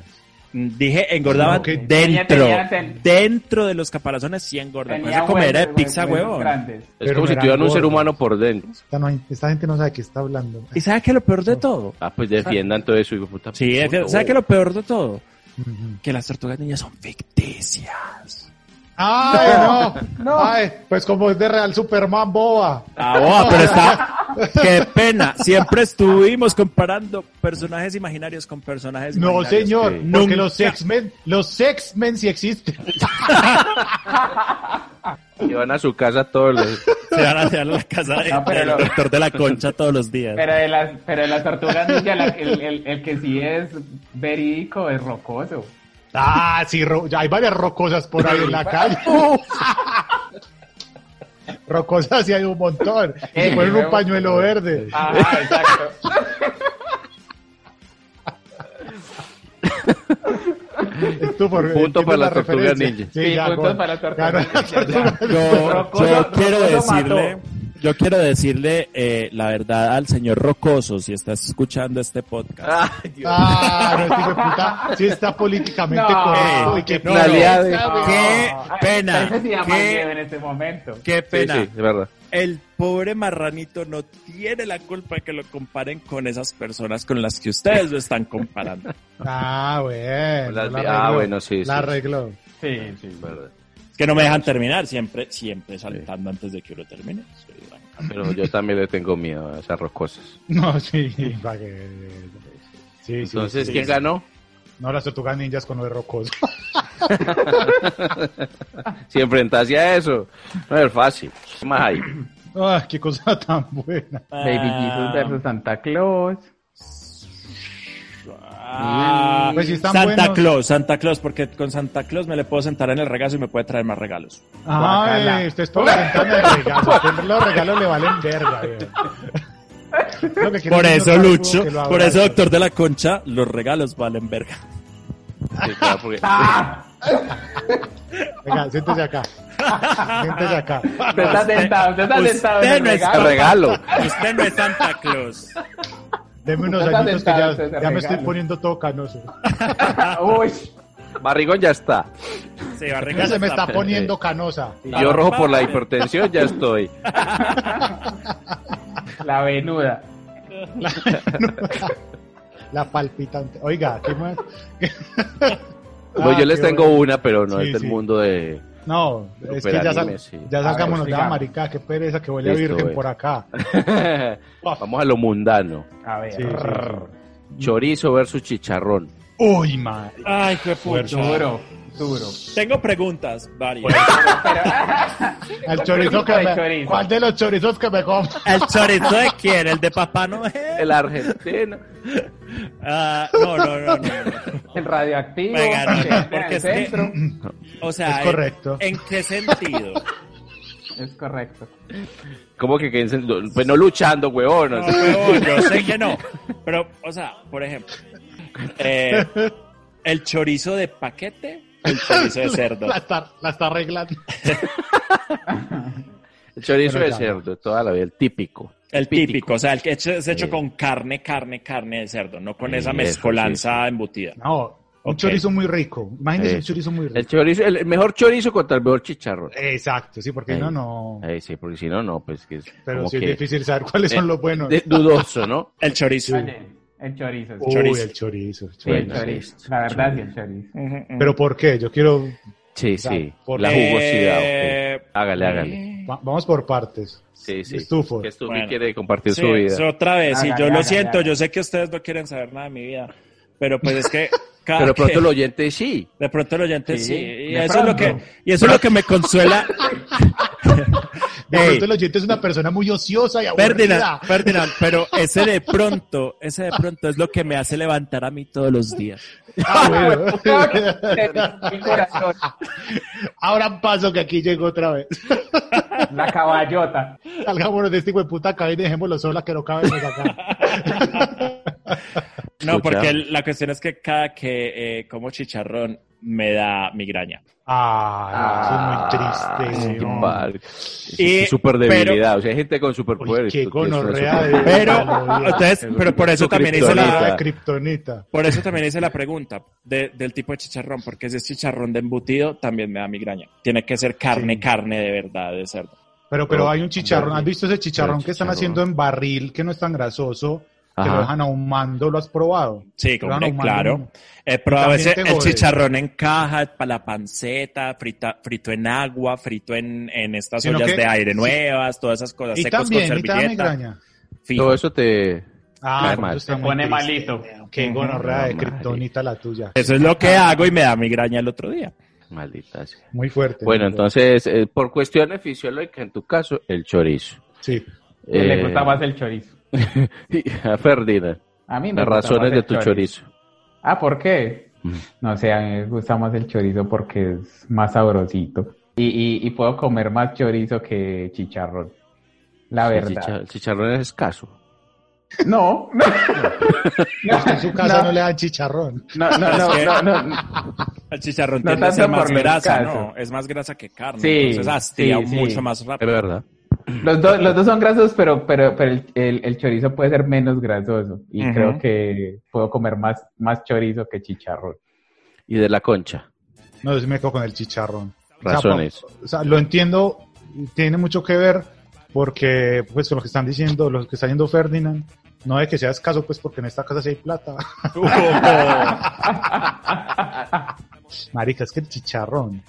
S3: Dije, engordaban
S2: No, que-
S3: dentro.
S4: Tenía- tenía-
S3: dentro de los caparazones sí engordan. Por eso comer
S4: huevos,
S3: eh, pizza,
S4: huevos
S3: huevón.
S4: grandes.
S1: Es
S2: Pero
S1: como
S2: no
S1: si
S2: eran
S1: tuvieran un ser
S2: gordos.
S1: humano por dentro.
S2: Esta, no hay- esta gente no sabe de qué está hablando.
S3: ¿Y sabe qué es lo peor de todo?
S1: Ah, pues defiendan todo eso, hijo de puta.
S3: Sí, es que-
S1: Puto
S3: ¿sabe qué es
S1: bobo.
S3: lo peor de todo?
S2: Ujú.
S3: Que las tortugas niñas son ficticias.
S2: ¡Ay, no!
S4: No.
S2: ¡Ay! Pues como es de Real Superman, boba.
S3: Ah, [laughs] boba, pero está... ¡Qué pena! Siempre estuvimos comparando personajes imaginarios con personajes
S2: No,
S3: imaginarios.
S2: señor.
S1: sí.
S2: Porque
S3: Nunca.
S2: los X-Men, los X-Men sí existen.
S1: Y van a su casa todos los...
S3: Se van a hacer la casa de-
S4: No, pero
S3: del
S4: lo-
S3: doctor de la concha todos los días.
S4: Pero de las, pero de las tortugas ninja, la- el, el- el que sí es verídico es rocoso.
S2: Ah, sí, ro- ya hay varias rocosas por ahí en
S4: [laughs]
S2: la calle. [laughs] rocosas sí hay un montón. Y
S4: Eh, ah,
S2: se ponen
S4: huevo.
S2: un pañuelo verde.
S4: Ajá, exacto.
S2: Tú, por-
S1: Punto
S2: entiendes
S1: para
S2: la
S1: las tortugas
S2: referencia.
S1: ninja.
S4: Sí,
S2: ya,
S4: puntos
S2: gol.
S4: para las tortugas
S2: Ganó las
S4: ninja, ya.
S2: tortugas ninja.
S3: Yo,
S4: Rocoso-
S3: yo quiero
S4: Rocoso
S3: decirle,
S4: mató.
S3: yo quiero decirle eh, la verdad al señor Rocoso si está escuchando este podcast.
S1: Ay, Dios.
S2: Ah, no, este hijo de puta sí está políticamente
S4: No, Eh,
S2: correcto. Y que
S1: no, aliado.
S4: Ah,
S3: Qué
S4: ah,
S3: pena,
S4: ese sí da más
S3: qué-
S4: miedo en este momento.
S3: Qué
S1: Sí,
S3: pena.
S1: sí, de verdad.
S3: El pobre marranito no tiene la culpa de que lo comparen con esas personas con las que ustedes lo están comparando.
S2: Ah, bueno.
S1: Las-
S2: la
S1: ah,
S2: arregló,
S1: bueno, sí,
S2: La
S1: sí.
S2: arregló.
S4: Sí, sí.
S1: verdad.
S3: Es que no me dejan terminar, siempre, siempre saltando antes de que uno termine. Soy blanca.
S1: Ah, Pero yo también le tengo miedo a esas rocosas.
S2: No, sí, para que... Sí, sí,
S1: Entonces,
S2: sí.
S1: ¿quién ganó?
S2: No, las tortugas ninjas con lo de rocoso. [laughs]
S1: Si enfrentase a eso, no es fácil. ¿Qué más hay?
S2: Ah, qué cosa tan buena.
S4: Baby Jesus versus Santa Claus.
S3: Ah,
S2: Pues si están
S3: Santa
S2: buenos.
S3: Claus, Santa Claus, porque con Santa Claus me le puedo sentar en el regazo y me puede traer más regalos.
S2: Ay, este
S4: Guacala.
S2: usted es todo ventana de regalos. Siempre los regalos le valen verga, weón. Lo que quiere
S3: Por
S2: es
S3: eso,
S2: un otaku
S3: Lucho,
S2: que lo
S3: por
S2: abrace.
S3: eso, doctor de la concha, los regalos valen verga.
S1: Sí, claro, porque-
S2: Venga, siéntese acá. Siéntese acá.
S4: Usted está sentado, usted está
S3: usted
S4: sentado en el
S3: no está-
S1: El
S4: regalo.
S1: regalo.
S3: Usted no es Santa Claus.
S2: Deme unos
S4: Está
S2: añitos que
S4: sentado,
S2: ya,
S4: usted se
S2: ya me estoy
S4: regala.
S2: poniendo todo canoso.
S4: [laughs] Uy,
S1: Barrigón ya está.
S3: Se va
S2: Ya
S3: a regalar
S2: se me está
S3: la-
S2: poniendo canosa. [laughs]
S1: Y yo rojo por la hipertensión ya estoy.
S4: la venuda.
S2: La palpitante. Oiga, ¿qué más?
S1: [laughs] Pues
S2: Ah,
S1: yo les
S2: qué
S1: tengo
S2: bueno.
S1: una, pero no
S2: Sí,
S1: es del
S2: sí.
S1: mundo de... [laughs]
S2: No, es que ya, sal-
S1: Superanime, sí.
S2: ya salgámonos
S4: A ver,
S2: de la
S4: sigamos.
S2: marica. Qué pereza que huele a
S1: Listo,
S2: virgen
S1: eh.
S2: por acá.
S1: Vamos a lo mundano.
S4: A ver.
S2: Sí, sí, sí.
S1: Chorizo versus chicharrón.
S2: Uy, madre.
S3: Ay, qué puto.
S4: Duro, duro. ah,
S3: Tengo preguntas varias.
S2: El chorizo que
S4: Ay,
S2: me-
S4: chorizo.
S2: ¿Cuál de los chorizos que me como?
S3: ¿El chorizo de quién? ¿El de Papá Noel?
S1: El argentino.
S3: Ah, no, no, no, no, no.
S4: El radioactivo.
S3: Venga, no, no,
S4: el del
S3: porque es que- [clears throat]
S4: centro.
S3: O sea,
S2: Es correcto.
S3: ¿en, en qué sentido?
S4: Es correcto.
S1: ¿Cómo que queden sen- Pues no luchando, huevón.
S3: No,
S6: Ah.
S3: huevón, yo sé que no. Pero, o sea, por ejemplo, eh, el chorizo de paquete
S6: El chorizo de cerdo.
S2: [laughs] La está, la está arreglando.
S1: El chorizo
S2: Pero
S1: de
S2: ya.
S1: cerdo, toda la vida, el típico.
S6: El típico, o sea, el que hecho- es hecho
S1: Sí.
S6: con carne, carne, carne de cerdo, no con
S1: Sí,
S6: esa
S1: eso,
S6: mezcolanza embutida.
S2: No, un
S6: Ok.
S2: chorizo muy rico. Imagínese un
S1: Eso.
S2: chorizo muy rico.
S1: El chorizo, el el mejor chorizo contra el mejor chicharrón.
S2: Exacto, sí, porque
S1: Ahí.
S2: no, no.
S1: Eh, sí, porque si no, no, pues que es
S2: Pero
S1: como
S2: sí
S1: que
S2: es difícil saber cuáles
S1: Eh,
S2: son los buenos.
S1: de- dudoso, ¿no?
S6: El chorizo.
S4: Oye, el chorizo.
S2: Uy,
S6: chorizo.
S2: el chorizo. el
S1: Sí,
S4: el
S2: chorizo.
S1: bueno,
S4: chorizo.
S1: sí.
S4: La verdad, sí,
S3: [laughs]
S4: el chorizo.
S6: Ujú, ujú.
S2: Pero ¿por qué? Yo quiero.
S1: Sí,
S2: sea,
S1: sí,
S2: por-
S1: la jugosidad. ok.
S6: Eh,
S1: Hágale, hágale.
S6: eh,
S2: va- vamos por partes.
S1: Sí, sí.
S2: Estufo.
S1: Que Stufi
S6: Bueno.
S1: quiere compartir
S6: sí,
S1: su vida.
S6: es otra vez, y
S4: Hágale,
S6: yo lo
S4: hágale,
S6: siento,
S4: hágale.
S6: yo sé que ustedes no quieren saber nada de mi vida, pero pues es que cada
S1: [laughs] Pero pronto
S6: que-
S1: el oyente sí.
S6: de pronto el oyente sí,
S4: Sí,
S6: y
S4: de
S6: eso es lo que
S4: pronto.
S6: y eso es lo que me
S4: [laughs]
S6: consuela
S2: De
S6: Ey.
S2: pronto el oyente es una persona muy ociosa y aburrida.
S3: Ferdinand, Ferdinand, pero ese de pronto, ese de pronto es lo que me hace levantar a mí todos los días.
S2: Ah, bueno.
S1: [laughs]
S2: Ah,
S4: Mi corazón.
S2: [laughs] Abran paso que aquí llegó otra vez.
S4: [laughs] La caballota.
S2: Salgámonos de este hijo de puta cabina y dejémoslo sola que no cabemos acá.
S6: no
S1: [laughs] Escucha.
S6: porque el- la cuestión es que cada que eh, como chicharrón me da migraña.
S2: Ah,
S4: Ah,
S2: eso es muy triste.
S1: Qué
S2: weón.
S1: padre.
S6: Y-
S1: Es super debilidad. O sea, hay gente con
S2: Uy,
S1: superpoderes.
S2: qué
S1: porque eso no es
S2: gonorrea
S1: super-
S2: de...
S6: Pero entonces, pero por eso también hice la
S2: Ah, Kryptonita.
S6: Por eso también hice la pregunta de- del tipo de chicharrón, porque si es chicharrón de embutido, también me da migraña. Tiene que ser carne,
S2: Sí.
S6: carne de verdad, de cerdo.
S2: Pero, pero hay un chicharrón. ¿Has visto ese chicharrón
S1: Pero
S2: que están
S1: chicharrón.
S2: haciendo en barril que no es tan grasoso? Que
S1: Ajá.
S2: lo dejan ahumando. ¿Lo has probado?
S6: Sí,
S2: Lo dejan
S6: hombre,
S2: ahumando.
S6: claro. Eh, pero a
S2: También
S6: veces
S2: te
S6: el
S2: jode.
S6: chicharrón en caja, para la panceta, frita- frito en agua, frito en, en estas
S2: Sino
S6: ollas
S2: que-
S6: de aire
S2: sí.
S6: nuevas, todas esas cosas,
S2: Y
S6: secos con
S2: también, y te da
S6: servilleta.
S2: migraña.
S6: fijo.
S1: Todo eso te.
S2: Ah,
S1: Cae
S2: por
S1: mal.
S2: eso está
S4: Se
S2: muy
S4: pone
S2: triste,
S4: malito.
S2: weón. Qué gonorrea de
S1: Ujú.
S2: Kryptonita la tuya.
S6: Eso es lo que hago y me da migraña el otro día.
S1: Maldita sea.
S2: Muy fuerte.
S1: Bueno,
S2: muy fuerte.
S1: entonces, eh, por cuestiones fisiológicas, en tu caso, el chorizo.
S2: Sí.
S4: Le
S1: Eh,
S4: gusta
S1: [laughs]
S4: más el chorizo.
S1: A Ferdinand,
S4: A mí me
S1: las
S4: gusta más
S1: razones
S4: el
S1: de tu chorizo.
S4: Ah, ¿por qué?
S1: Mm.
S4: No sé, a mí me gusta más el chorizo porque es más sabrosito. Y, y- y puedo comer más chorizo que chicharrón. La
S1: El
S4: verdad.
S1: chicha- el chicharrón es escaso.
S4: No. No,
S2: Pues que en su
S4: [laughs]
S2: casa no, le dan chicharrón.
S4: no,
S1: [laughs]
S4: no, no, no, no.
S6: El chicharrón
S4: No
S6: tiene que
S4: tanto
S6: ser más
S4: por lo
S6: grasa,
S4: escaso.
S6: ¿no? Es más grasa que carne.
S4: Sí,
S6: entonces hastía
S4: sí, sí.
S6: mucho más rápido.
S1: Es verdad.
S4: Los, dos- los dos son grasos, pero, pero, pero el, el- el chorizo puede ser menos grasoso. Y
S6: Ujú.
S4: creo que puedo comer más, más chorizo que chicharrón.
S1: Y de la concha.
S2: No, yo me quedo con el chicharrón. O sea,
S1: Razones.
S2: pa- O sea, lo entiendo, tiene mucho que ver porque, pues, con lo que están diciendo, lo que está diciendo Ferdinand, no es que sea escaso, pues, porque en esta casa sí hay plata. [laughs] Marica, es que el chicharrón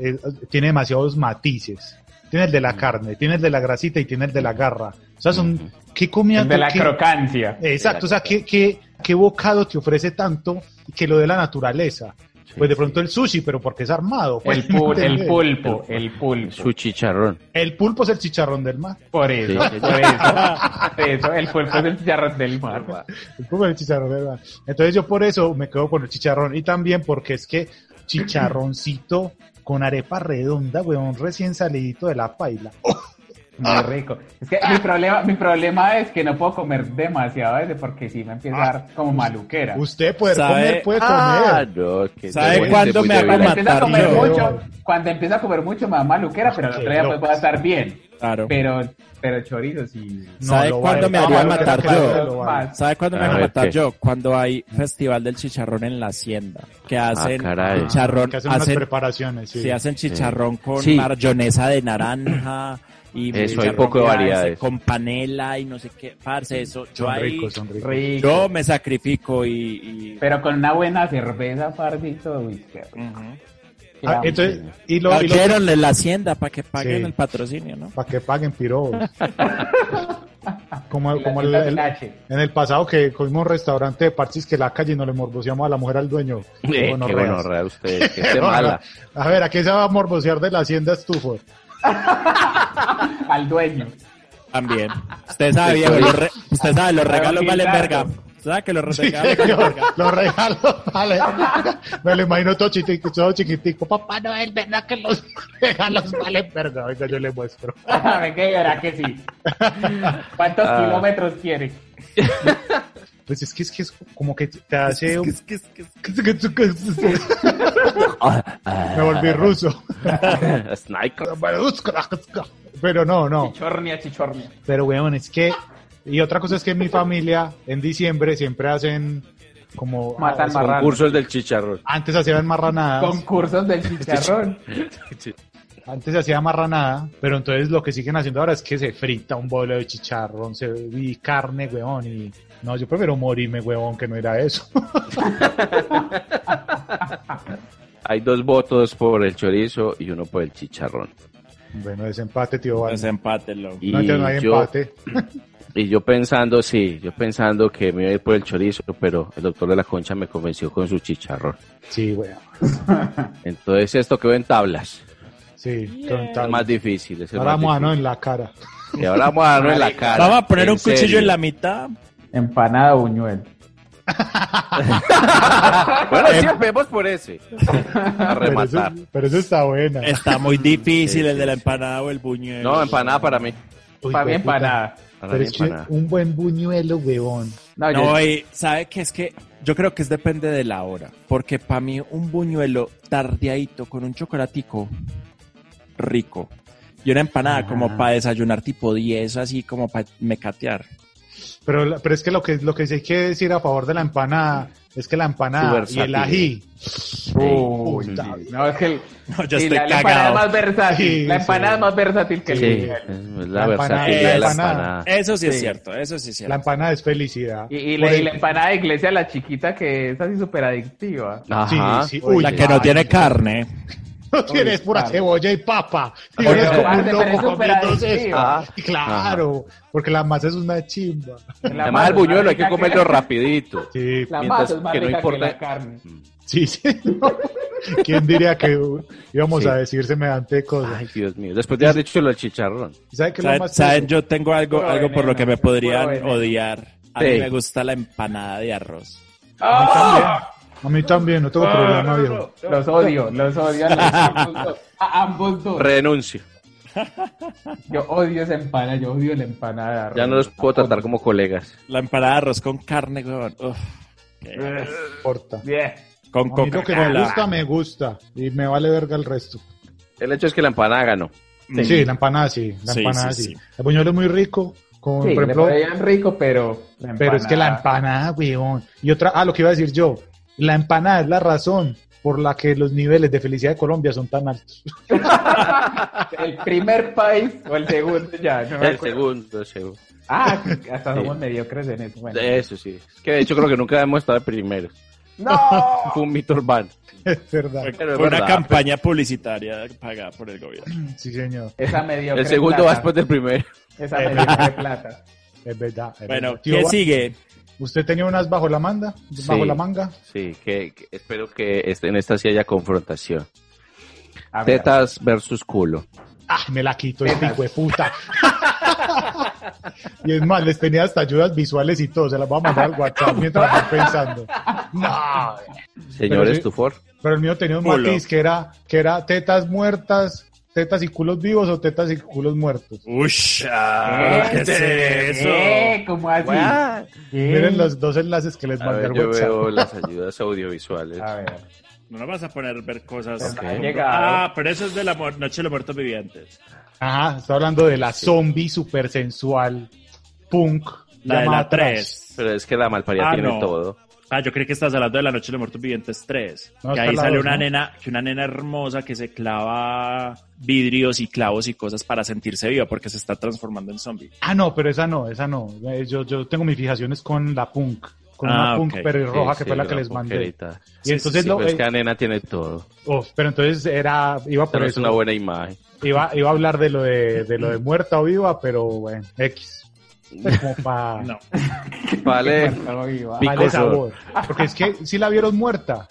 S2: eh, tiene demasiados matices. Tiene el de la carne, tiene el de la grasita y tiene el de la garra. O sea, son,
S1: Ujú.
S2: ¿qué comida?
S4: El de la
S2: qué-
S4: crocancia.
S2: Exacto, o sea,
S1: De la
S2: ¿qué, qué, qué bocado te ofrece tanto que lo de la naturaleza?
S1: Sí,
S2: Pues de
S1: sí.
S2: pronto el sushi, pero porque es armado. pues, [laughs]
S4: El, pul-
S2: ¿me
S4: el
S2: entendés?
S4: pulpo, el pulpo.
S1: Su chicharrón.
S2: El pulpo es el chicharrón del mar.
S4: Por eso,
S1: Sí.
S4: por eso, por eso. El pulpo es el chicharrón del mar.
S2: El pulpo es el chicharrón del mar. Entonces yo por eso me quedo con el chicharrón y también porque es que chicharroncito con arepa redonda, weón, recién salidito de la paila.
S4: Muy rico. Es que mi problema, mi problema es que no puedo comer demasiado de ese porque si me empieza a dar como maluquera.
S2: Ah, Usted puede
S6: ¿Sabe?
S2: comer, puede
S1: Ah,
S2: comer.
S1: no, que
S6: ¿Sabe
S1: se-
S6: cuándo
S1: se-
S6: me
S1: se-
S6: hago
S4: Cuando
S1: se-
S6: matar
S4: empieza a comer
S6: yo?
S4: mucho, cuando empieza a comer mucho me da
S2: Ah,
S4: maluquera, pero el otro día pues voy a estar bien.
S6: [laughs] Claro.
S4: Pero, pero chorizo sí.
S3: ¿Sabe
S2: lo
S3: cuándo me haría
S2: Lo
S3: matar
S2: creo que
S3: yo?
S2: lo vale.
S4: Más.
S3: ¿Sabe cuándo me
S1: A
S3: van a
S1: ver,
S3: matar
S1: ¿qué?
S3: yo? Cuando hay festival del chicharrón en la hacienda, que hacen
S1: Ah, caray.
S3: chicharrón,
S2: Que hacen unas
S3: hacen,
S2: preparaciones, sí.
S3: sí, hacen chicharrón con
S1: Sí.
S3: mayonesa de naranja y
S1: Eso, hay
S3: chicharrón
S1: poco de
S3: con-
S1: variedades.
S3: con panela y no sé qué, parce, eso. Yo
S2: Son
S3: ahí,
S2: ricos, son ricos.
S4: Rico.
S3: yo me sacrifico y, y-
S4: Pero con una buena cerveza, pardito. uy, qué rico.
S6: Ujú.
S2: Ah, entonces, y lo, y lo-
S3: Quiéronle la hacienda para que paguen
S2: Sí.
S3: el patrocinio, ¿no?
S2: para que paguen
S3: [laughs]
S2: pirobos. como
S4: La
S2: como el-
S4: cita del
S2: el-
S4: H.
S2: en el pasado que comimos un restaurante de parchis que la calle y no le morboseamos a la mujer al dueño.
S1: Eh, Qué
S2: gonorreas.
S1: gonorrea usted, que
S2: [laughs]
S1: esté mala.
S2: A ver, ¿a qué se va a morbosear de la hacienda estufo?
S4: al dueño.
S3: También. Usted
S1: [laughs]
S3: sabe, viejo, los re- usted sabe, los regalos valen verga. Usted sabe que los regalos valen
S2: Señor,
S3: verga.
S2: los regalos, vale. Me lo imagino todo chiquitico, todo chiquitico. Papá Noel, ¿verdad que los regalos valen verga? Venga, yo le muestro.
S4: [laughs] Venga, y verá que sí. ¿Cuántos
S1: Ah.
S4: kilómetros quiere?
S2: Pues es que es que es como que te [laughs] hace un...
S3: [laughs]
S2: Me volví ruso.
S1: Sniper.
S2: Pero no, no.
S7: Chichornia, chichornia.
S2: Pero weón, es que... Y otra cosa es que en mi familia, en diciembre, siempre hacen como...
S7: Matan
S2: ah,
S7: marranos.
S1: Concursos del chicharrón.
S2: Antes hacían marranadas.
S7: Concursos del chicharrón.
S2: Antes se hacía marranada, pero entonces lo que siguen haciendo ahora es que se frita un bolo de chicharrón, se y carne, weón, y no, yo prefiero morirme, weón, que no era eso. [laughs]
S1: Hay dos votos por el chorizo y uno por el chicharrón.
S2: bueno, desempate, tío. Vale.
S3: Pues Desempate, loco.
S1: Y
S2: No, entonces no hay
S1: yo,
S2: empate.
S1: y yo pensando, sí, yo pensando que me iba a ir por el chorizo, pero el doctor de la concha me convenció con su chicharrón.
S2: Sí, weón.
S1: Entonces esto quedó en tablas.
S2: Sí, con
S1: Es
S2: tal-
S1: más difícil. es el
S2: Ahora
S1: más
S2: mano
S1: difícil.
S2: en la cara.
S1: Y ahora vamos a darnos en la cara.
S3: Vamos a poner un cuchillo
S1: serio.
S3: en la mitad.
S4: Empanada buñuel.
S1: Bueno,
S3: Eh.
S1: sí, vemos por ese. A
S2: Pero eso,
S1: rematar.
S2: pero eso está buena.
S3: Está muy
S1: [laughs]
S3: difícil
S1: Sí,
S3: el de la
S1: sí, sí.
S3: empanada o el buñuelo.
S1: No, empanada para mí.
S2: Uy,
S4: Para mí
S2: hijueputa.
S4: empanada.
S1: Para
S2: Pero
S1: mí
S2: es que
S1: empanada.
S2: un buen buñuelo, weón.
S4: No, yo-
S3: No, y sabe que es que yo creo que es depende de la hora, porque para mí un buñuelo tardeadito con un chocolatico rico y una empanada
S1: Ah.
S4: Ajá.
S3: como para desayunar tipo 10, así como para mecatear.
S2: Pero, la- pero es que lo que lo que sí hay que decir a favor de la empanada es que la
S1: Su
S2: empanada y
S1: versatilidad.
S2: el ají.
S4: Uy,
S2: Puta,
S1: eh.
S4: sí, sí. no, es que el-
S3: No, yo
S4: y
S3: estoy
S4: la, la empanada es
S3: cagado.
S4: más versátil.
S2: Sí,
S4: la
S2: sí.
S4: empanada es más versátil que el
S1: Sí,
S4: buñuelo.
S1: es la
S2: La
S1: versatilidad de la
S2: empanada.
S1: empanada.
S3: Eso sí, es
S4: Sí.
S3: cierto, eso sí es
S2: La
S3: cierto.
S2: empanada es felicidad.
S4: Y, y
S2: Por
S4: la, y
S2: el-
S4: la
S2: [laughs]
S4: empanada de iglesia, la chiquita, que es así súper adictiva.
S1: Ajá.
S2: Sí, sí.
S3: La,
S2: Uy,
S3: que no
S2: ay,
S3: tiene carne.
S2: No tienes
S4: Uy,
S2: pura
S4: claro. Ah,
S2: cebolla y papa. Y
S4: Pero
S2: eres como
S4: aparte,
S2: un
S4: pero es
S2: loco
S4: súper
S2: comiéndose
S4: adictivo.
S2: eso.
S1: Ah,
S2: Y claro, porque la masa es una chimba.
S4: La
S1: Además,
S4: masa
S1: el
S4: es más
S1: buñuelo hay que
S4: rica
S1: comerlo rapidito.
S2: Sí,
S4: [laughs] La
S1: mientras
S4: masa es más
S1: que no
S4: rica que
S1: importa- Mm.
S4: la carne.
S2: sí, sí. no. ¿Quién diría que uh, íbamos
S1: Sí.
S2: a decir semejante cosa?
S1: Ay, Dios mío. Después de haber dicho lo del chicharrón.
S2: ¿Sabe qué es lo
S3: ¿Saben?
S2: más
S3: saben?
S2: curioso?
S3: Yo tengo algo,
S4: Puro
S3: algo por lo que me
S4: veneno, puro
S3: podrían
S4: veneno.
S3: odiar. A
S1: Sí.
S3: mí me gusta la empanada de arroz.
S4: ¡Ah!
S2: A mí también, no tengo problema, viejo.
S4: Los odio, los odio a,
S1: [laughs]
S4: los- ambos dos. A ambos dos.
S1: Renuncio.
S4: Yo odio esa empanada, yo odio la empanada de arroz.
S1: Ya no los puedo tratar como colegas.
S3: La empanada de arroz con carne, weón. Uf.
S4: Eh,
S2: No importa.
S4: Bien.
S3: Con
S2: A mí lo que me
S3: Coca-Cola.
S2: gusta, me gusta. Y me vale verga el resto.
S1: El hecho es que la empanada ganó.
S3: Mm.
S2: Sí, la empanada sí. La
S3: Sí,
S2: empanada
S3: sí,
S2: sí.
S3: sí.
S2: El buñuelo es muy rico. Con,
S4: Sí,
S2: por
S4: le
S2: ejemplo,
S4: parecían rico, pero. la
S2: Pero es que la
S4: empanada-
S2: empanada, weón. Y otra, ah, lo que iba a decir yo, la empanada es la razón por la que los niveles de felicidad de Colombia son tan altos. [laughs]
S4: El primer país o el segundo ya. No me
S1: El
S4: acuerdo.
S1: segundo, el segundo.
S4: Ah, hasta
S1: Sí. Eh.
S4: somos mediocres en eso. Bueno.
S1: Eso sí. Es que de hecho creo que nunca hemos estado de primeros.
S4: ¡No!
S1: Fue un mito urbano.
S2: Es verdad.
S1: Pero es
S3: Fue una
S1: verdad.
S3: campaña publicitaria pagada por el gobierno.
S2: Sí, señor.
S4: Esa mediocre.
S1: El segundo
S4: plata.
S1: va después del primero.
S4: Esa mediocre plata.
S2: Es verdad. es
S3: Bueno,
S2: verdad. Tío,
S3: ¿quién
S2: va-
S3: sigue?
S2: ¿Usted tenía unas bajo la manga? Bajo
S1: Sí.
S2: la manga.
S1: Sí, que, que espero que este- en esta sí haya confrontación.
S4: A ver, Eh,
S1: Tetas versus culo.
S2: Ah, me la quito, este hijo de puta. [laughs] y es más, les tenía hasta ayudas visuales y todo. Se las voy a mandar al WhatsApp mientras estoy pensando. No.
S1: Señor
S2: Pero sí.
S1: Estufor.
S2: Pero el mío tenía un
S3: Culo.
S2: matiz que era, que era tetas muertas, tetas y culos vivos o tetas y culos muertos.
S3: Ush,
S4: ¿Qué?
S3: ah, ¿qué es eso?
S4: ¿Qué? ¿Cómo así? ¿Qué?
S2: Miren los dos enlaces que les
S1: A
S2: mandé
S1: ver,
S2: al
S1: yo
S2: WhatsApp.
S1: veo las ayudas audiovisuales.
S2: Ah.
S4: A ver.
S3: No nos vas a poner a ver cosas.
S1: Ok.
S4: ha llegado.
S3: Ah, pero eso es de la mu- Noche de los Muertos Vivientes.
S2: Ajá, está hablando de la zombie super sensual punk.
S3: La de la
S2: llamada trash.
S3: 3.
S1: Pero es que la malparía
S3: Ah,
S1: tiene
S3: no.
S1: todo.
S3: Ah, yo creí que estás hablando de la Noche de los Muertos Vivientes 3.
S2: No,
S3: que
S2: está
S3: ahí
S2: la
S3: sale
S2: dos,
S3: una
S2: ¿no?
S3: nena, que una nena hermosa que se clava vidrios y clavos y cosas para sentirse viva porque se está transformando en zombie.
S2: Ah, no, pero esa no, esa no. Eh, Yo, yo tengo mis fijaciones con la punk. Con
S3: Ah,
S2: una punk
S3: ok.
S2: pelirroja
S1: Sí,
S2: que
S1: sí,
S2: fue la que
S1: una
S2: les mandé.
S1: porquerita.
S2: Y entonces
S1: Sí,
S2: lo-
S1: pero es
S2: eh,
S1: que la nena tiene todo.
S2: oh, pero entonces era, iba por
S1: Pero es
S2: eso.
S1: una buena imagen.
S2: Iba, iba a hablar de lo de, de
S1: [laughs]
S2: lo de muerta o viva, pero bueno, X. Es como pa-
S3: [laughs] No.
S2: [laughs]
S1: Vale.
S4: Cuerpo vivo. Ah,
S1: Pi-
S2: Vale
S1: Picoso.
S2: sabor. Porque es que si la vieron muerta,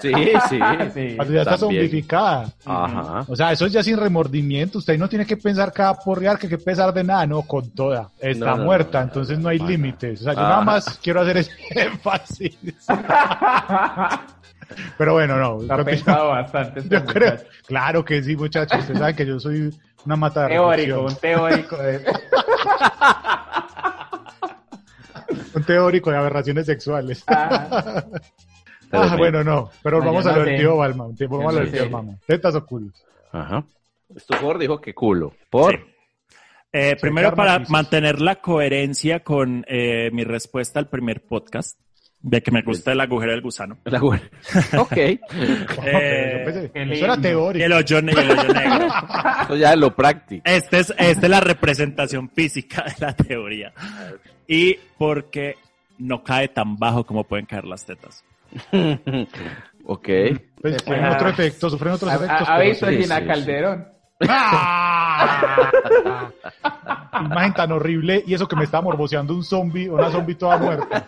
S1: Sí, sí.
S4: Ah, sí.
S2: cuando ya está
S1: También.
S2: zombificada.
S1: Ajá.
S2: O sea, eso es ya sin remordimiento. Usted no tiene que pensar cada porrear que que pesar de nada, no, con toda. Está
S1: No, no, no,
S2: muerta,
S1: no,
S2: entonces
S1: no,
S2: no hay
S1: no.
S2: límites. O sea, yo
S1: Ah.
S2: nada más quiero hacer ese [laughs] énfasis.
S1: [laughs]
S2: Pero bueno, no.
S4: Lo ha
S2: continu-
S4: pensado bastante.
S2: [laughs]
S4: este
S2: Yo creo,
S4: muchacho.
S2: claro que sí, muchachos. Ustedes saben que yo soy una mata de
S4: Teórico,
S2: reflexión.
S4: un teórico. De...
S2: [laughs] un teórico de aberraciones sexuales.
S4: Ah,
S2: Ah, bueno, no, pero
S4: No,
S2: vamos
S4: yo
S2: a
S4: no
S2: lo del
S4: sé.
S2: tío Balma. te- Vamos a lo
S4: no
S2: del
S4: sé.
S2: tío Balma. Tetas o culos.
S1: Ajá. Estuford dijo que culo. Por.
S3: Sí. Eh, primero,
S2: Karma
S3: para
S2: Jesus.
S3: mantener la coherencia con eh, mi respuesta al primer podcast, de que me gusta el agujero del gusano.
S1: [laughs] La buena. Ok.
S2: Ojo,
S3: Eh,
S2: [laughs] pero yo pensé,
S4: qué
S2: eso era
S3: Y
S4: lindo.
S3: el
S2: teórico.
S3: hoyo, ne- y el hoyo negro.
S1: Eso ya es lo práctico.
S3: Este es, esta es la representación física de la teoría. Y porque no cae tan bajo como pueden caer las tetas.
S1: ok.
S2: Pues, sufren
S4: Ah.
S2: otro efecto, sufren otros
S4: ha-
S1: Pues,
S2: efectos.
S4: ha- ha
S2: pero
S4: visto
S1: sí,
S4: a
S1: sí,
S4: Gina
S1: sí.
S4: Calderón.
S2: ¡Ah! [laughs] Imagen tan horrible y eso que me está morboseando un zombie, una zombie toda
S4: [laughs]
S2: muerta.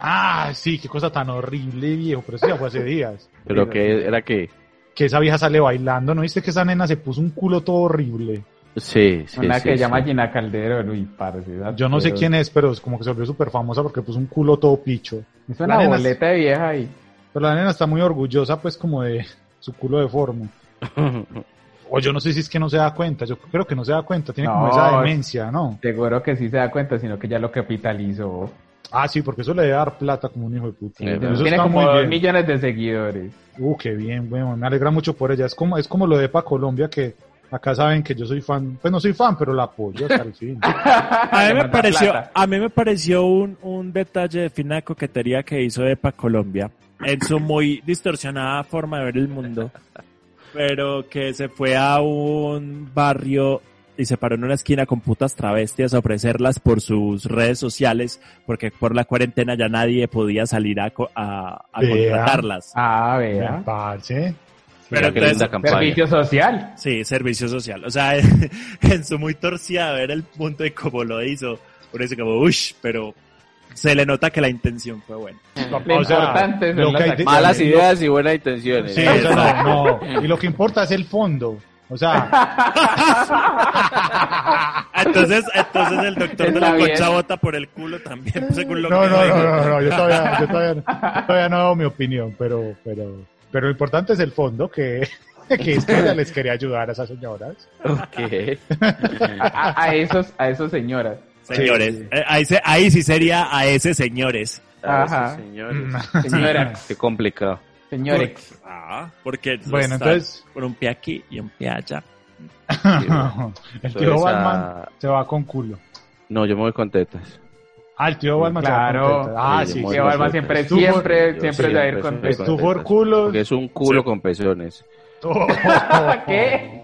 S2: Ah, sí, qué cosa tan horrible, viejo, pero eso ya fue hace días.
S1: Pero que era que.
S2: Que esa vieja sale bailando, ¿no viste que esa nena se puso un culo todo horrible?
S1: Sí, sí.
S4: Una
S1: sí,
S4: que
S1: sí. [laughs]
S4: llama Gina Calderón. Uy, parce.
S2: Yo no sé quién es, pero es como que se volvió súper famosa porque puso un culo todo picho.
S4: Es una
S2: La nena-
S4: boleta de vieja ahí.
S2: Pero la nena está muy orgullosa, pues, como de su culo deforme. O yo no sé si es que no se da cuenta, yo creo que no se da cuenta, tiene como
S4: No.
S2: esa demencia, ¿no?
S4: Seguro que sí se da cuenta, sino que ya lo capitalizó.
S2: Ah, sí, porque eso le debe dar plata como un hijo de puta.
S1: Sí,
S2: Eso
S1: pero
S4: Tiene
S2: está
S4: como
S2: muy
S4: dos
S2: bien.
S4: millones de seguidores.
S2: Uh, qué bien, bueno, me alegra mucho por ella. Es como, es como lo de Pa Colombia, que acá saben que yo soy fan, pues no soy fan, pero la apoyo hasta el
S4: [laughs]
S2: fin.
S3: A mí
S4: Le
S3: me
S4: manda
S3: pareció,
S4: plata.
S3: a mí me pareció un, un detalle de fina coquetería que hizo EPA Colombia en su muy distorsionada forma de ver el mundo, pero que se fue a un barrio y se paró en una esquina con putas travestias a ofrecerlas por sus redes sociales porque por la cuarentena ya nadie podía salir a, co- a, a
S2: Vea.
S3: contratarlas.
S4: Ah, vea.
S2: Me parece.
S1: Mira,
S3: Pero
S1: qué
S3: entonces-
S1: linda campaña.
S4: Servicio social.
S3: Sí, servicio social. O sea, [laughs] en su muy torcida ver el punto de cómo lo hizo. Por eso como, ush, pero se le nota que la intención fue [laughs] buena.
S4: Lo importante es
S2: lo que hay de-
S1: Malas
S2: Sí,
S1: ideas y buenas intenciones.
S2: Sí, eso no,
S1: [laughs]
S2: no. Y lo que importa es el fondo. O sea,
S3: Entonces, entonces el doctor de
S4: Está
S3: la
S4: bien.
S3: concha bota por el culo también, pues, según lo
S2: no, no,
S3: que
S2: no,
S3: dijo.
S2: no, no, yo
S3: [laughs]
S2: todavía, yo todavía, todavía no hago mi opinión, pero, pero, pero lo importante es el fondo, que, [laughs] que es que ella les quería ayudar a esas señoras.
S1: Ok.
S4: A,
S2: [laughs]
S4: a- a esos, a esos señoras.
S3: Señores, eh, ahí, se- ahí sí sería a ese señores.
S1: Ah,
S4: Ajá.
S1: sí, señores.
S4: Señoras,
S1: Qué complicado.
S4: señores.
S3: Ah, porque
S2: Bueno,
S3: está
S2: entonces-
S3: por un pie aquí y un pie allá.
S2: [laughs] El
S1: Entonces,
S2: tío Batman
S1: ah,
S2: se va con culo.
S1: No, yo me voy con tetas.
S2: Ah, el tío Balma se va
S4: Claro.
S2: con tetas. Ah,
S1: Sí,
S2: sí,
S1: yo
S2: sí.
S4: Que Barba siempre,
S2: Estuvo-
S4: siempre,
S1: Yo
S4: siempre va a
S1: siempre soy
S4: ir con eso.
S1: con
S2: Estuvo
S1: tetas.
S2: eh, culo. Oh.
S1: Porque es un culo con pezones.
S2: [laughs]
S1: [laughs]
S4: ¿Qué?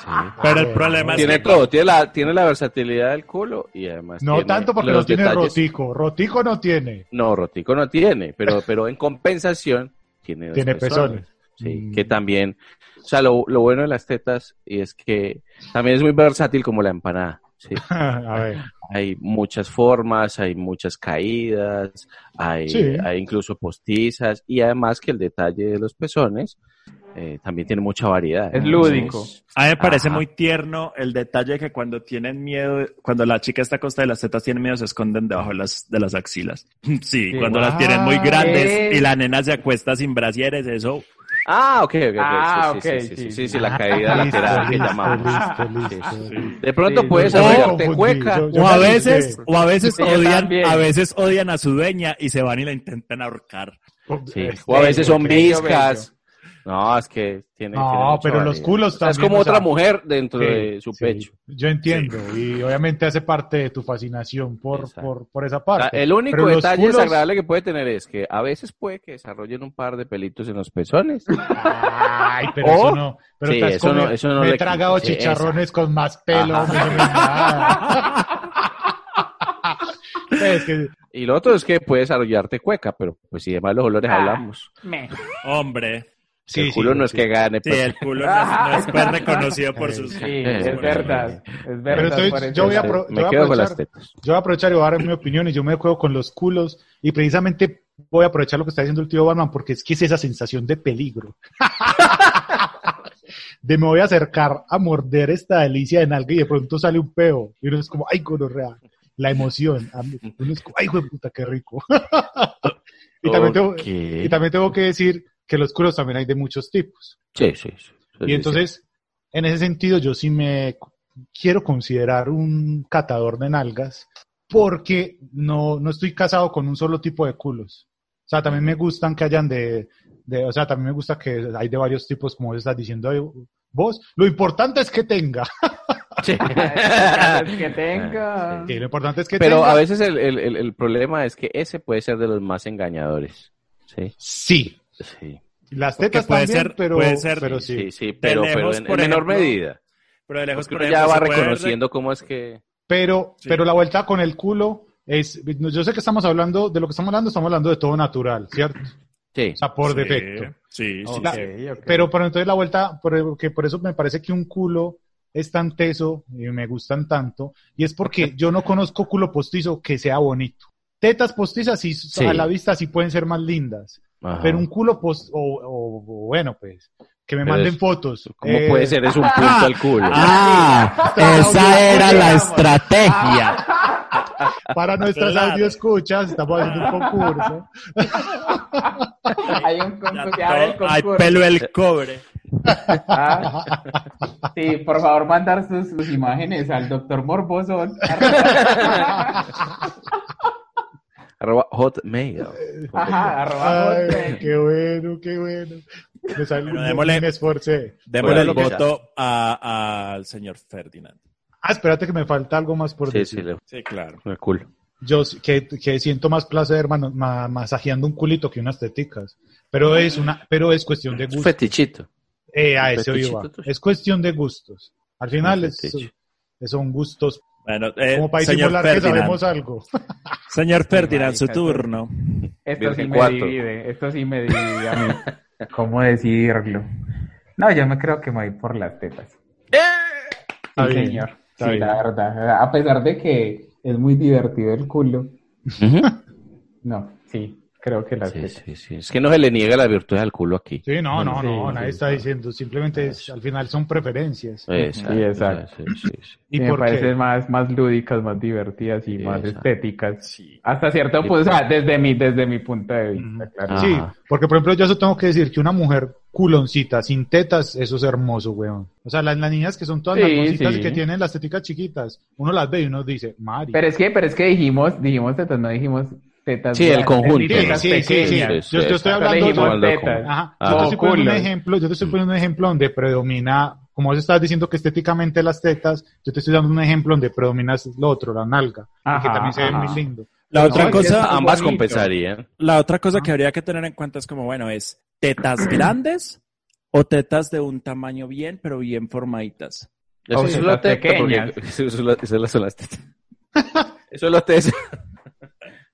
S1: Sí.
S3: Pero el problema es
S1: Tiene
S3: que
S1: todo, tiene la, tiene la versatilidad del culo y además.
S2: No
S1: tiene
S2: tanto porque
S1: los
S2: no tiene
S1: detalles.
S2: rotico. Rotico
S1: [laughs]
S2: no tiene.
S1: No, rotico no tiene,
S2: [laughs]
S1: pero, pero en compensación tiene, dos
S2: Tiene pezones.
S1: Sí,
S2: Mm.
S1: que también, o sea, lo, lo bueno de las tetas y es que también es muy versátil como la empanada.
S2: [laughs]
S1: ¿sí?
S2: a ver.
S1: Hay muchas formas, hay muchas caídas, hay,
S2: Sí.
S1: hay incluso postizas y además que el detalle de los pezones eh, también tiene mucha variedad.
S4: Es
S1: Entonces,
S4: lúdico.
S3: A mí me parece
S1: Ajá.
S3: muy tierno el detalle que cuando tienen miedo, cuando la chica está acostada y las tetas tienen miedo, se esconden debajo de las, de las axilas. [laughs] Sí,
S4: Qué
S3: cuando las tienen muy
S2: guay.
S3: grandes y la nena se acuesta sin brasieres, eso.
S1: Ah, ok, ok, ok.
S4: Ah,
S1: sí, sí, sí,
S4: ok,
S1: sí, sí,
S4: sí.
S1: sí, sí, la caída
S4: [laughs]
S1: lateral que llamamos.
S2: listo,
S1: Sí,
S2: listo.
S1: De pronto
S4: Sí,
S1: puedes
S4: yo- yo
S1: hacerte
S2: confundí,
S1: cueca.
S2: yo-
S3: O a
S2: también
S3: veces,
S2: sé.
S3: o a veces
S4: Sí, yo
S3: odian,
S4: también.
S3: a veces odian a su dueña y se van y la intentan ahorcar.
S1: Sí.
S2: Este,
S1: O a veces son
S4: Oh, bello,
S1: viscas. No, es que tiene. tiene
S2: No,
S1: mucha
S2: pero los
S1: variedad.
S2: culos
S1: O sea,
S2: también.
S1: es como
S2: o sea,
S1: otra mujer dentro
S2: sí,
S1: de su
S2: sí,
S1: pecho.
S2: Yo entiendo, y obviamente hace parte de tu fascinación por,
S1: Exacto.
S2: por, por esa
S1: O sea,
S2: parte.
S1: el único
S2: Pero los
S1: detalle
S2: culos-
S1: desagradable que puede tener es que a veces puede que desarrollen un par de pelitos en los pezones.
S2: Ay, pero
S1: [laughs] O-
S2: eso no. Pero
S1: Sí,
S2: te has
S1: eso no-
S2: comido-
S1: eso no
S2: me
S1: le
S2: he tragado
S1: quita, sí,
S2: chicharrones con más pelo.
S1: Ajá.
S2: hombre,
S1: [laughs]
S2: nada. [laughs] es que
S1: Y lo otro es que puede desarrollarte cueca, pero pues si demás los olores
S4: Ah.
S1: hablamos.
S4: Me.
S3: Hombre,
S2: sí,
S1: el culo
S2: sí,
S1: no es
S2: sí.
S1: que gane.
S3: sí,
S1: pues.
S3: el culo no, es- no es pues reconocido por sus.
S4: Sí,
S1: Eh,
S4: es
S1: bueno,
S4: verdad. Es
S2: Pero
S4: verdad.
S2: estoy-
S4: por eso.
S2: yo voy a
S1: Este,
S2: pro- yo
S1: me
S2: voy a
S1: quedo con
S2: aprovechar-
S1: las tetas.
S2: Yo voy a aprovechar y voy a dar mi opinión y yo me juego con los culos y precisamente voy a aprovechar lo que está diciendo el tío Batman porque es que es esa sensación de peligro. [laughs] de me voy a acercar a morder esta delicia de nalga y de pronto sale un peo y uno es como, ay, gonorrea, la emoción. A mí- Uno es como, ay, güey, puta, qué rico. [laughs] y, también tengo,
S1: Ok.
S2: y también tengo que decir que los culos también hay de muchos tipos.
S1: Sí, sí, sí.
S2: Y entonces, en ese sentido, yo sí me cu- quiero considerar un catador de nalgas porque no, no estoy casado con un solo tipo de culos. O sea, también me gustan que hayan de, de- o sea, también me gusta que hay de varios tipos, como estás diciendo ahí vos. Lo importante es que tenga.
S1: Sí.
S8: que tenga.
S2: Ah, Sí, lo importante es que
S1: Pero
S2: tenga.
S1: a veces el, el- el- el problema es que ese puede ser de los más engañadores. Sí,
S2: Sí.
S1: sí,
S2: Las
S3: Porque
S2: tetas
S3: puede
S2: también,
S3: ser-
S2: pero,
S3: puede ser-
S2: pero sí.
S1: sí, sí, pero,
S3: lejos,
S1: pero en,
S3: por
S1: en menor
S3: ejemplo,
S1: medida.
S3: Pero de lejos,
S1: Porque
S3: por
S1: uno ya
S3: ejemplo,
S1: va
S3: se puede ver-
S1: reconociendo cómo es que...
S2: Pero,
S3: Sí.
S2: pero la vuelta con el culo es, yo sé que estamos hablando, de lo que estamos hablando, estamos hablando de todo natural, ¿cierto?
S1: Sí,
S2: O sea, por
S3: Sí,
S2: defecto.
S3: Sí, sí,
S2: La-
S3: sí.
S2: Pero, pero entonces la vuelta, porque por eso me parece que un culo es tan teso y me gustan tanto, y es porque yo no conozco culo postizo que sea bonito. Tetas postizas sí,
S1: Sí.
S2: a la vista sí pueden ser más lindas,
S1: ajá.
S2: pero un culo post o, o- o bueno, pues, que me
S1: Pero
S2: manden
S1: es-
S2: fotos.
S1: ¿Cómo
S2: Eh,
S1: puede ser? Es un punto al culo.
S2: [laughs]
S6: Ah, esa era la estrategia.
S2: Para nuestras
S3: Claro.
S2: audio escuchas, estamos haciendo un concurso.
S8: Hay un concurso que abre el
S3: Todo- Ay,
S8: concurso.
S3: pelo el cobre.
S4: [laughs]
S8: Ah.
S4: Sí, por favor, mandar sus, sus imágenes al doctor Morboso. [laughs]
S1: Arroba hotmail.
S8: Ajá, arroba
S2: Ay,
S8: Hotmail.
S2: qué bueno, qué bueno. Me salió
S3: Bueno,
S2: un-
S3: démosle-
S2: me esforcé.
S3: Démosle
S1: Fuera
S3: el
S1: Luisa.
S3: voto a- al señor Ferdinand.
S2: Ah, espérate que me falta algo más por
S1: Sí,
S2: decir.
S1: sí, le
S3: Sí, claro.
S1: el culo.
S2: Yo s- que, que siento más placer hermano, ma- masajeando un culito que unas teticas. Pero es una, pero es cuestión de
S1: Es un
S2: gustos.
S1: fetichito.
S2: Eh, a eso
S1: fetiche,
S2: iba.
S1: tú- tú-
S2: Es cuestión de gustos. Al final
S1: Un
S2: es-
S1: fetiche.
S2: son gustos.
S3: Bueno, eh,
S2: Como país
S3: señor
S2: singular que
S3: Ferdinand.
S2: sabemos algo.
S3: Señor Ferdinand, su
S4: marica,
S3: turno.
S4: Esto sí
S1: Virgen
S4: me
S1: cuarto.
S4: divide, esto sí me divide a mí. [laughs] ¿Cómo decidirlo? No, yo me creo que me voy por las tetas.
S2: Está
S4: sí,
S2: bien,
S4: señor.
S2: está
S4: sí,
S2: bien.
S4: la verdad. A pesar de que es muy divertido el culo. No, sí, creo que las
S1: Sí,
S4: tetas.
S1: sí, sí. Es que no se le niega la virtud al culo aquí.
S2: Sí, no, no,
S4: Sí,
S2: no,
S4: sí,
S2: nadie está diciendo. Simplemente es, al final son preferencias.
S1: Exacto,
S4: exacto.
S1: sí, sí, sí.
S2: ¿Y
S4: me
S2: por qué?
S4: parecen más, más lúdicas, más divertidas y más
S1: Exacto.
S4: estéticas. Hasta cierto punto, o sea, desde mi, desde mi punto de vista,
S2: Ujú.
S4: claro.
S1: Ah.
S2: Sí,
S1: Ajá.
S2: porque por ejemplo yo eso tengo que decir que una mujer culoncita, sin tetas, eso es hermoso, weón. O sea, las, las niñas que son todas
S4: Sí,
S2: cositas
S4: sí.
S2: y que tienen las teticas chiquitas, uno las ve y uno dice, Mari.
S4: Pero es que, pero es que dijimos, dijimos tetas, no dijimos tetas.
S1: Sí, el
S4: grandes, ni
S1: conjunto.
S4: tetas
S2: Sí, sí, sí, sí.
S4: pequeñas.
S2: Yo, yo estoy
S1: Exacto.
S4: Le
S2: hablando
S4: dijimos
S1: Hablando como-
S4: tetas.
S2: Ajá.
S1: Ah,
S2: yo te
S4: no,
S2: estoy poniendo un
S4: culo. Mm.
S2: ejemplo, yo te estoy poniendo un ejemplo donde predomina, como vos estás diciendo que estéticamente las tetas, yo te estoy dando un ejemplo donde predomina lo otro, la nalga, y que
S4: Ajá,
S2: también se ve
S4: ajá.
S2: muy lindo.
S3: La otra
S4: No, es que
S3: cosa,
S4: está
S1: Ambas
S4: bonito.
S1: compensarían.
S3: la otra cosa que habría que tener en cuenta es como, bueno, es
S2: [clears throat]
S3: tetas grandes o tetas de un tamaño bien, pero bien formaditas.
S1: Eso
S4: O
S1: es
S4: tetas
S1: lo teta,
S4: pequeñas.
S1: porque- [laughs] eso es lo- eso es lo- son las tetas. Eso es lo
S2: [laughs]
S1: tetas.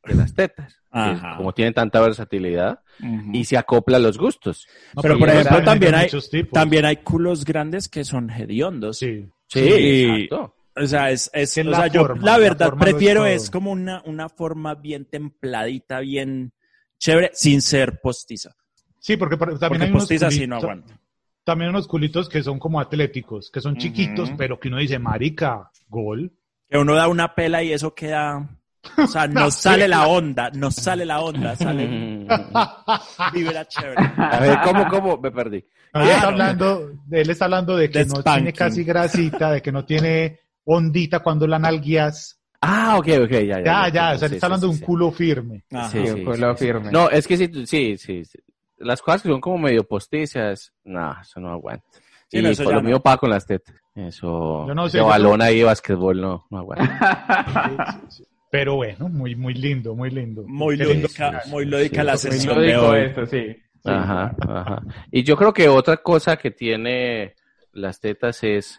S1: De las tetas.
S3: Ajá.
S1: Que Como tienen tanta versatilidad
S3: Ujú.
S1: y se acopla a los gustos.
S2: No,
S3: Pero,
S1: por
S2: yo
S1: ejemplo,
S2: creo que
S3: también hay-
S2: muchos tipos.
S3: También hay culos grandes que son hediondos.
S2: Sí.
S1: Sí,
S3: Sí.
S1: exacto.
S3: O sea, es, es-
S2: Que
S3: o
S2: la
S3: sea, yo
S2: forma,
S3: la
S2: la
S3: verdad
S2: forma lo es
S3: prefiero
S2: todo.
S3: es como una, una forma bien templadita, bien chévere, sin ser postiza.
S2: Sí, porque por- también
S3: Porque
S2: hay unos
S3: postiza sí no
S2: culitos-
S3: aguanta.
S2: también unos culitos que son como atléticos, que son chiquitos, pero que uno dice, marica, gol.
S3: Que uno da una pela y eso queda. O
S2: [laughs]
S3: sea, no sale la onda, no sale la
S1: [laughs]
S3: onda, sale [laughs] vibra chévere.
S1: Mm. A ver, ¿cómo, cómo? Me perdí.
S2: No,
S4: Ah,
S2: él, está
S3: Claro.
S2: hablando, él está hablando de que
S3: De
S2: no
S3: spanking.
S2: tiene casi grasita, de que no tiene ondita cuando la nalgueas.
S1: Ah, ok, ok, ya, ya.
S2: Ya, ya,
S1: entiendo.
S2: o sea, él
S1: Sí,
S2: está
S1: sí,
S2: hablando de
S1: sí,
S2: un
S1: sí. [laughs]
S2: culo firme.
S3: Ajá.
S1: Sí,
S4: Sí,
S1: sí,
S4: culo
S1: sí, sí.
S4: firme.
S1: No, es que sí, tú- sí, sí. sí. Las cosas que son como medio postizas, nah, eso no aguanta.
S3: Sí,
S1: y
S3: no, eso
S1: por
S3: ya
S1: lo
S3: no.
S1: mío paga con las tetas. Eso,
S2: Yo no sé,
S1: ese
S2: yo
S1: balón ahí de básquetbol no, no aguanta.
S2: Pero bueno, muy, muy lindo, muy lindo.
S3: Muy
S2: Qué lindo.
S3: lúdica,
S1: sí,
S3: muy
S1: sí,
S3: lúdica
S1: sí.
S3: la
S4: Muy
S3: sesión de
S4: lúdico
S3: hoy.
S4: esto, sí. Sí.
S1: Ajá, ajá. Y yo creo que otra cosa que tiene las tetas es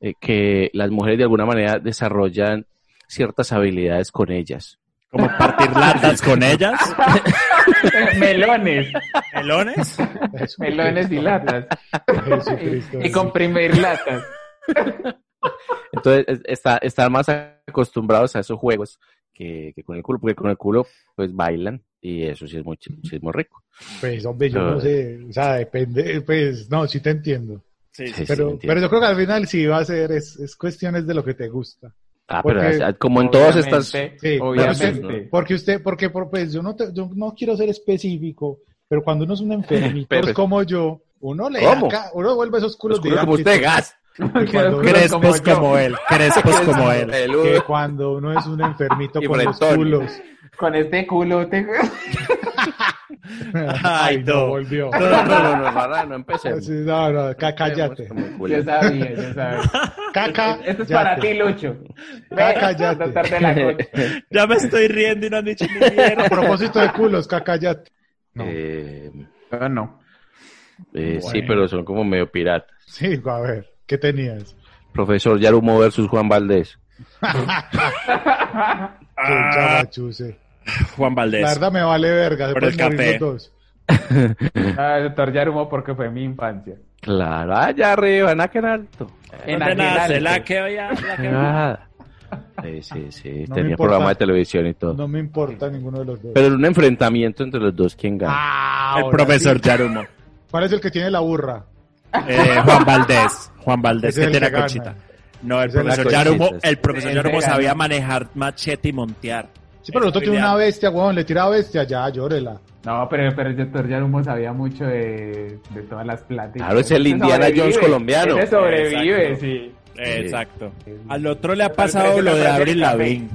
S1: eh, que las mujeres de alguna manera desarrollan ciertas habilidades con ellas.
S3: Como partir latas con ellas,
S4: [laughs] Melones,
S3: melones.
S2: Jesucristo,
S4: melones y latas.
S2: Jesucristo.
S4: Y, y comprimir latas.
S1: Entonces, es- está, están más acostumbrados a esos juegos que, que con el culo, porque con el culo, pues bailan y eso sí es muy, ch- sí es muy rico.
S2: Pues, hombre, yo no sé, o sea, depende, pues, no, sí te entiendo.
S3: Sí,
S1: Ah. Sí, sí, me
S2: Pero,
S1: entiendo.
S2: pero yo creo que al final sí va a ser, es, es cuestiones de lo que te gusta.
S1: Ah, pero
S2: porque
S1: es- como en todas estas...
S4: Obviamente,
S2: Sí, pero
S4: Obviamente.
S2: Porque usted, porque por- pues yo no, te- yo no quiero ser específico, pero cuando uno es un enfermito
S1: Pero-
S2: como yo, uno le
S1: ¿Cómo?
S2: acá- uno vuelve esos culos
S1: Los culos como
S2: didácticos.
S1: usted, gas.
S2: Que cuando, uno,
S8: Crespos
S4: pues,
S6: Crespos
S8: como
S6: como él, crespos
S1: [laughs]
S6: como él.
S5: El uno.
S2: que cuando uno es un enfermito
S5: Y
S2: con los
S5: bretón.
S2: culos. [laughs]
S8: Con este culote, güey.
S2: Ay, no, volvió.
S1: No, no, no, no, Barra, no empecemos.
S2: [laughs] Sí, No, no, ca- cállate.
S1: Empecemos como
S8: Yo
S1: [laughs] culo.
S8: sabía, yo sabía.
S2: Caca.
S8: Esto es para
S2: yate.
S8: ti, Lucho.
S2: Ya,
S8: Ve,
S2: Ah, cállate.
S8: doctor de la concha.
S1: [laughs]
S3: Ya me estoy riendo y no han dicho ni
S2: A
S3: mierda.
S2: propósito de culos, cacayate. No.
S1: Eh, eh,
S4: Pero no.
S1: Sí, pero son como medio piratas.
S2: Sí, a ver, ¿qué tenías?
S1: Profesor Yarumo versus Juan Valdés.
S8: Ah.
S2: Qué chavachuse.
S3: Juan Valdés.
S2: La verdad me vale verga.
S3: Por
S2: Después
S3: el café.
S2: morir los dos.
S4: Ah, el doctor Yarumo porque fue mi infancia.
S1: Claro, Ah, allá arriba, en aquel alto.
S4: En
S3: ¿Dónde
S4: Aguilar,
S3: nace? La
S4: pues.
S3: que voy a- la Ah, que-
S1: Ah. Sí, sí, sí.
S2: No me
S1: Tenía
S2: importa.
S1: programa de televisión y todo.
S2: No me importa ninguno de los dos.
S1: Pero en un enfrentamiento entre los dos, ¿quién gana?
S2: Ah,
S3: El
S2: ahora
S3: profesor
S2: sí.
S3: Yarumo.
S2: ¿Cuál es el que tiene la burra?
S3: Eh, Juan Valdés. Juan Valdés,
S2: Ese es
S3: que
S2: el
S3: tiene la
S2: que
S3: conchita.
S2: gana.
S3: No, el
S2: Ese es la
S3: profesor
S1: conchita,
S3: Yarumo,
S1: ese.
S3: el profesor
S4: Ese
S3: Yarumo
S4: gana.
S3: sabía manejar machete y montear.
S2: Sí, pero el otro tiene una bestia, weón. Le tira a bestia, ya, llórela.
S4: No, pero, pero el doctor Yarumo sabía mucho de, de todas las pláticas.
S1: Claro, es el Indiana Jones colombiano.
S4: Ese sobrevive,
S3: Exacto.
S4: sí.
S3: Exacto.
S4: Sí.
S3: Al otro le ha
S4: Pero
S3: pasado
S4: parece
S3: lo
S4: una
S3: de
S4: frase
S3: Abril
S4: de café.
S3: Lavigne.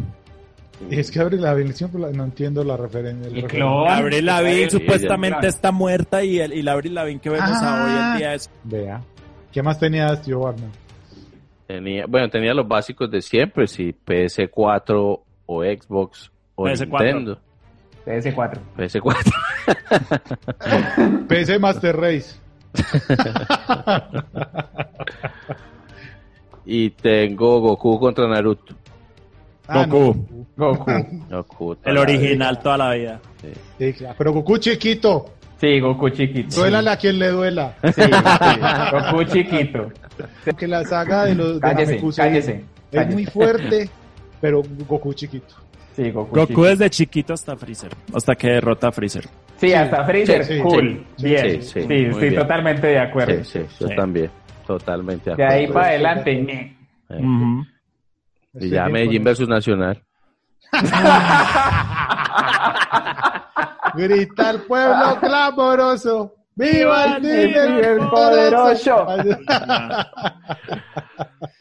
S2: Y es que abre la bendición, pero la- no entiendo la referencia. el
S4: Y
S2: referente.
S4: Clon.
S3: Abril Lavigne
S1: Sí,
S3: supuestamente
S4: ya.
S3: está muerta y, el, y la Abril Lavigne que vemos
S2: Ah.
S3: a hoy en día es...
S2: Vea. ¿Qué más este tenías, tío Barna?
S1: Tenía, bueno, tenía los básicos de siempre, sí, PS4 o Xbox o
S3: PS4.
S1: Nintendo.
S4: PS4.
S1: PS4.
S2: PC Master Race.
S1: [laughs] Y tengo Goku contra Naruto.
S2: Ah, no.
S3: Goku. [laughs]
S4: Goku.
S1: Goku,
S3: El original toda la vida.
S2: Sí, claro. Pero Goku chiquito.
S4: Sí, Goku chiquito.
S2: Duélale a quien le duela.
S4: Sí, sí. Goku chiquito.
S2: Porque la saga de los de
S4: Cállese,
S2: Namekusei
S4: cállese.
S2: es
S4: cállese.
S2: muy fuerte, pero Goku chiquito.
S4: Sí, Goku.
S3: Goku
S4: chiquito.
S3: desde chiquito hasta Freezer. Hasta que derrota a Freezer.
S4: Sí, hasta Freezer.
S2: sí,
S4: cool.
S2: sí,
S1: sí,
S4: bien. Sí,
S1: sí,
S4: sí,
S1: muy
S4: estoy
S1: bien.
S4: totalmente de acuerdo.
S1: Sí, sí, yo
S3: Sí.
S1: también. Totalmente.
S4: De ahí
S1: acuerdo.
S4: para adelante. ñe.
S1: Eh,
S3: Ujú.
S1: Y ya Medellín versus Nacional.
S2: Grita al pueblo clamoroso. ¡Viva el líder
S4: líder
S2: [laughs] poderoso!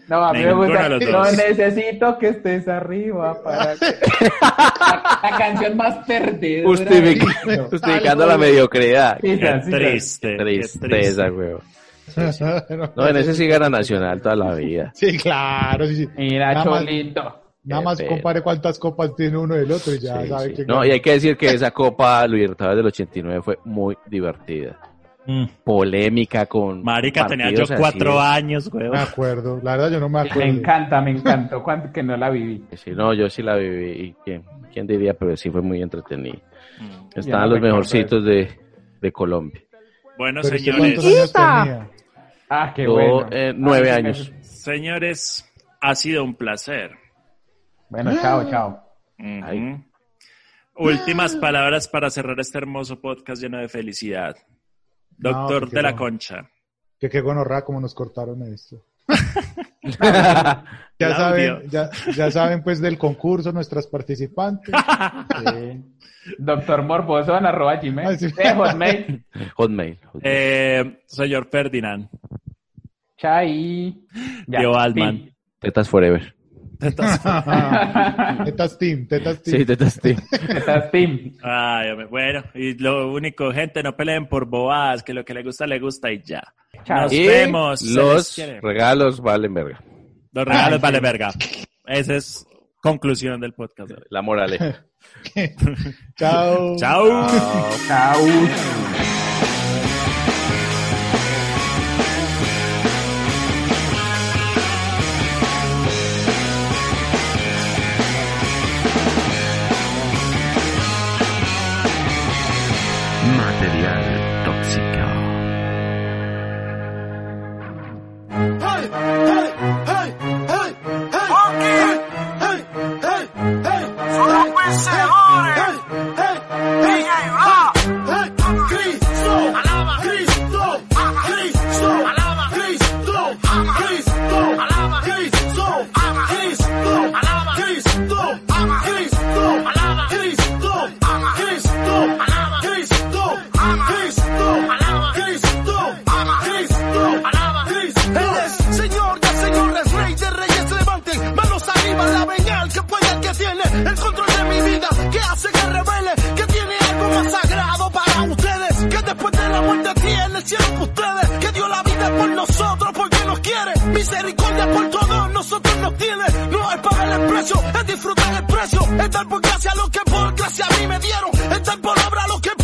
S4: No, a mí me
S3: Ninguno
S4: gusta.
S3: de los
S4: No
S3: dos.
S4: necesito que estés arriba para que...
S3: [laughs]
S4: la, la canción más perdedora.
S1: Justific-
S2: no.
S1: [laughs] Justificando la mediocridad.
S4: Sí, sí,
S3: Qué
S4: sí, sí.
S3: triste. qué
S1: Tristeza, weón.
S2: [laughs]
S1: No, en ese sí gana Nacional toda la vida.
S2: Sí, claro. Sí, sí.
S4: Mira,
S2: Nada más-
S4: Cholito.
S2: Nada más
S1: Qué
S2: compare cuántas copas tiene uno del otro y ya
S1: Sí,
S2: sabe
S1: sí.
S2: quién
S1: No, y
S2: gana.
S1: hay que decir que esa Copa Libertadores del 89 fue muy divertida.
S3: Mm.
S1: Polémica con.
S3: Marica, tenía yo
S1: partidos así
S3: cuatro
S1: de-
S3: años, güey.
S4: Ah,
S2: Me acuerdo. La verdad, yo no me
S4: Me
S2: acuerdo. [laughs]
S4: encanta, me encantó cuando que no la viví.
S1: Sí, no, yo sí la viví. ¿Y quién, quién diría? Pero sí fue muy entretenida.
S3: Mm.
S4: Ya
S1: Estaban
S4: no
S1: los
S4: recuerdo
S1: mejorcitos de, de Colombia.
S3: Bueno,
S2: Pero usted
S3: señores.
S2: cuántos años tenía.
S4: Ah, qué
S1: Yo,
S4: bueno.
S1: eh, nueve
S4: Ay, qué
S1: años.
S4: me-
S3: Señores, ha sido un placer.
S4: Bueno, chao, chao.
S3: Ujú.
S1: Ay.
S3: Últimas palabras para cerrar este hermoso podcast lleno de felicidad.
S2: No,
S3: Doctor
S2: porque
S3: de la
S2: no.
S3: Concha.
S2: Que qué gonorra como nos cortaron esto.
S3: El
S2: Ya saben,
S3: audio.
S2: ya, ya saben pues del concurso nuestras participantes.
S4: Sí. Doctor Morbosón, arroba Gmail.
S2: Ay, sí.
S4: Eh, Hotmail.
S1: Hotmail. Hotmail.
S3: Eh, señor Ferdinand.
S4: Chai.
S3: Tío Altman.
S4: fin.
S1: Tetas Forever.
S2: [laughs] tetas Team, Tetas Team.
S1: Sí, Tetas Team.
S4: Estás team.
S3: Ay, hombre, bueno, y lo único, gente, no peleen por bobadas, que lo que le gusta, le gusta y ya.
S4: Chao.
S3: Nos
S1: Y
S3: vemos. se les
S1: los
S3: quiere.
S1: regalos valen verga.
S3: Los regalos vale verga. Esa es conclusión del podcast.
S1: La moraleja.
S2: [laughs] Chao.
S3: Chao.
S4: Chao.
S1: Material tóxico.
S9: Somos vencedores. DJ Ra. Cristo. Malabeñal que puede que tiene el control de mi vida, que hace que revele que tiene algo más sagrado para ustedes, que después de la muerte tiene el cielo para ustedes, que dio la vida por nosotros porque nos quiere, misericordia por todos nosotros nos tiene, no es pagar el precio, es disfrutar el precio, es dar por gracia a los que por gracia a mí me Este dieron, es dar por obra a los que